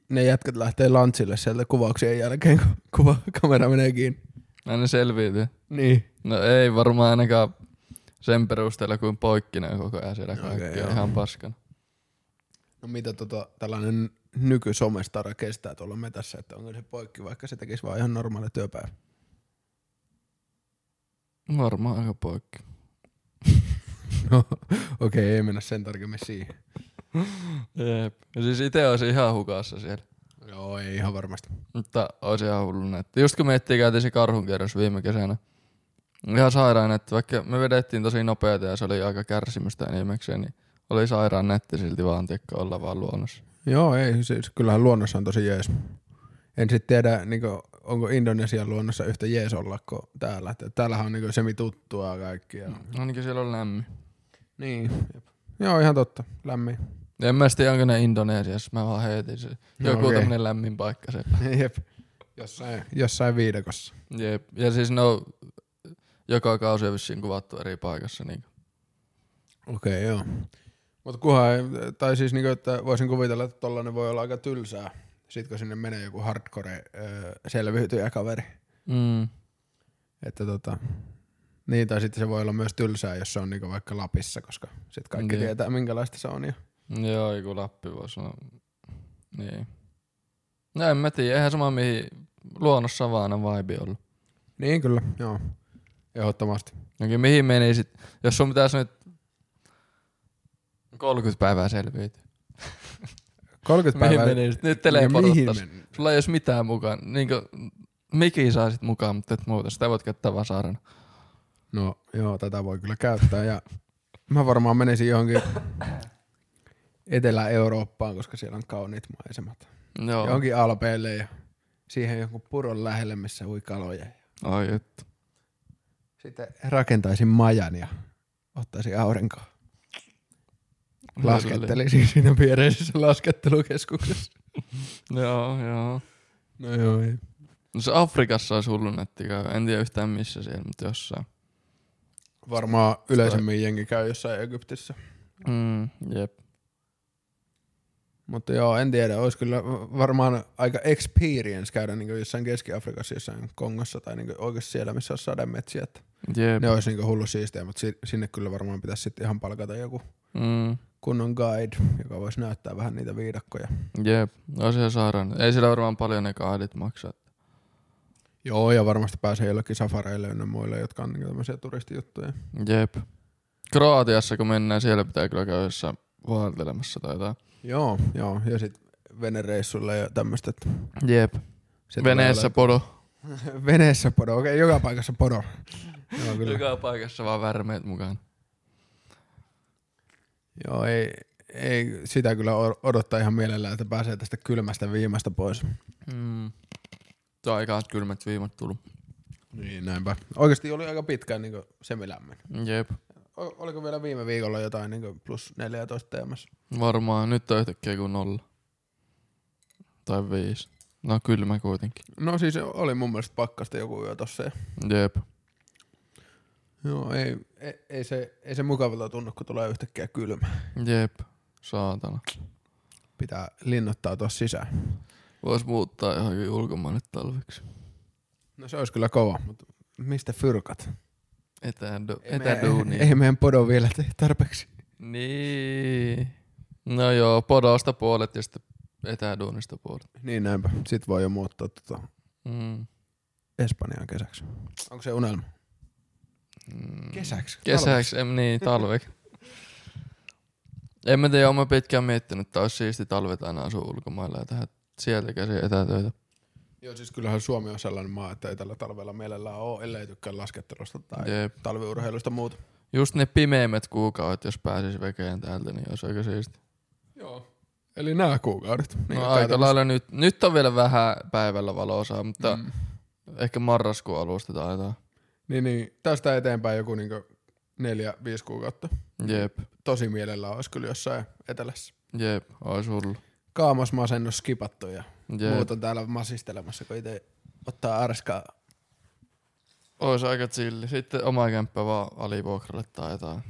S2: ne jätkät lähtee lantsille sieltä kuvauksien jälkeen, kun kuva, kamera menee kiinni?
S1: Aina selviytyy.
S2: Niin.
S1: No ei varmaan ainakaan sen perusteella, kuin poikki ne on koko ajan siellä
S2: Okei,
S1: kaikki.
S2: joo.
S1: Okay, ihan paskana.
S2: No mitä tota, tällainen nykysomestara kestää tuolla metässä, että onko se poikki, vaikka se tekisi vaan ihan normaali työpäivä?
S1: Varmaan aika poikki.
S2: No, okei, okay, ei mennä sen tarkemmin siihen.
S1: Jep. Ja siis itse olisi ihan hukassa siellä.
S2: Joo, ei ihan varmasti.
S1: Mutta olisi ihan hullu nätti. Just kun miettii käytiin se karhunkierros viime kesänä. Ihan sairaan nätti, vaikka me vedettiin tosi nopeata ja se oli aika kärsimystä enimmäkseen, niin oli sairaan nätti silti vaan tiekka olla vaan luonnossa.
S2: Joo, ei, siis kyllähän luonnossa on tosi jees. En sitten tiedä, niin kuin, onko Indonesian luonnossa yhtä jees olla kuin täällä. Että Täällähän on niin semi tuttua kaikkia. Mm.
S1: Ainakin siellä on lämmin.
S2: Niin. Jep. Joo, ihan totta. Lämmin.
S1: En mä tiedä, onko ne Indonesiassa, mä vaan heitin se.
S2: No
S1: Joku
S2: okei.
S1: okay. tämmönen lämmin paikka se.
S2: Jep. Jossain, jossain viidakossa.
S1: Jep. Ja siis ne on joka kausi on vissiin kuvattu eri paikassa. Niin.
S2: Okei, okay, joo. Mutta kuhan, ei- tai siis niin että voisin kuvitella, että tollanen voi olla aika tylsää. Sitten kun sinne menee joku hardcore öö, selviytyjä kaveri.
S1: Mm.
S2: Että tota, niin, tai sitten se voi olla myös tylsää, jos se on niinku vaikka Lapissa, koska sitten kaikki
S1: Niin.
S2: tietää, minkälaista se on. Ja...
S1: Joo, joku Lappi voisi olla. Niin. No en mä tiedä, eihän sama mihin luonnossa vaan aina vibe ollut.
S2: Niin kyllä, joo. Ehdottomasti.
S1: Jokin No, mihin meni sit, jos sun pitäisi nyt 30 päivää selviytyä. Mihin
S2: 30 päivää. Niin,
S1: meni sit? Nyt
S2: mihin
S1: teleporttas.
S2: meni?
S1: Sulla ei olisi mitään mukaan. Niin kuin, miki saa sit mukaan, mutta et muuta. Sitä voit käyttää vasarana.
S2: No joo, tätä voi kyllä käyttää. Ja mä varmaan menisin johonkin Etelä-Eurooppaan, koska siellä on kauniit maisemat.
S1: Joo.
S2: Johonkin Alpeille ja siihen jonkun puron lähelle, missä ui kaloja.
S1: Ai et.
S2: Sitten rakentaisin majan ja ottaisin aurinkoa. Laskettelisin siinä viereisessä laskettelukeskuksessa.
S1: Joo, joo.
S2: No joo, ei.
S1: No se Afrikassa olisi hullu nätti käy. En tiedä yhtään missä siellä, mutta jossain.
S2: Varmaan yleisemmin jengi käy jossain Egyptissä.
S1: Mm, jep.
S2: Mutta joo, en tiedä. Olisi kyllä varmaan aika experience käydä niin jossain Keski-Afrikassa, jossain Kongossa tai niin oikeasti siellä, missä on sademetsiä. Että
S1: Jep.
S2: ne olisi niin hullu siistejä, mutta si- sinne kyllä varmaan pitäisi sitten ihan palkata joku
S1: Mm,
S2: kunnon guide, joka voisi näyttää vähän niitä viidakkoja.
S1: jep. Olisi ihan sairaan. Ei siellä varmaan paljon ne kaadit maksaa.
S2: Joo, ja varmasti pääsee jollekin safareille ynnä muille, jotka on niin tämmöisiä turistijuttuja.
S1: Jep. Kroatiassa kun mennään, siellä pitää kyllä käydä jossain vaeltelemassa tai jotain.
S2: Joo, joo. Ja sitten venereissulle ja tämmöistä. että
S1: Jep.
S2: se tulee
S1: Veneessä podo.
S2: ole- Veneessä podo. Okei, joka paikassa podo. Joo, kyllä.
S1: Joka paikassa vaan värmeet mukaan.
S2: Joo, ei, ei sitä kyllä o- odottaa ihan mielellään, että pääsee tästä kylmästä viimasta pois.
S1: Mm. Tuo aika kylmät viimat tullut.
S2: Niin, näinpä. Oikeasti oli aika pitkään niin semilämmin.
S1: Jep.
S2: O- oliko vielä viime viikolla jotain niin plus 14 teemassa?
S1: Varmaan. Nyt on yhtäkkiä kuin nolla. Tai viisi. No kylmä kuitenkin.
S2: No siis oli mun mielestä pakkasta joku yö tossa. ja-
S1: Jep.
S2: Joo, ei, ei, ei, se, ei se mukavalta tunnu, kun tulee yhtäkkiä kylmä.
S1: Jep. Saatana.
S2: Pitää linnoittautua sisään.
S1: Vois muuttaa johonkin ulkomaille talveksi.
S2: No se olisi kyllä kova, mutta mistä fyrkat?
S1: Etädu-
S2: me,
S1: etäduuni.
S2: ei meidän podo vielä tee tarpeeksi.
S1: Niin. No joo, podosta puolet ja sitten etäduunista puolet.
S2: Niin näinpä. Sitten voi jo muuttaa tota
S1: Mm.
S2: Espanjaan kesäksi. Onko se unelma?
S1: Mm.
S2: Kesäksi.
S1: Kesäksi, em, niin talveksi. en mä tiedä, oon mä pitkään miettinyt, että olisi siisti talvet aina asua ulkomailla ja tehdä sieltä käsin etätöitä.
S2: Joo, siis kyllähän Suomi on sellainen maa, että ei tällä talvella mielellään ole, ellei tykkää laskettelusta tai
S1: Jep.
S2: talviurheilusta muuta.
S1: Just ne pimeimmät kuukaudet, jos pääsis vekeen täältä, niin olisi aika siisti.
S2: Joo. Eli nämä kuukaudet.
S1: No
S2: Niin
S1: aika lailla nyt. Nyt on vielä vähän päivällä valosaa, mutta mm. ehkä marraskuun alusta taitaa.
S2: Niin, niin, tästä eteenpäin joku niinku neljä, viisi kuukautta.
S1: Jep,
S2: Tosi mielellä olisi kyllä jossain etelässä.
S1: jep, ois hullu.
S2: Kaamosmasennus skipattu ja
S1: Jep.
S2: muut on täällä masistelemassa, kun itse ottaa arskaa.
S1: Ois aika chilli. Sitten oma kämppä vaan alivuokralle tai jotain.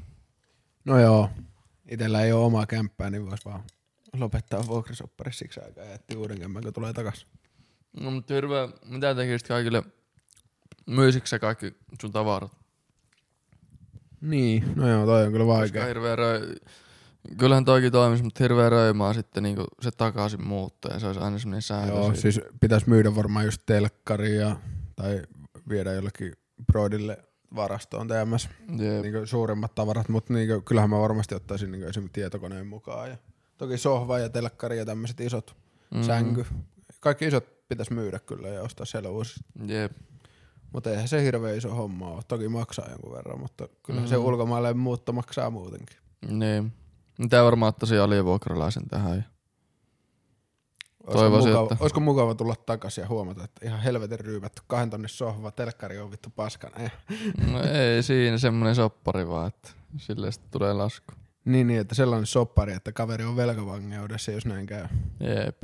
S2: No joo, itellä ei ole omaa kämppää, niin voisi vaan lopettaa vuokrasoppari siksi aikaa ja jätti uuden kämppän, kun tulee takas.
S1: No mutta hirveä, mitä tekisit kaikille? Myisikö sä kaikki sun tavarat?
S2: Niin, no joo, toi on kyllä
S1: Koska
S2: vaikea.
S1: hirveä röö... Kyllähän toikin toimisi, mutta hirveä röimää sitten niinku se takaisin muuttaa ja se olisi aina semmoinen säädös.
S2: Joo, siis pitäisi myydä varmaan just telkkaria tai viedä jollekin broidille varastoon TMS
S1: Jep.
S2: niin suuremmat tavarat, mutta niin kyllähän mä varmasti ottaisin niin esimerkiksi tietokoneen mukaan. Ja toki sohva ja telkkari ja tämmöiset isot mm.
S1: Mm-hmm.
S2: sänky. Kaikki isot pitäisi myydä kyllä ja ostaa siellä uusi.
S1: Jep.
S2: Mutta eihän se hirveän iso homma ole. Toki maksaa jonkun verran, mutta kyllähän mm.
S1: Mm-hmm.
S2: se ulkomaille muutto maksaa muutenkin.
S1: Niin. Mitä varmaan ottaisin alivuokralaisen tähän. ja-
S2: Olisiko
S1: Toivoisin,
S2: mukava,
S1: että-
S2: olisiko mukava tulla takaisin ja huomata, että ihan helvetin ryypätty kahden tonnin sohva, telkkari on vittu paskana. Eh.
S1: No ei siinä semmoinen soppari vaan, että sille sitten tulee lasku.
S2: Niin, niin, että sellainen soppari, että kaveri on velkavangeudessa, jos näin käy.
S1: Jep.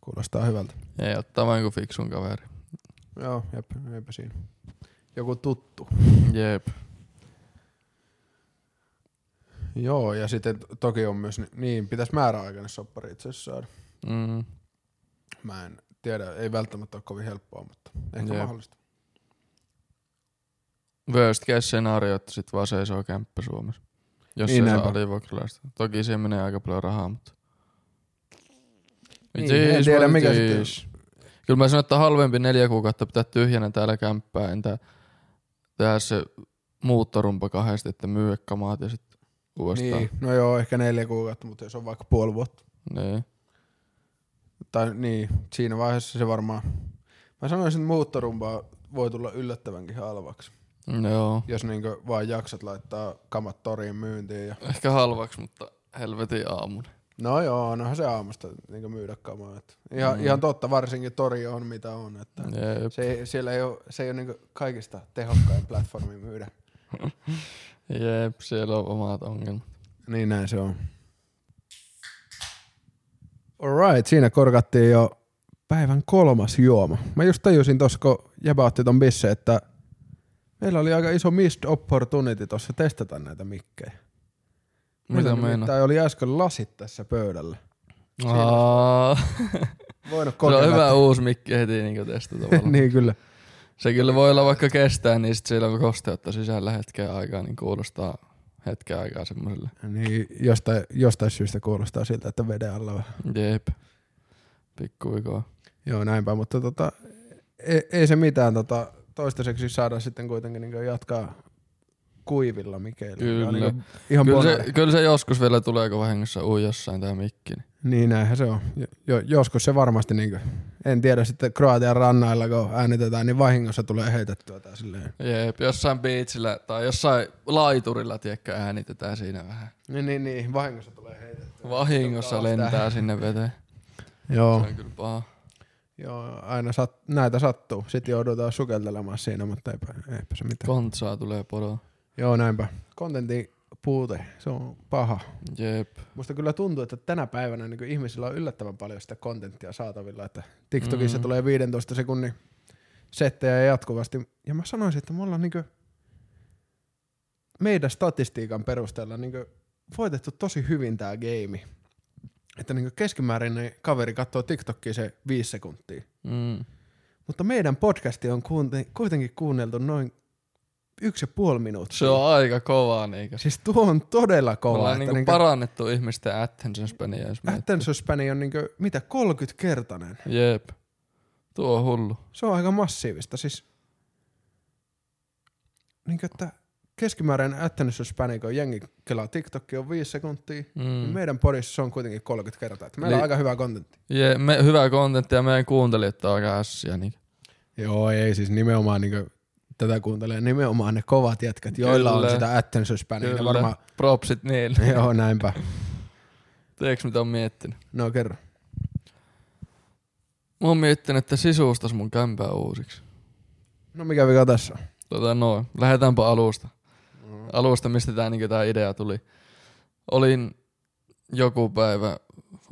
S2: Kuulostaa hyvältä.
S1: Ei ottaa vain kuin fiksun kaveri.
S2: Joo, jep, eipä siinä. Joku tuttu.
S1: Jep.
S2: Joo, ja sitten toki on myös, ni- niin pitäisi määräaikainen soppari itse asiassa saada.
S1: Mm.
S2: Mä en tiedä, ei välttämättä ole kovin helppoa, mutta ehkä
S1: Jep.
S2: mahdollista.
S1: Worst case scenario, että sit vaan seisoo kämppä Suomessa. Jos
S2: Niin
S1: niin se saa
S2: näinpä.
S1: alivuokralaista. Toki siihen menee aika paljon rahaa, mutta...
S2: Niin, en
S1: Jees,
S2: tiedä
S1: voi
S2: mikä
S1: jees.
S2: sitten.
S1: Kyllä mä sanon, että halvempi neljä kuukautta pitää tyhjänä täällä kämppää, entä tehdä se muuttorumpa kahdesti, että myy kamaat ja sitten uudestaan.
S2: Niin, no joo, ehkä neljä kuukautta, mutta jos on vaikka puoli vuotta.
S1: niin.
S2: Tai niin, siinä vaiheessa se varmaan... Mä sanoisin, että muuttorumpaa voi tulla yllättävänkin halvaksi,
S1: No Joo.
S2: jos niinkö vaan jaksat laittaa kamat toriin myyntiin. Ja...
S1: Ehkä halvaksi, mutta helvetin aamun.
S2: No joo, onhan se aamusta niinkö myydä kamaa. et Ihan, ihan totta, varsinkin tori on mitä on. Että...
S1: Jep.
S2: Se ei, siellä ei ole, se ei ole niin kaikista tehokkain platformi myydä.
S1: Jep, siellä on omat ongelmat.
S2: Niin näin se on. Alright, siinä korkattiin jo päivän kolmas juoma. Mä just tajusin tossa, kun Jäbä otti ton bisse, että meillä oli aika iso missed opportunity tossa testata näitä mikkejä.
S1: Mitä meinaa?
S2: Tämä oli äsken lasit tässä pöydällä.
S1: Aa,
S2: Voinut
S1: Se on
S2: kokeilla.
S1: hyvä uusi mikki heti niin testata.
S2: että- niin kyllä.
S1: Se kyllä voi olla vaikka kestää, niin sit siellä on kosteutta sisällä hetken aikaa, niin kuulostaa hetken aikaa semmoiselle.
S2: Niin jostain, jostain syystä kuulostaa siltä, että veden alla vähän.
S1: Jep. Pikku vikoa.
S2: Joo, näinpä, mutta tota, ei, ei se mitään. Tota, toistaiseksi saadaan sitten kuitenkin niin jatkaa kuivilla Mikeillä.
S1: Kyllä.
S2: Niin kuin ihan
S1: Kyllä
S2: bonari.
S1: se, kyllä se, joskus vielä tulee, kun vahingossa ui jossain tämä mikki. niin.
S2: Niin näinhän se on. Jo- Jo, joskus se varmasti, niin kuin, en tiedä sitten Kroatian rannailla, kun äänitetään, niin vahingossa tulee heitettyä tää silleen.
S1: Jep, jossain beachillä tai jossain laiturilla, tiedätkö, äänitetään siinä vähän.
S2: Niin, niin, niin vahingossa tulee heitettyä.
S1: Vahingossa
S2: Kaos
S1: lentää sinne veteen.
S2: Joo,
S1: Se on kyllä paha.
S2: joo aina sat, näitä sattuu. Sitten joudutaan sukeltelemaan siinä, mutta eipä, eipä se mitään.
S1: Kontsaa tulee podoa.
S2: Joo, näinpä. Kontentin puute, se on paha.
S1: Jep.
S2: Musta kyllä tuntuu, että tänä päivänä niin ihmisillä on yllättävän paljon sitä kontenttia saatavilla, että TikTokissa mm. tulee 15 sekunnin settejä jatkuvasti. Ja mä sanoisin, että me ollaan niin meidän statistiikan perusteella niin voitettu tosi hyvin tää game. Että niin keskimäärin niin kaveri katsoo TikTokia se viisi sekuntia.
S1: Mm.
S2: Mutta meidän podcasti on kuunte- kuitenkin kuunneltu noin yksi ja puoli minuuttia.
S1: Se on aika kovaa niin niinkö.
S2: Siis tuo on todella
S1: Me
S2: kova.
S1: ollaan
S2: että
S1: niinku
S2: niinku-
S1: parannettu ihmisten attention spania, jos miettii.
S2: Attention spani on niinku, mitä, 30-kertainen.
S1: Jep. Tuo on hullu.
S2: Se on aika massiivista. Siis, niinku, että keskimääräinen Attention Span, kun jengi kelaa TikTokia on viisi sekuntia, niin
S1: Mm.
S2: meidän podissa se on kuitenkin 30 kertaa. Että meillä on
S1: Niin.
S2: aika hyvä kontentti.
S1: Ja me, hyvää kontenttia meidän kuuntelijat on aika ässiä. Niin.
S2: Joo, ei siis nimenomaan niin tätä kuuntelee nimenomaan ne kovat jätkät, joilla on
S1: Kyllä.
S2: sitä Attention Spania. niin Ne
S1: Kyllä.
S2: varmaan,
S1: Propsit niille.
S2: joo näinpä.
S1: Teekö mitä on miettinyt?
S2: No kerro.
S1: Mä oon miettinyt, että sisustas mun kämpää uusiksi.
S2: No mikä vika tässä on?
S1: Tota noin, lähdetäänpä alusta. Alusta, mistä tää, niin tää idea tuli. Olin joku päivä,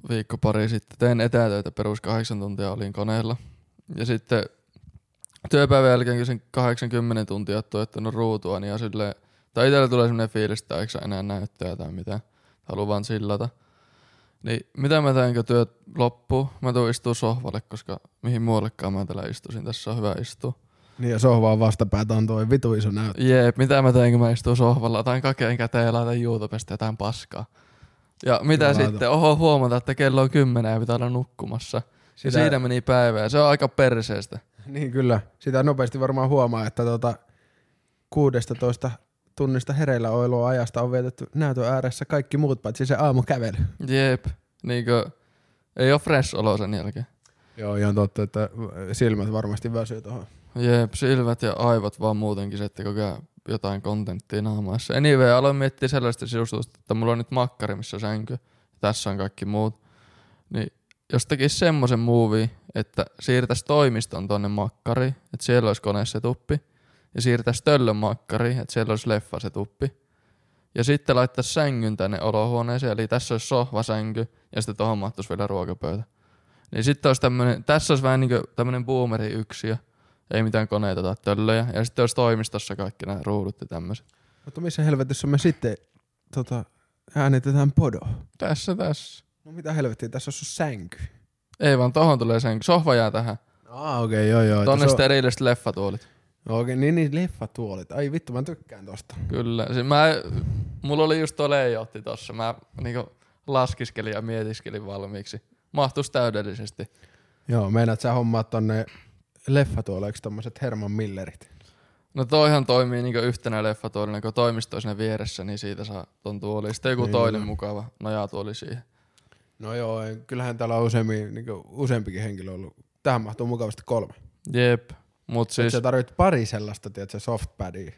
S1: viikko pari sitten, tein etätöitä perus kahdeksan tuntia olin koneella. Ja sitten työpäivän jälkeen, kun sen 80 tuntia oot tuottanut ruutua, niin ja sille, tai itsellä tulee semmoinen fiilis, että eikö saa enää näyttää tai mitä. Haluan vaan sillata. Niin mitä mä teen, kun työt loppuu? Mä tuun istua sohvalle, koska mihin muuallekaan mä tällä istuisin. Tässä on hyvä istua.
S2: Niin ja sohvaan vastapäätä on toi vitu iso näyttö.
S1: Jeep, mitä mä teen, kun mä istun sohvalla, otan kakeen käteen ja laitan YouTubesta jotain paskaa. Ja mitä
S2: Laita.
S1: sitten, oho huomata, että kello on kymmenen ja pitää olla nukkumassa. Ja
S2: Sitä,
S1: siinä meni päivä ja se on aika perseestä.
S2: Niin kyllä. Sitä nopeasti varmaan huomaa, että tuota, 16 tunnista hereillä oilua ajasta on vietetty näytön ääressä kaikki muut paitsi se aamukävely.
S1: Jeep, niinkö, ei oo fresh olo sen jälkeen.
S2: Joo, ihan totta, että silmät varmasti väsyy tuohon.
S1: Jeep, silmät ja aivot vaan muutenkin se, että koko ajan jotain kontenttia naamaassa. Anyway, aloin miettiä sellaista sisustusta, että mulla on nyt makkari, missä on sänky. Tässä on kaikki muut. Niin jos tekisi semmoisen movie, että siirtäisi toimiston tonne makkari, että siellä olisi kone se tuppi. Ja siirtäisi töllön makkari, että siellä olisi leffa se tuppi. Ja sitten laittaisi sängyn tänne olohuoneeseen, eli tässä olisi sohva, sänky, ja sitten tuohon mahtuisi vielä ruokapöytä. Niin sitten olisi tämmönen, tässä olisi vähän niin kuin tämmönen boomeri yksiö, ei mitään koneita tai töllöjä. Ja sitten olisi toimistossa kaikki nämä ruudut ja tämmöiset.
S2: Mutta missä helvetissä me sitten tota, äänitetään podo?
S1: Tässä, tässä.
S2: No mitä helvettiä, tässä on sun sänky.
S1: Ei vaan tohon tulee sen, sohva jää tähän.
S2: Aa okei, okay, joo joo.
S1: Tonne
S2: että se
S1: sitten erilliset leffatuolit.
S2: on... Okei, niin, niin leffatuolit. Ai vittu, mä tykkään tosta.
S1: Kyllä. Siis mä, mulla oli just tuo leijotti tossa. Mä niinku laskiskelin ja mietiskelin valmiiksi. Mahtuis täydellisesti.
S2: Joo, meinaat sä hommaa tonne leffatuoleiksi tommoset Herman Millerit.
S1: No toihan toimii niinku yhtenä leffatuolina, kun toimisto on siinä vieressä, niin siitä saa ton tuoli. Sitten joku
S2: Niin.
S1: toinen mukava nojatuoli siihen.
S2: No joo, ei- kyllähän täällä on useammin, niin useampikin henkilö ollut. Tähän mahtuu mukavasti kolme.
S1: Jep. Mut
S2: Siis...
S1: siis,
S2: Sä tarvit pari sellaista, tiedätkö, softpadia.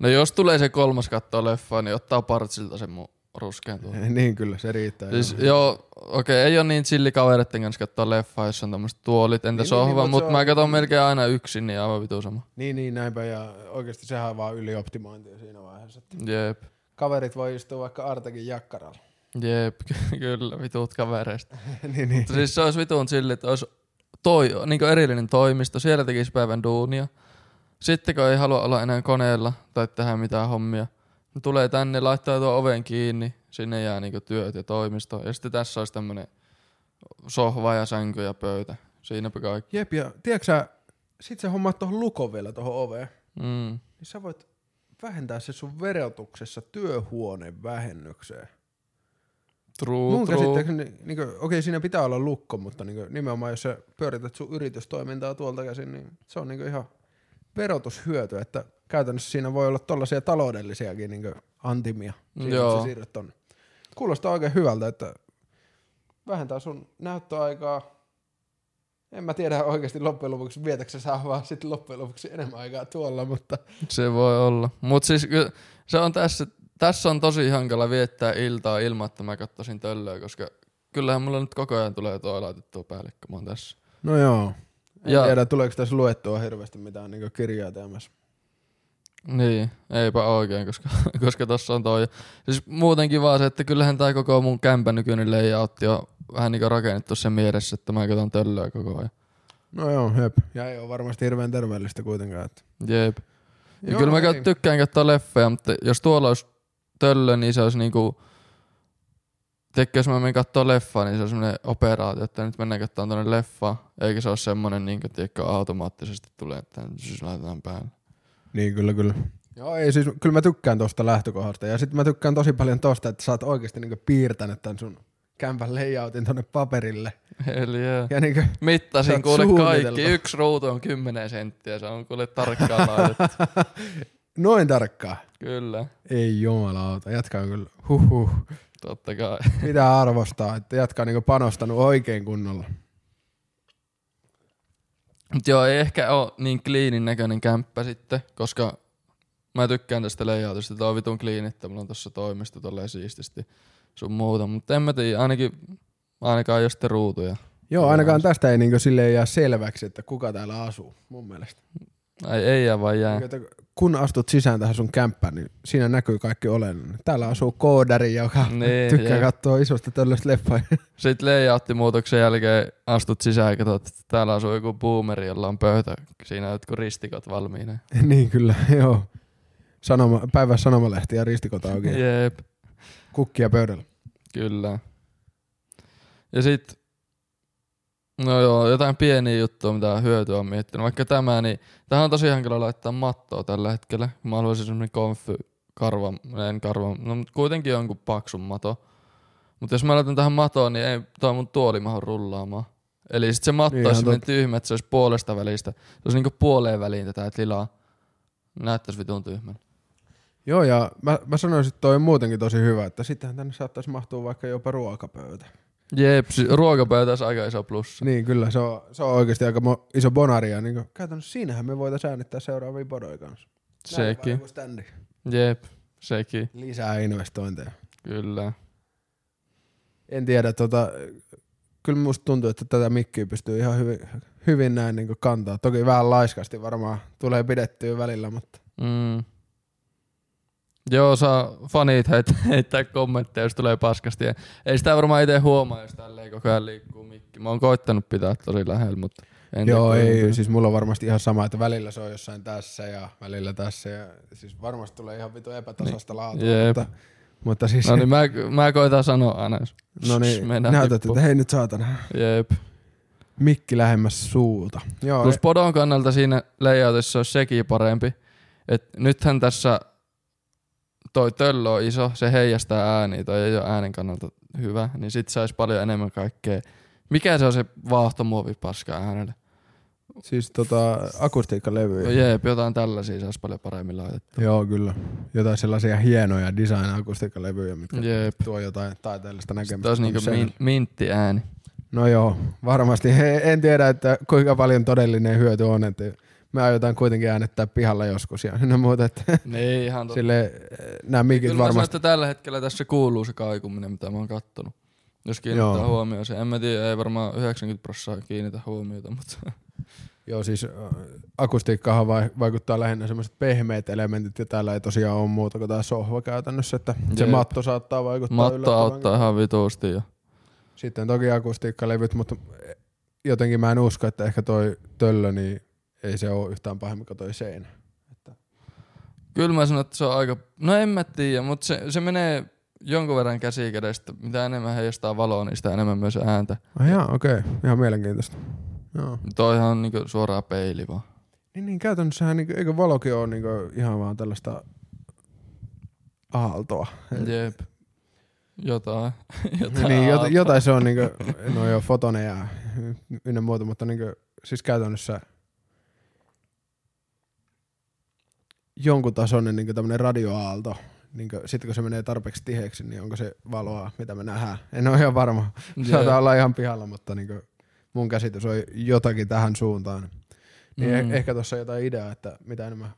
S1: no jos tulee se kolmas kattoo leffaa, niin ottaa partsilta sen mun ruskean tuolin.
S2: niin kyllä, se riittää.
S1: Mm. Siis
S2: joo.
S1: joo, okei, ei ole niin chilli kavereiden kanssa katsoa leffaa, jos on tämmöiset tuolit, entä
S2: Niin,
S1: niin, sohva,
S2: niin,
S1: niin,
S2: mut
S1: mutta
S2: se
S1: mut mä
S2: on-
S1: katson melkein aina yksin, niin aivan vitu sama.
S2: Niin, niin, näinpä. Ja oikeasti sehän on vaan ylioptimointia siinä vaiheessa. että
S1: Jep,
S2: Kaverit voi istua vaikka Artekin jakkaralla.
S1: jep, ky- kyllä, vituut kavereista.
S2: niin, niin.
S1: Mutta siis se olisi vitun chilli, että olisi toi, niin erillinen toimisto, siellä tekisi päivän duunia. Sitten kun ei halua olla enää koneella tai tehdä mitään hommia, niin tulee tänne, laittaa tuon oven kiinni, sinne jää niin työt ja toimisto. Ja sitten tässä olisi tämmöinen sohva ja sänky ja pöytä. Siinäpä kaikki.
S2: Jep, ja tiedätkö sä, sit sä hommaat tuohon lukon vielä tuohon oveen.
S1: Mm.
S2: Niin sä voit vähentää se sun verotuksessa työhuoneen vähennykseen.
S1: True,
S2: Mun
S1: true.
S2: käsittääkseni, niin okei okay, siinä pitää olla lukko, mutta niin kuin, nimenomaan jos sä pyörität sun yritystoimintaa tuolta käsin, niin se on niin kuin ihan verotushyöty, että käytännössä siinä voi olla tollaisia taloudellisiakin niin kuin antimia, siitä, Joo. että
S1: Joo.
S2: sä siirryt tonne. Kuulostaa oikein hyvältä, että vähentää sun näyttöaikaa. En mä tiedä oikeasti loppujen lopuksi, vietäksä sä vaan sitten loppujen lopuksi enemmän aikaa tuolla, mutta
S1: Se voi olla. Mutta siis ky- se on tässä, tässä on tosi hankala viettää iltaa ilman, että mä katsoisin töllöä, koska kyllähän mulla nyt koko ajan tulee tuo laitettua päälle, kun mä oon tässä.
S2: no joo. En
S1: Ja-
S2: tiedä, tuleeko tässä luettua hirveästi mitään niin kirjaa teemässä.
S1: Niin, eipä oikein, koska, koska tossa on toi. Siis muutenkin vaan se, että kyllähän tää koko mun kämpän nykyinen layoutti on vähän niinku rakennettu sen mielessä, että mä katson töllöä koko ajan.
S2: No joo, jep. Ja ei ole varmasti hirveän terveellistä kuitenkaan. Että.
S1: Jep.
S2: Niin
S1: Ja kyllä mä kat- tykkään katsoa leffejä, mutta jos tuolla olisi töllö, niin se olisi niinku... Tiedätkö, jos mä menen katsoa leffaa, niin se on semmoinen operaatio, että nyt mennään katsomaan tuonne leffaan. Eikä se ole semmoinen, niin kuin, tiedätkö, automaattisesti tulee, että zzz, laitetaan päälle.
S2: Niin, kyllä, kyllä. Joo, ei siis, kyllä mä tykkään tosta lähtökohdasta. Ja sitten mä tykkään tosi paljon tosta, että sä oot oikeasti niinku piirtänyt tämän sun kämpän layoutin tonne paperille.
S1: Eli yeah.
S2: Ja niinku, Sä
S1: Mittasin
S2: oot
S1: kuule
S2: suunnitellut.
S1: kaikki. Yksi ruutu on 10 senttiä, se on kuule tarkkaan laitettu.
S2: noin tarkkaa.
S1: Kyllä,
S2: Ei jumalauta, jätkä on kyllä huhhuh.
S1: totta kai.
S2: Mitä arvostaa, että jätkä on niinku panostanut oikein kunnolla.
S1: Mut joo, ei ehkä ole niin kliinin näköinen kämppä sitten, koska mä tykkään tästä layoutista. Tää on vitun clean, että mulla on tossa toimisto tolleen siististi sun muuta. Mutta en mä tiedä, ainakin, ainakaan jos te ruutuja.
S2: Joo, ainakaan tästä ei niinku silleen jää selväksi, että kuka täällä asuu, mun mielestä.
S1: Ai ei jää vaan jää.
S2: Että kun astut sisään tähän sun kämppään, niin siinä näkyy kaikki olennainen. Täällä asuu koodari, joka
S1: Niin,
S2: tykkää
S1: jep.
S2: katsoa isosta tällaista leffoja.
S1: Sitten layout-muutoksen jälkeen astut sisään ja katsot, että täällä asuu joku boomeri, jolla on pöytä. Siinä on jotkut ristikot valmiina.
S2: niin kyllä, joo. Sanoma, päivä sanomalehti ja ristikot auki. ja
S1: Jep,
S2: Kukkia pöydällä.
S1: kyllä. Ja sit, no joo, jotain pieniä juttuja, mitä hyötyä on miettinyt. Vaikka tämä, niin tähän on tosi hankala laittaa mattoa tällä hetkellä. Mä haluaisin semmonen konfy, karva, en karva, no mut kuitenkin jonkun paksun mato. Mutta jos mä laitan tähän matoon, niin ei toi mun tuoli mahdu rullaamaan. Eli sit se matto
S2: Niin,
S1: niin, olisi
S2: ihan
S1: semmonen tyhmä, että se olisi puolesta välistä. Se olisi niinku puoleen väliin tätä tilaa. Näyttäisi vitun tyhmän.
S2: Joo, ja mä, mä sanoisin, että toi on muutenkin tosi hyvä, että sittenhän tänne saattaisi mahtua vaikka jopa ruokapöytä.
S1: Jep, si- ruokapöytä olisi aika iso plussa.
S2: Niin, kyllä, se on, se on oikeasti aika mo- iso bonari, ja niin käytännössä siinähän me voitaisiin äänittää seuraavia podoja kanssa. Niin. Näin vaan
S1: Sekin.
S2: joku ständi.
S1: Jep, sekin.
S2: Lisää investointeja.
S1: Kyllä.
S2: En tiedä, tota, kyllä musta tuntuu, että tätä mikkiä pystyy ihan hyvin, hyvin näin niin kantaa. Toki vähän laiskasti varmaan tulee pidettyä välillä, mutta
S1: Mm. Joo, saa fanit heit, heittää kommentteja, jos tulee paskasti. Ja ei sitä varmaan itse huomaa, jos tälleen koko ajan liikkuu mikki. Mä oon koittanut pitää tosi lähellä, mutta en
S2: joo,
S1: tiedä,
S2: ei,
S1: kuinka.
S2: siis mulla on varmasti ihan sama, että välillä se on jossain tässä ja välillä tässä. Ja, siis varmasti tulee ihan vitu epätasasta laatua,
S1: Niin. Jep.
S2: mutta, mutta siis...
S1: No niin, mä, mä koitan sanoa aina. jos-
S2: No niin,
S1: mennään
S2: näytät,
S1: tippu.
S2: että hei nyt saatana.
S1: Jep.
S2: Mikki lähemmäs suuta. Joo,
S1: Plus podon kannalta siinä layoutissa olisi sekin parempi. Et nythän tässä toi töllö on iso, se heijastaa ääniä, toi ei ole äänen kannalta hyvä, niin sit saisi paljon enemmän kaikkea. Mikä se on se vaahtomuovi paska äänelle?
S2: ei- siis tota, akustiikkalevyjä.
S1: No jeep, jotain tällaisia saisi paljon paremmin laitettua.
S2: Joo, kyllä. Jotain sellaisia hienoja design-akustiikkalevyjä, mitkä
S1: Jep.
S2: tuo jotain taiteellista näkemystä.
S1: Niin. Taas niinku
S2: Sen-
S1: min, mintti ääni.
S2: No joo, varmasti. He- En tiedä, että kuinka paljon todellinen hyöty on. Että mä aiotan kuitenkin äänettää pihalla joskus ja no muuta. Että
S1: niin ihan totta.
S2: sille, eh, nämä mikit
S1: Kyllä mä sanon,
S2: varmasti.
S1: että tällä hetkellä tässä kuuluu se kaikuminen, mitä mä oon kattonut. Jos kiinnittää
S2: Joo.
S1: huomioon se. En mä tiedä, ei varmaan 90 prosenttia kiinnitä huomiota, mutta
S2: Joo, siis äh, akustiikkahan vai- vaikuttaa lähinnä semmoiset pehmeät elementit ja täällä ei tosiaan ole muuta kuin tämä sohva käytännössä. Että se
S1: Jep.
S2: matto saattaa vaikuttaa
S1: matto
S2: yllättävänkin.
S1: auttaa ihan vituusti. Ja.
S2: Sitten toki akustiikkalevyt, mutta eh, jotenkin mä en usko, että ehkä toi töllö, niin ei se ole yhtään pahemmin kuin toi seinä.
S1: Kyllä mä sanon, että se on aika... No en mä tiedä, mutta se, se menee jonkun verran käsikädestä. Mitä enemmän heijastaa valoa, niin sitä enemmän myös ääntä.
S2: Ai jaa, okei. Okay. Ihan mielenkiintoista. Joo.
S1: Toihan on niinku suoraan peili vaan.
S2: Niin, niin käytännössähän, niin, eikö valokin ole niin ihan vaan tällaista aaltoa?
S1: Jep. Jotain. jotain
S2: niin, jot,
S1: aaltoa.
S2: jotain se on, niin kuin, no joo, fotoneja ynnä muuta, mutta niin kuin, siis käytännössä jonkun tasoinen niin tämmöinen radioaalto, niin kuin, sitten kun se menee tarpeeksi tiheeksi, niin onko se valoa, mitä me nähdään? En ole ihan varma. Saattaa
S1: Jep.
S2: olla ihan pihalla, mutta niin kuin, mun käsitys on jotakin tähän suuntaan. Niin
S1: Mm.
S2: mm. ehkä tuossa on jotain ideaa, että mitä enemmän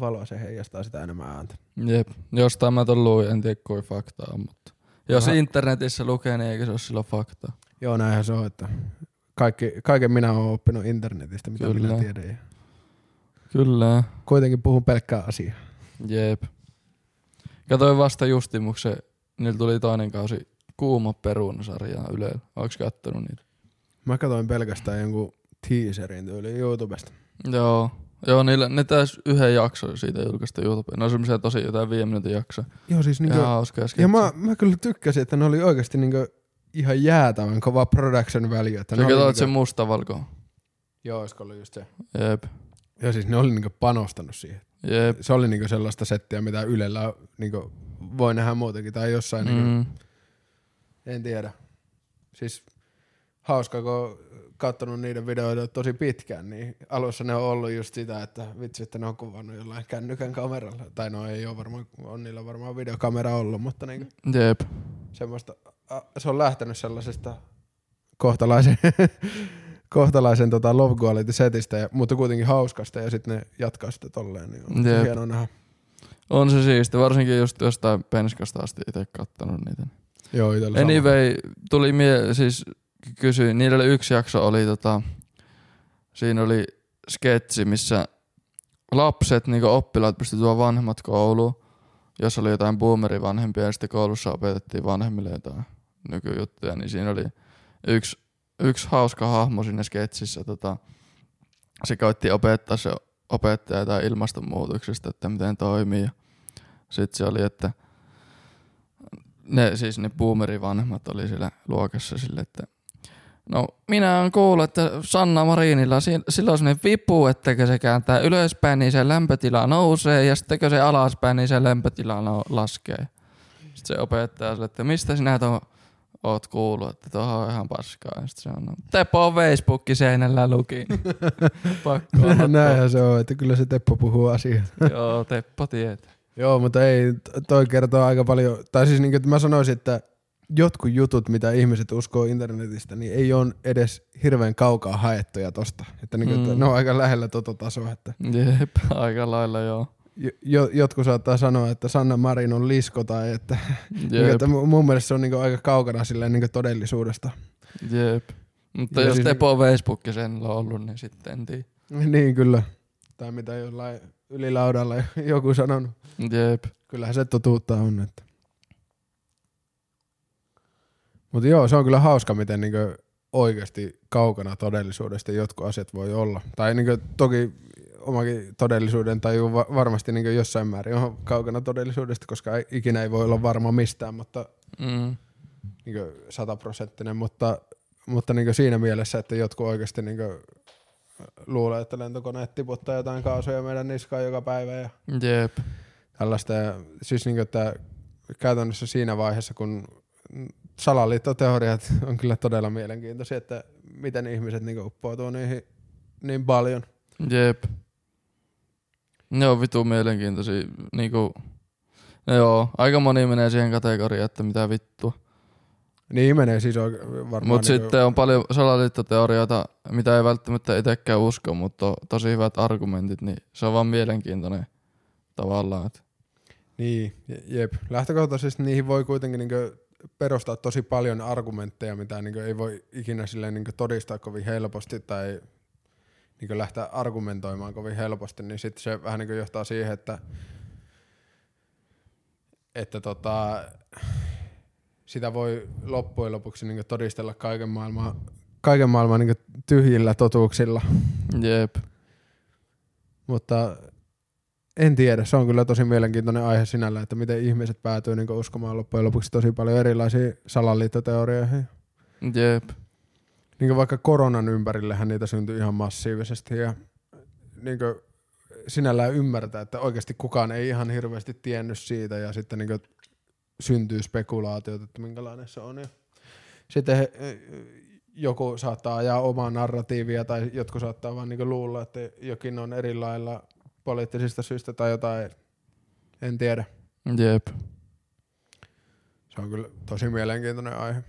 S2: valoa se heijastaa, sitä enemmän ääntä.
S1: Mm. Jep, jostain mä ton luin, en tiedä kuin faktaa on, mutta jos
S2: Vähän-
S1: internetissä lukee, niin eikö se ole silloin faktaa?
S2: Joo, näinhän se on, että kaikki, kaiken minä olen oppinut internetistä, mitä Kyllä. minä
S1: Kyllä.
S2: tiedän. ja
S1: Kyllä,
S2: Kuitenkin puhun pelkkää asiaa.
S1: jep. Katoin vasta justimuksen, niillä tuli toinen kausi Kuuma perunasarjaa Ylellä. Ootko kattonut niitä?
S2: Mä katsoin pelkästään jonkun teaserin tyyliin YouTubesta.
S1: Joo. Joo, niillä, ne täys yhden jakson siitä julkaista YouTubeen. Ne on semmoisia tosi jotain viiden minuutin jaksoja.
S2: Joo, siis
S1: Niin
S2: niinku,
S1: Ihan hauskaa
S2: ja
S1: sketsi.
S2: mä, mä kyllä tykkäsin, että ne oli oikeasti niinku ihan jäätävän kova production value. Että
S1: Sä
S2: ne oli
S1: katsoit
S2: niinku,
S1: sen mustavalkoon.
S2: Joo, olisiko ollut just se.
S1: Jep,
S2: Joo, siis ne oli niinku panostanut siihen.
S1: jep.
S2: Se oli niinku sellaista settiä, mitä Ylellä on, niinku, voi nähdä muutenkin tai jossain. Mm. Niinku,
S1: Mm.
S2: en tiedä. Siis hauska, kun katsonut niiden videoita tosi pitkään, niin alussa ne on ollut just sitä, että vitsi, että ne on kuvannut jollain kännykän kameralla. Tai no ei ole varmaan, on niillä varmaan videokamera ollut, mutta niin
S1: Jep.
S2: semmoista, a- se on lähtenyt sellaisesta kohtalaisen, kohtalaisen tota Love Quality setistä, ja, mutta kuitenkin hauskasta ja sitten ne jatkaa sitä tolleen. Niin on
S1: Jep.
S2: hienoa nähdä.
S1: On se siisti, varsinkin just jostain penskasta asti itse kattonut niitä.
S2: Joo, itsellä sama.
S1: Anyway, tuli mie, siis kysyin, niillä oli yksi jakso oli tota, siinä oli sketsi, missä lapset, niin oppilaat pystyivät tuomaan vanhemmat kouluun, jos oli jotain boomeri vanhempia ja sitten koulussa opetettiin vanhemmille jotain nykyjuttuja, niin siinä oli yksi, yksi hauska hahmo siinä sketsissä, tota, se koitti opettaa se opettaja jotain ilmastonmuutoksesta, että miten toimii. Sitten se oli, että ne, siis ne boomerivanhemmat oli siellä luokassa sille, että no minä on kuullut, että Sanna Marinilla si- sillä on sellainen vipu, että kun se kääntää ylöspäin, niin se lämpötila nousee ja sitten kun se alaspäin, niin se lämpötila no- laskee. Sitten se opettaa sille, että mistä sinä tuon oot kuullut, että tuohon on ihan paskaa. Ja sitten se on, no, Teppo on Facebook-seinällä luki. Pakko olla
S2: Näinhän se on, että kyllä se Teppo puhuu asiaa.
S1: totta. Joo, Teppo tietää.
S2: Joo, mutta ei, t- toi kertoo aika paljon, tai siis niin kuin mä sanoisin, että jotkut jutut, mitä ihmiset uskoo internetistä, niin ei ole edes hirveän kaukaa haettuja tosta. Että, niin kuin, mm. että
S1: Mm.
S2: ne on aika lähellä tota tasoa, että
S1: Jep, aika lailla joo.
S2: jo- jo, jotkut saattaa sanoa, että Sanna Marin on lisko tai että, niin kuin,
S1: Jep.
S2: että mu- mun mielestä se on niin kuin aika kaukana silleen, niin kuin todellisuudesta.
S1: Jep. Mutta
S2: Ja
S1: jos
S2: siis-
S1: Tepo on Facebook sen on ollut, niin sitten en tiedä.
S2: Niin kyllä. Tai mitä jollain ylilaudalla joku sanonut.
S1: Jep.
S2: Kyllähän se totuutta on. Että. Mutta joo, se on kyllä hauska, miten niinku oikeasti kaukana todellisuudesta jotkut asiat voi olla. Tai niinku, toki omakin todellisuuden tai varmasti niinku jossain määrin on kaukana todellisuudesta, koska ei- ikinä ei voi olla varma mistään, mutta
S1: Mm.
S2: niinku sataprosenttinen. Mutta, mutta niinku siinä mielessä, että jotkut oikeasti niinku luulee, että lentokoneet tiputtaa jotain kaasuja meidän niskaan joka päivä ja
S1: Jep.
S2: tällaista. Ja siis niin että käytännössä siinä vaiheessa, kun salaliittoteoriat on kyllä todella mielenkiintoisia, että miten ihmiset niin uppoutuu niihin niin paljon.
S1: Jep. Ne on vitu mielenkiintoisia. Niinku, no joo, aika moni menee siihen kategoriaan, että mitä vittua.
S2: Niin menee siis oike- varmaan...
S1: Mutta
S2: niin
S1: sitten on paljon salaliittoteorioita, mitä ei välttämättä itsekään usko, mutta on tosi hyvät argumentit, niin se on vaan mielenkiintoinen tavallaan. Et.
S2: Niin, je- jep. Lähtökohtaisesti niihin voi kuitenkin niin perustaa tosi paljon argumentteja, mitä niin ei voi ikinä silleen niin todistaa kovin helposti tai niin lähteä argumentoimaan kovin helposti, niin sitten se vähän niin johtaa siihen, että, että tota, sitä voi loppujen lopuksi niin todistella kaiken maailman, kaiken maailman niin tyhjillä totuuksilla.
S1: Jep.
S2: Mutta en tiedä, se on kyllä tosi mielenkiintoinen aihe sinällä, että miten ihmiset päätyy niin uskomaan loppujen lopuksi tosi paljon erilaisiin salaliittoteorioihin.
S1: Jep.
S2: Niin vaikka koronan ympärillähän niitä syntyi ihan massiivisesti ja niin sinällään ymmärtää, että oikeasti kukaan ei ihan hirveästi tiennyt siitä ja sitten niin syntyy spekulaatiot, että minkälainen se on. Ja sitten he, joku saattaa ajaa omaa narratiivia tai jotkut saattaa vaan niin luulla, että jokin on eri lailla poliittisista syistä tai jotain, en tiedä.
S1: Jep.
S2: Se on kyllä tosi mielenkiintoinen aihe.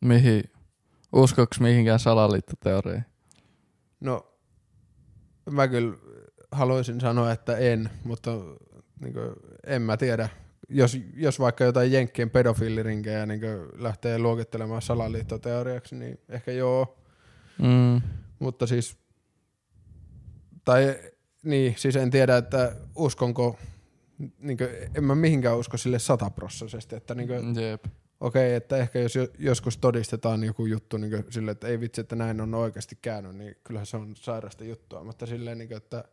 S1: Mihin, uskoks mihinkään salaliittoteoriaan?
S2: No, mä kyllä haluaisin sanoa, että en, mutta niin kuin, en mä tiedä. Jos, jos vaikka jotain jenkkien pedofiilirinkejä niin kuin, lähtee luokittelemaan salaliittoteoriaksi, niin ehkä joo.
S1: Mm.
S2: Mutta siis, tai niin, siis en tiedä, että uskonko, niin kuin, en mä mihinkään usko sille sataprosessisesti, että niin kuin,
S1: Jep.
S2: okei, että ehkä jos jo- joskus todistetaan joku juttu niin kuin sille, että ei vitsi, että näin on oikeasti käynyt, niin kyllähän se on sairasta juttua, mutta silleen, niin kuin, että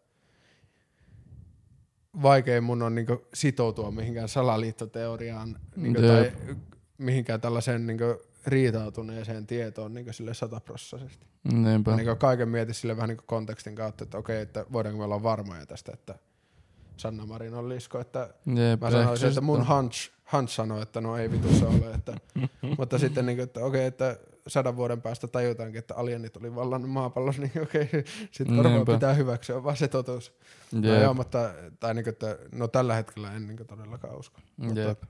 S2: vaikein mun on niin kuin, sitoutua mihinkään salaliittoteoriaan niin kuin, tai
S1: Jep.
S2: mihinkään tällaiseen niin kuin, riitautuneeseen tietoon niin kuin, sille sataprosessisesti.
S1: Niinpä.
S2: Niin kuin, kaiken mieti sille vähän niin kuin kontekstin kautta, että okei, että voidaanko me olla varmoja tästä, että Sanna Marinon lisko, että
S1: Jep,
S2: Mä sanoisin,
S1: ehkä
S2: että mun
S1: sitten-
S2: hunch, hunch sanoi, että no ei vitussa ole. Että, mutta sitten, niin kuin, että okei, että sadan vuoden päästä tajutaankin, että alienit oli vallannut maapallon, niin okei, sitten varmaan
S1: Niinpä.
S2: pitää hyväksyä vaan se totuus. No
S1: Jep,
S2: joo, mutta tai niin kuin, että, no tällä hetkellä en niin kuin, todellakaan usko. Mutta,
S1: jep.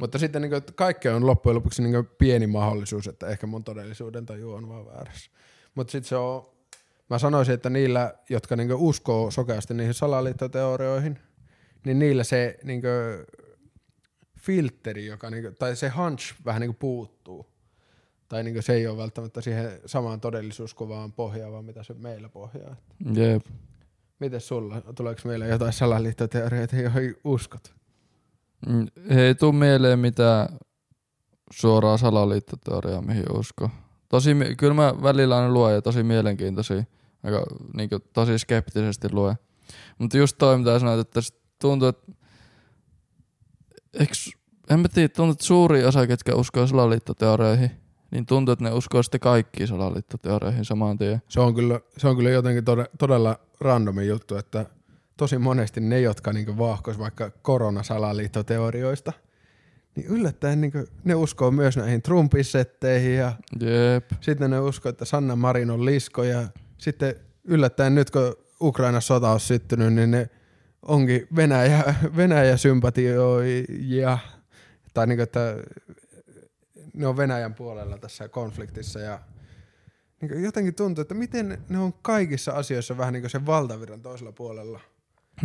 S2: mutta sitten niin kuin, että kaikkea on loppujen lopuksi niin kuin pieni mahdollisuus, että ehkä mun todellisuuden taju on vaan väärässä. Mutta sitten se on, mä sanoisin, että niillä, jotka niin kuin uskoo sokeasti niihin salaliittoteorioihin, niin niillä se niin kuin, filteri, joka, niin kuin, tai se hunch vähän niin kuin puuttuu. Tai niin kuin, se ei ole välttämättä siihen samaan todellisuuskuvaan pohjaavaa, mitä se meillä pohjaa.
S1: Jep.
S2: Miten sulla? Tuleeko meillä jotain salaliittoteorioita, joihin uskot?
S1: Mm, Ei tuu mieleen mitään suoraa salaliittoteoriaa, mihin usko. Tosi, mi- kyllä mä välillä aina luen ja tosi mielenkiintoisia, aika niin kuin, tosi skeptisesti luen. Mutta just toi, mitä sanoit, että s- tuntuu, että eiks, en mä tiedä, tuntuu, että suuri osa, ketkä uskoo salaliittoteorioihin, niin tuntuu, että ne uskoo sitten kaikkiin salaliittoteorioihin saman tien.
S2: Se on kyllä, se on kyllä jotenkin todella, todella randomi juttu, että tosi monesti ne, jotka niin vaahkois vaikka koronasalaliittoteorioista, niin yllättäen niin ne uskoo myös näihin Trumpisetteihin ja
S1: Jep,
S2: sitten ne uskoo, että Sanna Marin on lisko ja sitten yllättäen nyt kun Ukrainan sota on syttynyt, niin ne onkin Venäjä, Venäjä sympatioija tai niin kuin, että ne on Venäjän puolella tässä konfliktissa ja niin kuin jotenkin tuntuu, että miten ne on kaikissa asioissa vähän niin kuin sen valtavirran toisella puolella.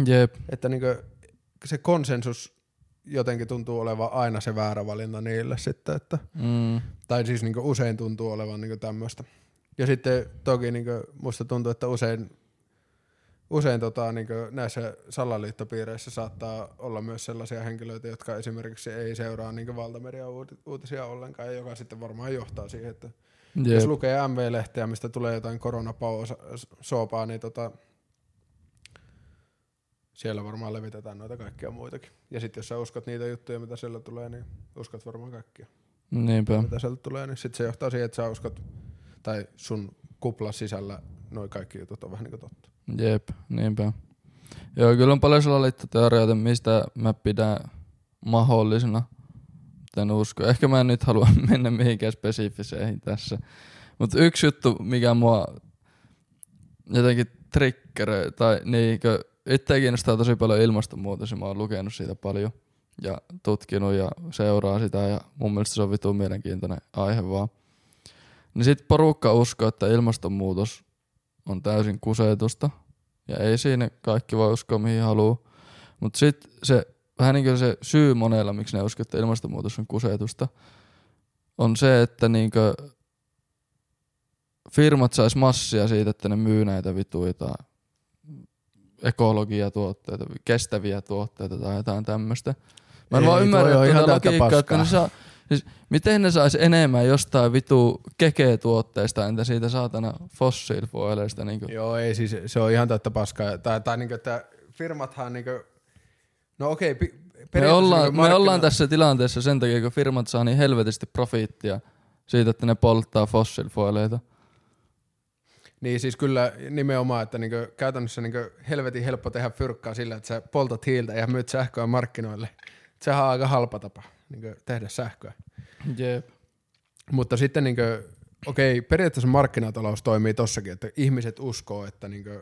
S1: jep,
S2: Että niin kuin se konsensus jotenkin tuntuu olevan aina se väärä valinta niille sitten, että
S1: mm,
S2: tai siis niinku usein tuntuu olevan niinku tämmöistä. Ja sitten toki niinku musta tuntuu, että usein, usein tota, niinku näissä salaliittopiireissä saattaa olla myös sellaisia henkilöitä, jotka esimerkiksi ei seuraa niinku valtamedian uut- uutisia ollenkaan, joka sitten varmaan johtaa siihen, että
S1: jep,
S2: jos lukee MV-lehteä, mistä tulee jotain koronapaosoopaa, niin tota, siellä varmaan levitetään noita kaikkia muitakin. Ja sitten jos sä uskot niitä juttuja, mitä siellä tulee, niin uskot varmaan kaikkia
S1: niinpä,
S2: mitä sieltä tulee, niin sit se johtaa siihen, että sä uskot, tai sun kupla sisällä noin kaikki jutut on vähän niin totta.
S1: Jep, niinpä. Joo, kyllä on paljon salaliittoteorioita, mistä mä pidän mahdollisena. Mutta En usko. Ehkä mä en nyt halua mennä mihinkään spesifiseihin tässä. Mutta yksi juttu, mikä mua jotenkin triggeröi, tai niinkö, itseä kiinnostaa tosi paljon ilmastonmuutos, ja mä oon lukenut siitä paljon ja tutkinut ja seuraa sitä, ja mun mielestä se on vitun mielenkiintoinen aihe vaan. Niin sit porukka uskoo, että ilmastonmuutos on täysin kusetusta. Ja ei siinä kaikki voi uskoa mihin haluaa. Mutta sitten se vähän niin kuin se syy monella, miksi ne uskoo, että ilmastonmuutos on kusetusta, on se, että niin kuin firmat sais massia siitä, että ne myy näitä vituita ekologiatuotteita, kestäviä tuotteita tai jotain tämmöistä. Mä en
S2: Ei, niin
S1: vaan
S2: toi
S1: ymmärrä
S2: on ihan
S1: tätä
S2: täyttä
S1: logiikkaa, että ne
S2: paskaa.
S1: saa, siis miten ne sais enemmän jostain vitu kekee-tuotteista, entä siitä saatana fossil fuelista, niin
S2: Joo, ei siis, se on ihan täyttä paskaa. Tai, tai niin kuin, että firmathan niin kuin, no okei, okay,
S1: Me
S2: niinku
S1: ollaan, me ollaan tässä tilanteessa sen takia, kun firmat saa niin helvetisti profiittia siitä, että ne polttaa fossilfoileita.
S2: Niin siis kyllä nimenomaan, että niin kuin, käytännössä niin kuin, helvetin helppo tehdä fyrkkaa sillä, että sä poltat hiiltä ja myyt sähköä markkinoille. Sehän on aika halpa tapa niin kuin, tehdä sähköä.
S1: Jep.
S2: Mutta sitten niin kuin, okei, periaatteessa markkinatalous toimii tossakin, että ihmiset uskoo, että niin kuin,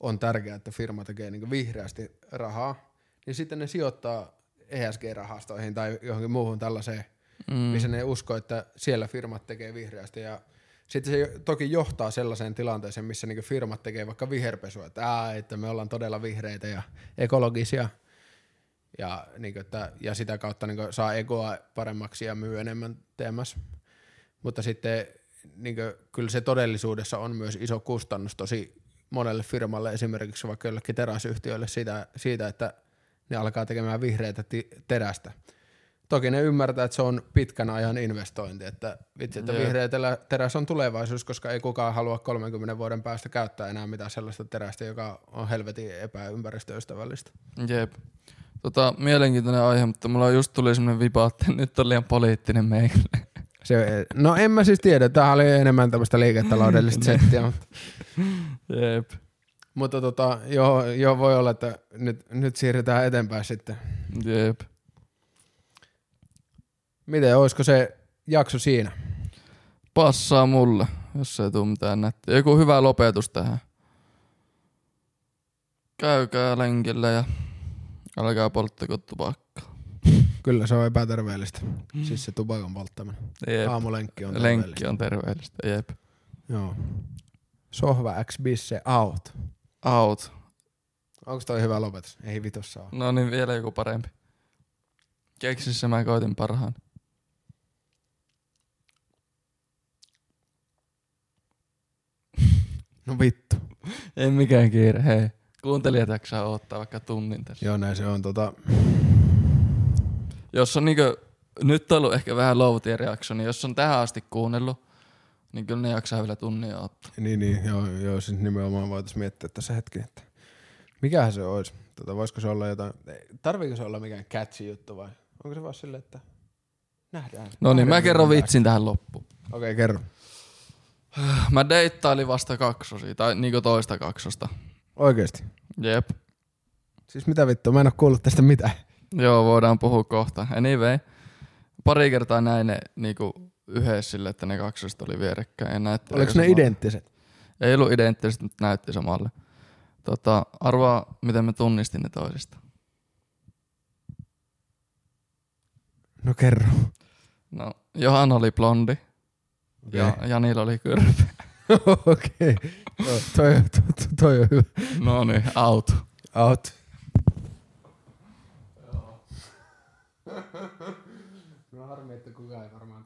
S2: on tärkeää, että firma tekee niin kuin vihreästi rahaa, niin sitten ne sijoittaa ESG-rahastoihin tai johonkin muuhun tällaiseen,
S1: Mm.
S2: mm. missä ne uskoo, että siellä firmat tekee vihreästi ja sitten se toki johtaa sellaiseen tilanteeseen, missä niin firmat tekee vaikka viherpesua, että, ää, että me ollaan todella vihreitä ja ekologisia ja, niin kuin, että, ja sitä kautta niin kuin, saa egoa paremmaksi ja myy enemmän teemässä. Mutta sitten niin kuin, kyllä se todellisuudessa on myös iso kustannus tosi monelle firmalle, esimerkiksi vaikka jollekin teräsyhtiölle siitä, siitä että ne alkaa tekemään vihreitä ti- terästä. Toki ne ymmärtää, että se on pitkän ajan investointi, että vitsi, että
S1: Jep.
S2: vihreä telä- teräs on tulevaisuus, koska ei kukaan halua 30 vuoden päästä käyttää enää mitään sellaista terästä, joka on helvetin epäympäristöystävällistä.
S1: Jep. Tota, mielenkiintoinen aihe, mutta mulla just tuli semmonen vipa, että nyt on liian poliittinen meikille.
S2: Se, no en
S1: Niin.
S2: mä siis tiedä, tämä oli enemmän tämmöistä liiketaloudellista settiä, mutta
S1: Jep.
S2: Mutta tota, joo, joo, voi olla, että nyt, nyt siirrytään eteenpäin sitten.
S1: Jep.
S2: Miten, olisiko se jakso siinä?
S1: Passaa mulle, jos ei tule mitään nättiä. Joku hyvä lopetus tähän. Käykää lenkillä ja älkää polttako tupakkaa.
S2: Kyllä se on epäterveellistä. Siis se tupakan polttaminen.
S1: Mm. Jep.
S2: Aamulenkki on
S1: Lenkki on terveellistä. Jep.
S2: Joo. Sohva X bisse out.
S1: Out.
S2: Onko toi hyvä lopetus? Ei vitossa ole.
S1: No niin, vielä joku parempi. Keksissä mä koitin parhaan.
S2: No vittu.
S1: Ei mikään kiire, hei. Kuuntelijat jaksaa odottaa vaikka tunnin tässä.
S2: Joo, näin se on. Tota,
S1: Jos on niinkö, nyt on ollut ehkä vähän low tier jakso, niin jos on tähän asti kuunnellut, niin kyllä ne jaksaa vielä tunnia ottaa.
S2: niin, niin, joo, joo, siis nimenomaan voitaisiin miettiä tässä hetki, että mikähän se olisi. Tota, voisiko se olla jotain, ei, tarviiko se olla mikään catchy juttu vai onko se vaan silleen, että nähdään.
S1: No niin,
S2: Nähdään,
S1: mä
S2: kun
S1: kerron
S2: nähdään.
S1: vitsin tähän loppuun.
S2: Okei, okay, kerro.
S1: Mä deittailin vasta kaksosia, tai niinku toista kaksosta.
S2: Oikeesti.
S1: Jep.
S2: Siis mitä vittua, mä en oo kuullut tästä mitään.
S1: Joo, voidaan puhua kohta. Anyway, pari kertaa näin ne niinku yhdessä sille, että ne kaksoset oli vierekkäin. Ja näytti aika
S2: Oliko ne
S1: samalta.
S2: identtiset?
S1: Ei ollut identtiset, mutta näytti samalle. Tota, arvaa, miten mä tunnistin ne toisista.
S2: No kerro.
S1: No, Johan oli blondi
S2: Okei.
S1: ja Janilla oli kyrpä.
S2: Okei. Joo, Toi, on- toi, toi, toi on hyvä.
S1: No niin, auto.
S2: Out. no harmi, että kukaan ei varmaan